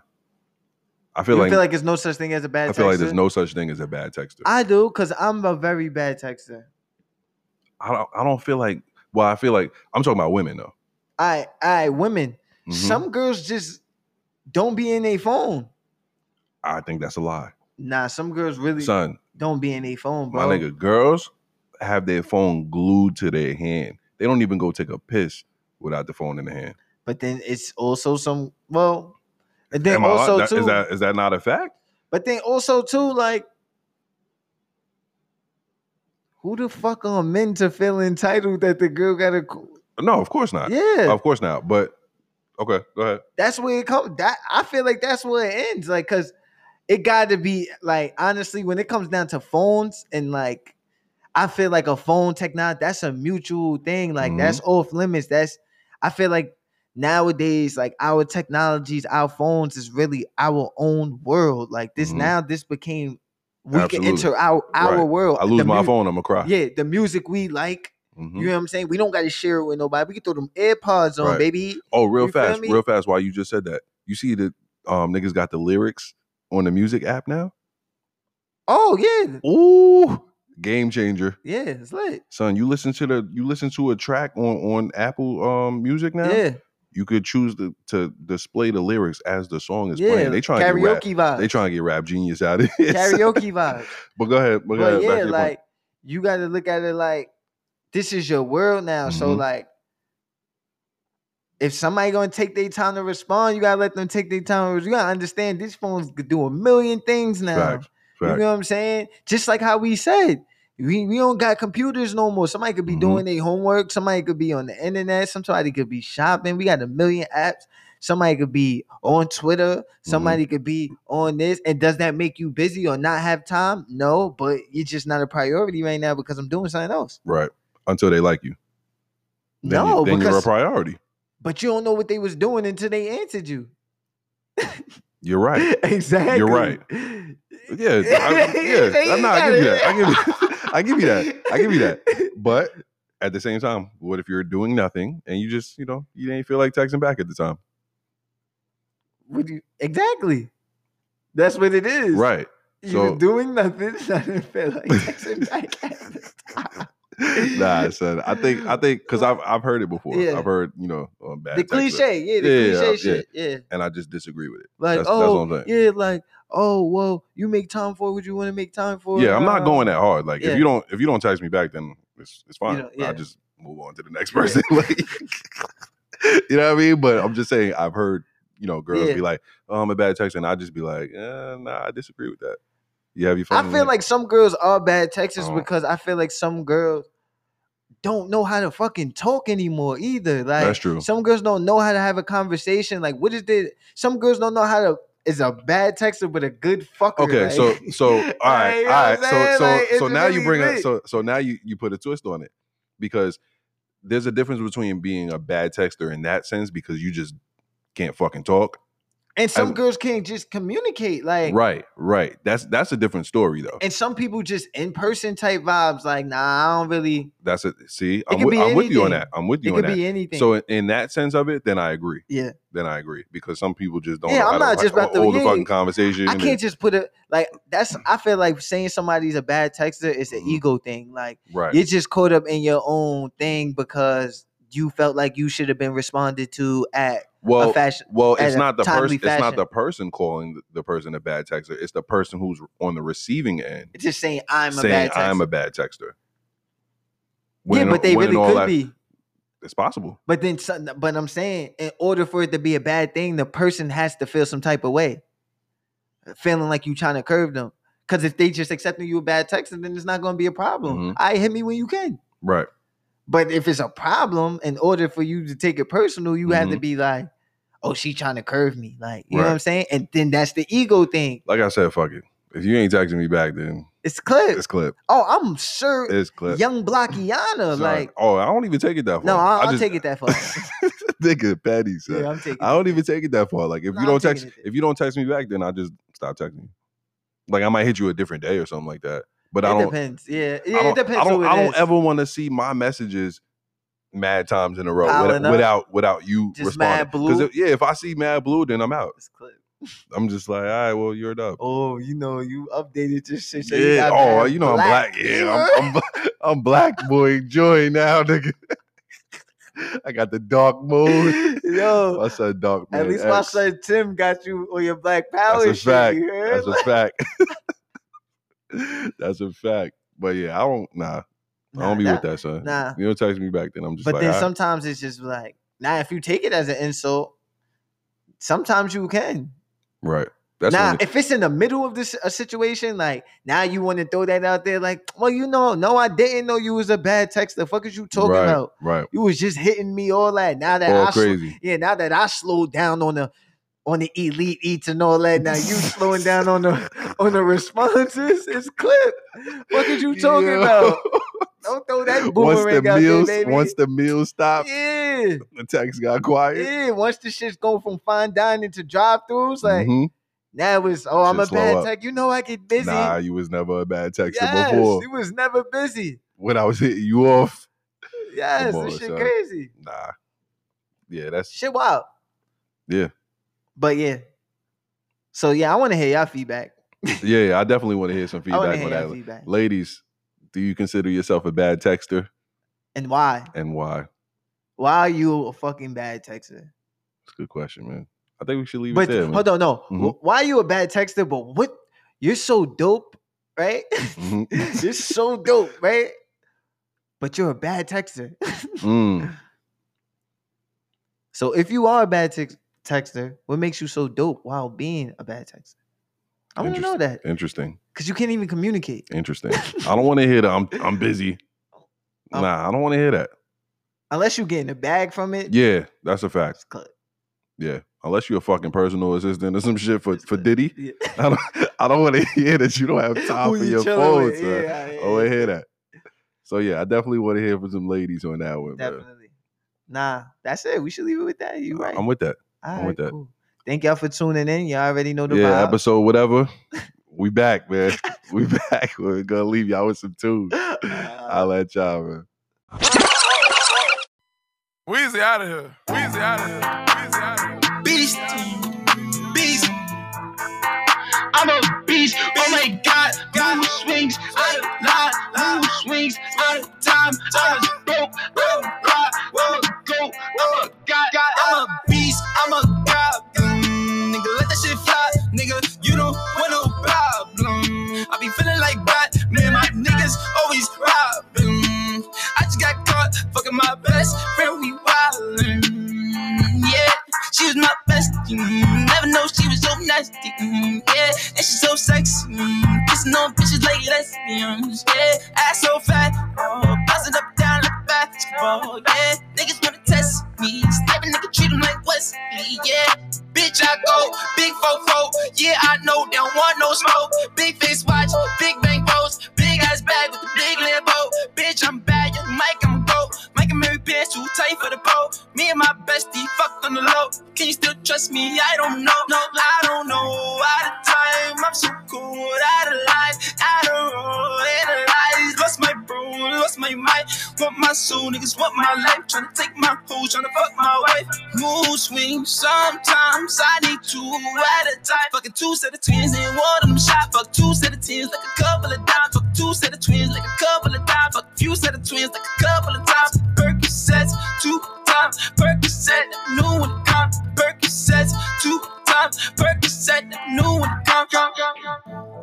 Speaker 1: I
Speaker 2: I
Speaker 1: feel like,
Speaker 2: feel like there's no such thing as a bad.
Speaker 1: I feel like there's
Speaker 2: texter?
Speaker 1: no such thing as a bad texter. I,
Speaker 2: I do because I'm a very bad texter.
Speaker 1: don't I don't feel like. Well, I feel like I'm talking about women though.
Speaker 2: I I women.
Speaker 1: Mhm.
Speaker 2: Some girls just don't be in their phone.
Speaker 1: I think that's a lie,
Speaker 2: Nah, some girls really
Speaker 1: son.
Speaker 2: don't be in their phone,
Speaker 1: My
Speaker 2: bro.
Speaker 1: nigga, girls have their phone glued to their hand. They don't even go take a piss without the phone in the hand.
Speaker 2: but then it's also some well and then
Speaker 1: Am I-
Speaker 2: also
Speaker 1: that-
Speaker 2: too
Speaker 1: is that is that not a fact?
Speaker 2: but then also too like who the fuck are men to feel entitled that the girl got a co-
Speaker 1: No, of course not.
Speaker 2: yeah
Speaker 1: Of course not. But okay, go ahead.
Speaker 2: that's where it comes that i feel like that's where it ends like because it got to be like honestly when it comes down to phones and like i feel like a phone technology that's a mutual thing like
Speaker 1: Mhm.
Speaker 2: that's off limits that's i feel like nowadays like our technologies our phones is really our own world like this
Speaker 1: Mhm.
Speaker 2: now this became we
Speaker 1: Absolutely.
Speaker 2: can enter our our
Speaker 1: Right.
Speaker 2: world
Speaker 1: I lose
Speaker 2: The
Speaker 1: my
Speaker 2: mu-
Speaker 1: phone, I'm gonna cry.
Speaker 2: yeah the music we like
Speaker 1: Mhm.
Speaker 2: you know what i'm saying we don't got to share it with nobody we can throw them airpods on
Speaker 1: Right.
Speaker 2: baby
Speaker 1: Oh, real
Speaker 2: You feel
Speaker 1: fast,
Speaker 2: me?
Speaker 1: real fast. Why you just said that? You see that um niggas got the lyrics on the music app now?
Speaker 2: oh yeah
Speaker 1: Ooh, game changer.
Speaker 2: yeah it's lit
Speaker 1: Son, you listen to the you listen to a track on on Apple um music now.
Speaker 2: yeah
Speaker 1: You could choose to to display the lyrics as the song is playing. They trying to get rap.
Speaker 2: karaoke vibes.
Speaker 1: They trying to get rap genius out of here.
Speaker 2: karaoke vibes.
Speaker 1: But go ahead. But, go
Speaker 2: But
Speaker 1: ahead, back to
Speaker 2: yeah,
Speaker 1: your point.
Speaker 2: like you got to look at it like this is your world now. So
Speaker 1: Mhm.
Speaker 2: like, if somebody gonna take their time to respond, you gotta let them take their time. to res- You gotta understand these phones could do a million things now.
Speaker 1: facts.
Speaker 2: You
Speaker 1: Facts.
Speaker 2: know what I'm saying? Just like how we said. We, we don't got computers no more. Somebody could be
Speaker 1: Mhm.
Speaker 2: doing their homework. Somebody could be on the internet. Somebody could be shopping. We got a million apps. Somebody could be on Twitter.
Speaker 1: Mm-hmm.
Speaker 2: Somebody could be on this. And does that make you busy or not have time? No, but you're just not a priority right now because I'm doing something else.
Speaker 1: Right. Until they like you. Then you,
Speaker 2: no,
Speaker 1: then you're a
Speaker 2: because
Speaker 1: priority.
Speaker 2: but you don't know what they was doing until they answered you.
Speaker 1: You're right.
Speaker 2: exactly.
Speaker 1: right. Yeah, I, yeah. I'm not, I give you that. I give you, I give you that. I give you that. But at the same time, what if you're doing nothing and you just, you know, you didn't feel like texting back at the time?
Speaker 2: Would you exactly? That's what it is.
Speaker 1: Right.
Speaker 2: You
Speaker 1: so-
Speaker 2: were doing nothing. I didn't feel like texting back at the time.
Speaker 1: nah, son. I think I think because I've I've heard it before.
Speaker 2: Yeah.
Speaker 1: I've heard you know um, bad
Speaker 2: The
Speaker 1: texter,
Speaker 2: cliche, yeah, the
Speaker 1: Yeah,
Speaker 2: cliche
Speaker 1: yeah.
Speaker 2: shit, yeah.
Speaker 1: and I just disagree with it.
Speaker 2: Like,
Speaker 1: That's- that's
Speaker 2: oh,
Speaker 1: what I'm
Speaker 2: yeah, like, oh, well, you make time for what you want to make time for.
Speaker 1: yeah, I'm not
Speaker 2: uh,
Speaker 1: going that hard. Like
Speaker 2: yeah.
Speaker 1: if you don't if you don't text me back, then it's it's fine.
Speaker 2: know, yeah.
Speaker 1: I just move on to the next person. like you know what I mean? But I'm just saying I've heard you know girls
Speaker 2: Yeah.
Speaker 1: be like, "Oh, I'm a bad texter," and I just be like, eh, "Nah, I disagree with that." You have your phone.
Speaker 2: I
Speaker 1: in
Speaker 2: feel
Speaker 1: there?
Speaker 2: like some girls are bad texters
Speaker 1: Oh.
Speaker 2: because I feel like some girls don't know how to fucking talk anymore either. Like
Speaker 1: That's true.
Speaker 2: Some girls don't know how to have a conversation. Like what is the some girls don't know how to is a bad texter but a good fucker.
Speaker 1: Okay,
Speaker 2: like-
Speaker 1: so so all right,
Speaker 2: Like, you know
Speaker 1: all
Speaker 2: what
Speaker 1: right.
Speaker 2: I'm
Speaker 1: So
Speaker 2: saying?
Speaker 1: so
Speaker 2: Like,
Speaker 1: so
Speaker 2: it's
Speaker 1: now you
Speaker 2: really
Speaker 1: bring up
Speaker 2: lit.
Speaker 1: so so now you you put a twist on it because there's a difference between being a bad texter in that sense because you just can't fucking talk.
Speaker 2: and some
Speaker 1: I-
Speaker 2: girls can't just communicate. Like
Speaker 1: right, right. That's that's a different story though.
Speaker 2: and some people just in person type vibes. Like nah, I don't really.
Speaker 1: That's it. See,
Speaker 2: could
Speaker 1: I'm, with,
Speaker 2: be
Speaker 1: I'm with you on
Speaker 2: anything.
Speaker 1: that. I'm with
Speaker 2: It
Speaker 1: you on
Speaker 2: could
Speaker 1: that.
Speaker 2: be anything.
Speaker 1: So in, in that sense of it, then I agree.
Speaker 2: Yeah.
Speaker 1: Then I agree because some people just don't.
Speaker 2: Yeah,
Speaker 1: know how
Speaker 2: I'm
Speaker 1: to,
Speaker 2: not
Speaker 1: like,
Speaker 2: just about to-
Speaker 1: hold the
Speaker 2: yeah,
Speaker 1: fucking conversation.
Speaker 2: I
Speaker 1: and-
Speaker 2: can't just put it like that's. I feel like saying somebody's a bad texter is an
Speaker 1: Mhm.
Speaker 2: ego thing. Like
Speaker 1: right.
Speaker 2: you're just caught up in your own thing because you felt like you should have been responded to at
Speaker 1: well,
Speaker 2: a fashion.
Speaker 1: well, it's
Speaker 2: at a
Speaker 1: not the person.
Speaker 2: timely
Speaker 1: It's not
Speaker 2: fashion.
Speaker 1: the person calling the, the person a bad texter. It's the person who's on the receiving end
Speaker 2: Just saying I'm a
Speaker 1: saying
Speaker 2: bad texter.
Speaker 1: I'm a bad texter.
Speaker 2: yeah,
Speaker 1: When-
Speaker 2: but they
Speaker 1: when
Speaker 2: really
Speaker 1: all
Speaker 2: could
Speaker 1: that-
Speaker 2: be.
Speaker 1: It's possible.
Speaker 2: But then, some, but I'm saying, in order for it to be a bad thing, the person has to feel some type of way, feeling like you trying to curve them. Because if they just accepting you a bad texter, then it's not going to be a problem.
Speaker 1: Mhm.
Speaker 2: I hit me when you can.
Speaker 1: Right.
Speaker 2: But if it's a problem, in order for you to take it personal, you have to be like, "Oh, she trying to curve me," like you know what
Speaker 1: Mm-hmm.
Speaker 2: I'm
Speaker 1: Right.
Speaker 2: saying. And then that's the ego thing.
Speaker 1: Like I said, fuck it. If you ain't texting me back, then
Speaker 2: It's clear.
Speaker 1: it's clip.
Speaker 2: oh, I'm sure
Speaker 1: It's clip.
Speaker 2: young Blockiana,
Speaker 1: Son,
Speaker 2: like.
Speaker 1: oh, I don't even take it that far.
Speaker 2: No, I'll, I'll
Speaker 1: just-
Speaker 2: take it that far.
Speaker 1: Nigga, petty, son.
Speaker 2: yeah, I'm taking.
Speaker 1: I don't even take it that far. Like if you
Speaker 2: No, I'm
Speaker 1: don't
Speaker 2: taking
Speaker 1: text,
Speaker 2: it there.
Speaker 1: if you don't text me back, then I just stop texting. you. Like I might hit you a different day or something like that. But I
Speaker 2: It
Speaker 1: don't.
Speaker 2: depends. Yeah,
Speaker 1: I
Speaker 2: yeah
Speaker 1: don't,
Speaker 2: it depends.
Speaker 1: I don't,
Speaker 2: who it
Speaker 1: I don't
Speaker 2: is.
Speaker 1: ever want to see my messages mad times in a row
Speaker 2: Piling
Speaker 1: without
Speaker 2: up.
Speaker 1: without, without you
Speaker 2: Just
Speaker 1: responding.
Speaker 2: mad blue.
Speaker 1: if- yeah, if I see mad blue, then I'm out.
Speaker 2: It's clip.
Speaker 1: I'm just like, all right, well, you're up.
Speaker 2: Oh, you know, you updated your shit. so you
Speaker 1: yeah.
Speaker 2: got
Speaker 1: Oh,
Speaker 2: mad
Speaker 1: you know I'm black. Yeah, I'm, I'm bla- I'm black boy joy now, nigga. I got the dark mode.
Speaker 2: Yo,
Speaker 1: I said dark.
Speaker 2: At
Speaker 1: man
Speaker 2: least my
Speaker 1: X.
Speaker 2: son Tim got you on your black power
Speaker 1: That's a
Speaker 2: shit.
Speaker 1: fact.
Speaker 2: You heard?
Speaker 1: That's a fact. That's a fact. But yeah, I don't. Nah, I
Speaker 2: Nah,
Speaker 1: don't be
Speaker 2: nah.
Speaker 1: with that, son.
Speaker 2: nah.
Speaker 1: You don't text me back, then I'm just
Speaker 2: But
Speaker 1: like,
Speaker 2: then
Speaker 1: "Ah,
Speaker 2: sometimes it's just like, now if you take it as an insult, sometimes you can.
Speaker 1: right. That's
Speaker 2: now,
Speaker 1: when it-
Speaker 2: if it's in the middle of this a situation, like now you want to throw that out there, like, well, you know, no, I didn't know you was a bad text. The fuck is you talking
Speaker 1: right,
Speaker 2: about?
Speaker 1: right.
Speaker 2: You was just hitting me all that. Now that
Speaker 1: All
Speaker 2: I sl-
Speaker 1: crazy.
Speaker 2: Yeah, now that I slowed down on the on the elite eats and all that, now you slowing down on the on the responses. It's clip. What could you talking
Speaker 1: Yo.
Speaker 2: about? Don't throw that
Speaker 1: once the
Speaker 2: boomerang out
Speaker 1: meals,
Speaker 2: there, baby.
Speaker 1: once the meals stop,
Speaker 2: yeah,
Speaker 1: the text got quiet.
Speaker 2: yeah. Once the shit's going from fine dining to drive-throughs, like
Speaker 1: Mhm.
Speaker 2: now it's oh, I'm
Speaker 1: Shit
Speaker 2: a
Speaker 1: slow
Speaker 2: bad
Speaker 1: up.
Speaker 2: tech. You know I get busy.
Speaker 1: Nah, you was never a bad texter
Speaker 2: yes,
Speaker 1: before.
Speaker 2: you was never busy.
Speaker 1: When I was hitting you off,
Speaker 2: Yes,
Speaker 1: on,
Speaker 2: this shit
Speaker 1: son.
Speaker 2: crazy.
Speaker 1: nah. Yeah, that's
Speaker 2: Shit wild.
Speaker 1: Yeah.
Speaker 2: But yeah. So yeah, I want to hear y'all feedback.
Speaker 1: yeah. I definitely want to hear some
Speaker 2: I want
Speaker 1: feedback
Speaker 2: to hear
Speaker 1: on
Speaker 2: y'all
Speaker 1: that.
Speaker 2: feedback.
Speaker 1: Ladies, do you consider yourself a bad texter
Speaker 2: And why?
Speaker 1: and why?
Speaker 2: Why are you a fucking bad texter?
Speaker 1: It's a good question, man. I think we should leave
Speaker 2: But
Speaker 1: it there. Man.
Speaker 2: hold on, no.
Speaker 1: Mhm.
Speaker 2: Wh- Why are you a bad texter? But what? You're so dope, right?
Speaker 1: Mhm.
Speaker 2: you're so dope, right? But you're a bad texter.
Speaker 1: Mm.
Speaker 2: so if you are a bad tex- texter, what makes you so dope while being a bad texter? I want to know that
Speaker 1: Interesting.
Speaker 2: because you can't even communicate
Speaker 1: Interesting. I don't want to hear that. I'm I'm busy.
Speaker 2: Um,
Speaker 1: nah, I don't want to hear that.
Speaker 2: unless you're getting a bag from it.
Speaker 1: Yeah, that's a fact.
Speaker 2: It's cl-
Speaker 1: Yeah. Unless you're a fucking personal assistant or some shit for, for Diddy.
Speaker 2: yeah.
Speaker 1: I don't I don't want to hear that you don't have time
Speaker 2: Who
Speaker 1: for
Speaker 2: you
Speaker 1: your
Speaker 2: chilling
Speaker 1: phone,
Speaker 2: with?
Speaker 1: son.
Speaker 2: Yeah,
Speaker 1: Oh, I want
Speaker 2: yeah.
Speaker 1: to hear that. So yeah, I definitely want to hear from some ladies on that one. man.
Speaker 2: Definitely. Nah, that's it. We should leave it with that. You right.
Speaker 1: I'm with that.
Speaker 2: All
Speaker 1: with that.
Speaker 2: Cool. Thank y'all for tuning in. Y'all already know the
Speaker 1: Yeah,
Speaker 2: vibe.
Speaker 1: episode whatever. We back, man. we back. We're gonna leave y'all with some tunes. I'll let y'all, man.
Speaker 3: Weezy out of here. Weezy out of here. Weezy out of here.
Speaker 6: beast, beast. I'm a beast. Oh my God, mood swings out of line, mood swings out of time. I was broke, I'm a god, I'm a goat, I'm a god, I'm a beast, I'm a god. Mm, Nigga, let that shit fly, nigga. You don't want no problem. I be feeling like that, man. My niggas always robbing. I just got caught fucking my best friend. We wildin', yeah. She was my bestie. mm, Never know she was so nasty. mm, Yeah, and she's so sexy. mm, Kissing on bitches like lesbians. Yeah, ass so fat. Oh, bouncing up down the back. ball, yeah. Niggas wanna test me. Stab a nigga, treat him like Wesley, yeah. Bitch, I go, big fofo, yeah, I know, they don't want no smoke. Big face watch, big bang post, big ass bag with the big limbo. Bitch, I'm bad, you Mike, I'm a go. Mike and Mary pants too tight for the boat. Me and my bestie fucked on the low. Can you still trust me? I don't know, no, I don't know. Out of time, I'm so cool, out of line, out of roll, out of lies. Lost my bro, lost my mind. Want my soul, niggas want my life. Tryna take my hoes, tryna fuck my wife. Mood swing, sometimes I need two at a time. Fucking two set of twins and one of them shot. Fuck two set of tens like a couple of dimes. Fuck two set of twins like a couple of dimes. Fuck few set of twins like a couple of times. Percocets two times. Percocet, new one come. Percocets two times. Percocet, new one come. come, come, come.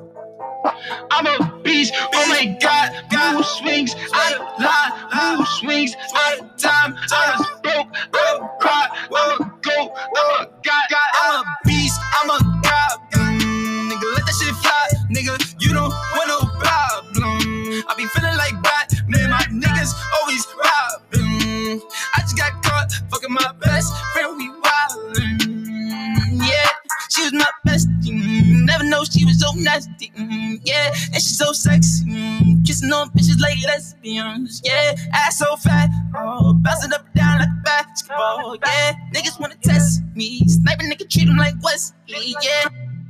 Speaker 6: I'm a beast. Oh my god, mood swings out of line, mood swings out of time. I was broke, I'm a god, I'm a goat, I'm a god, god. I'm a beast, I'm a god. Mm, nigga, let that shit fly, nigga. You don't want no problem. I be feeling like that, man. My niggas always robbing. I just got caught fucking my best friend. We wildin', yeah. She was my bestie. Mm, never know she was so nasty. Mm, yeah, and she's so sexy. Mm, kissing on bitches like lesbians. Yeah, ass so fat. Oh, bouncing up and down like basketball. Yeah, niggas wanna test me. Sniper nigga treat him like Wesley. Yeah.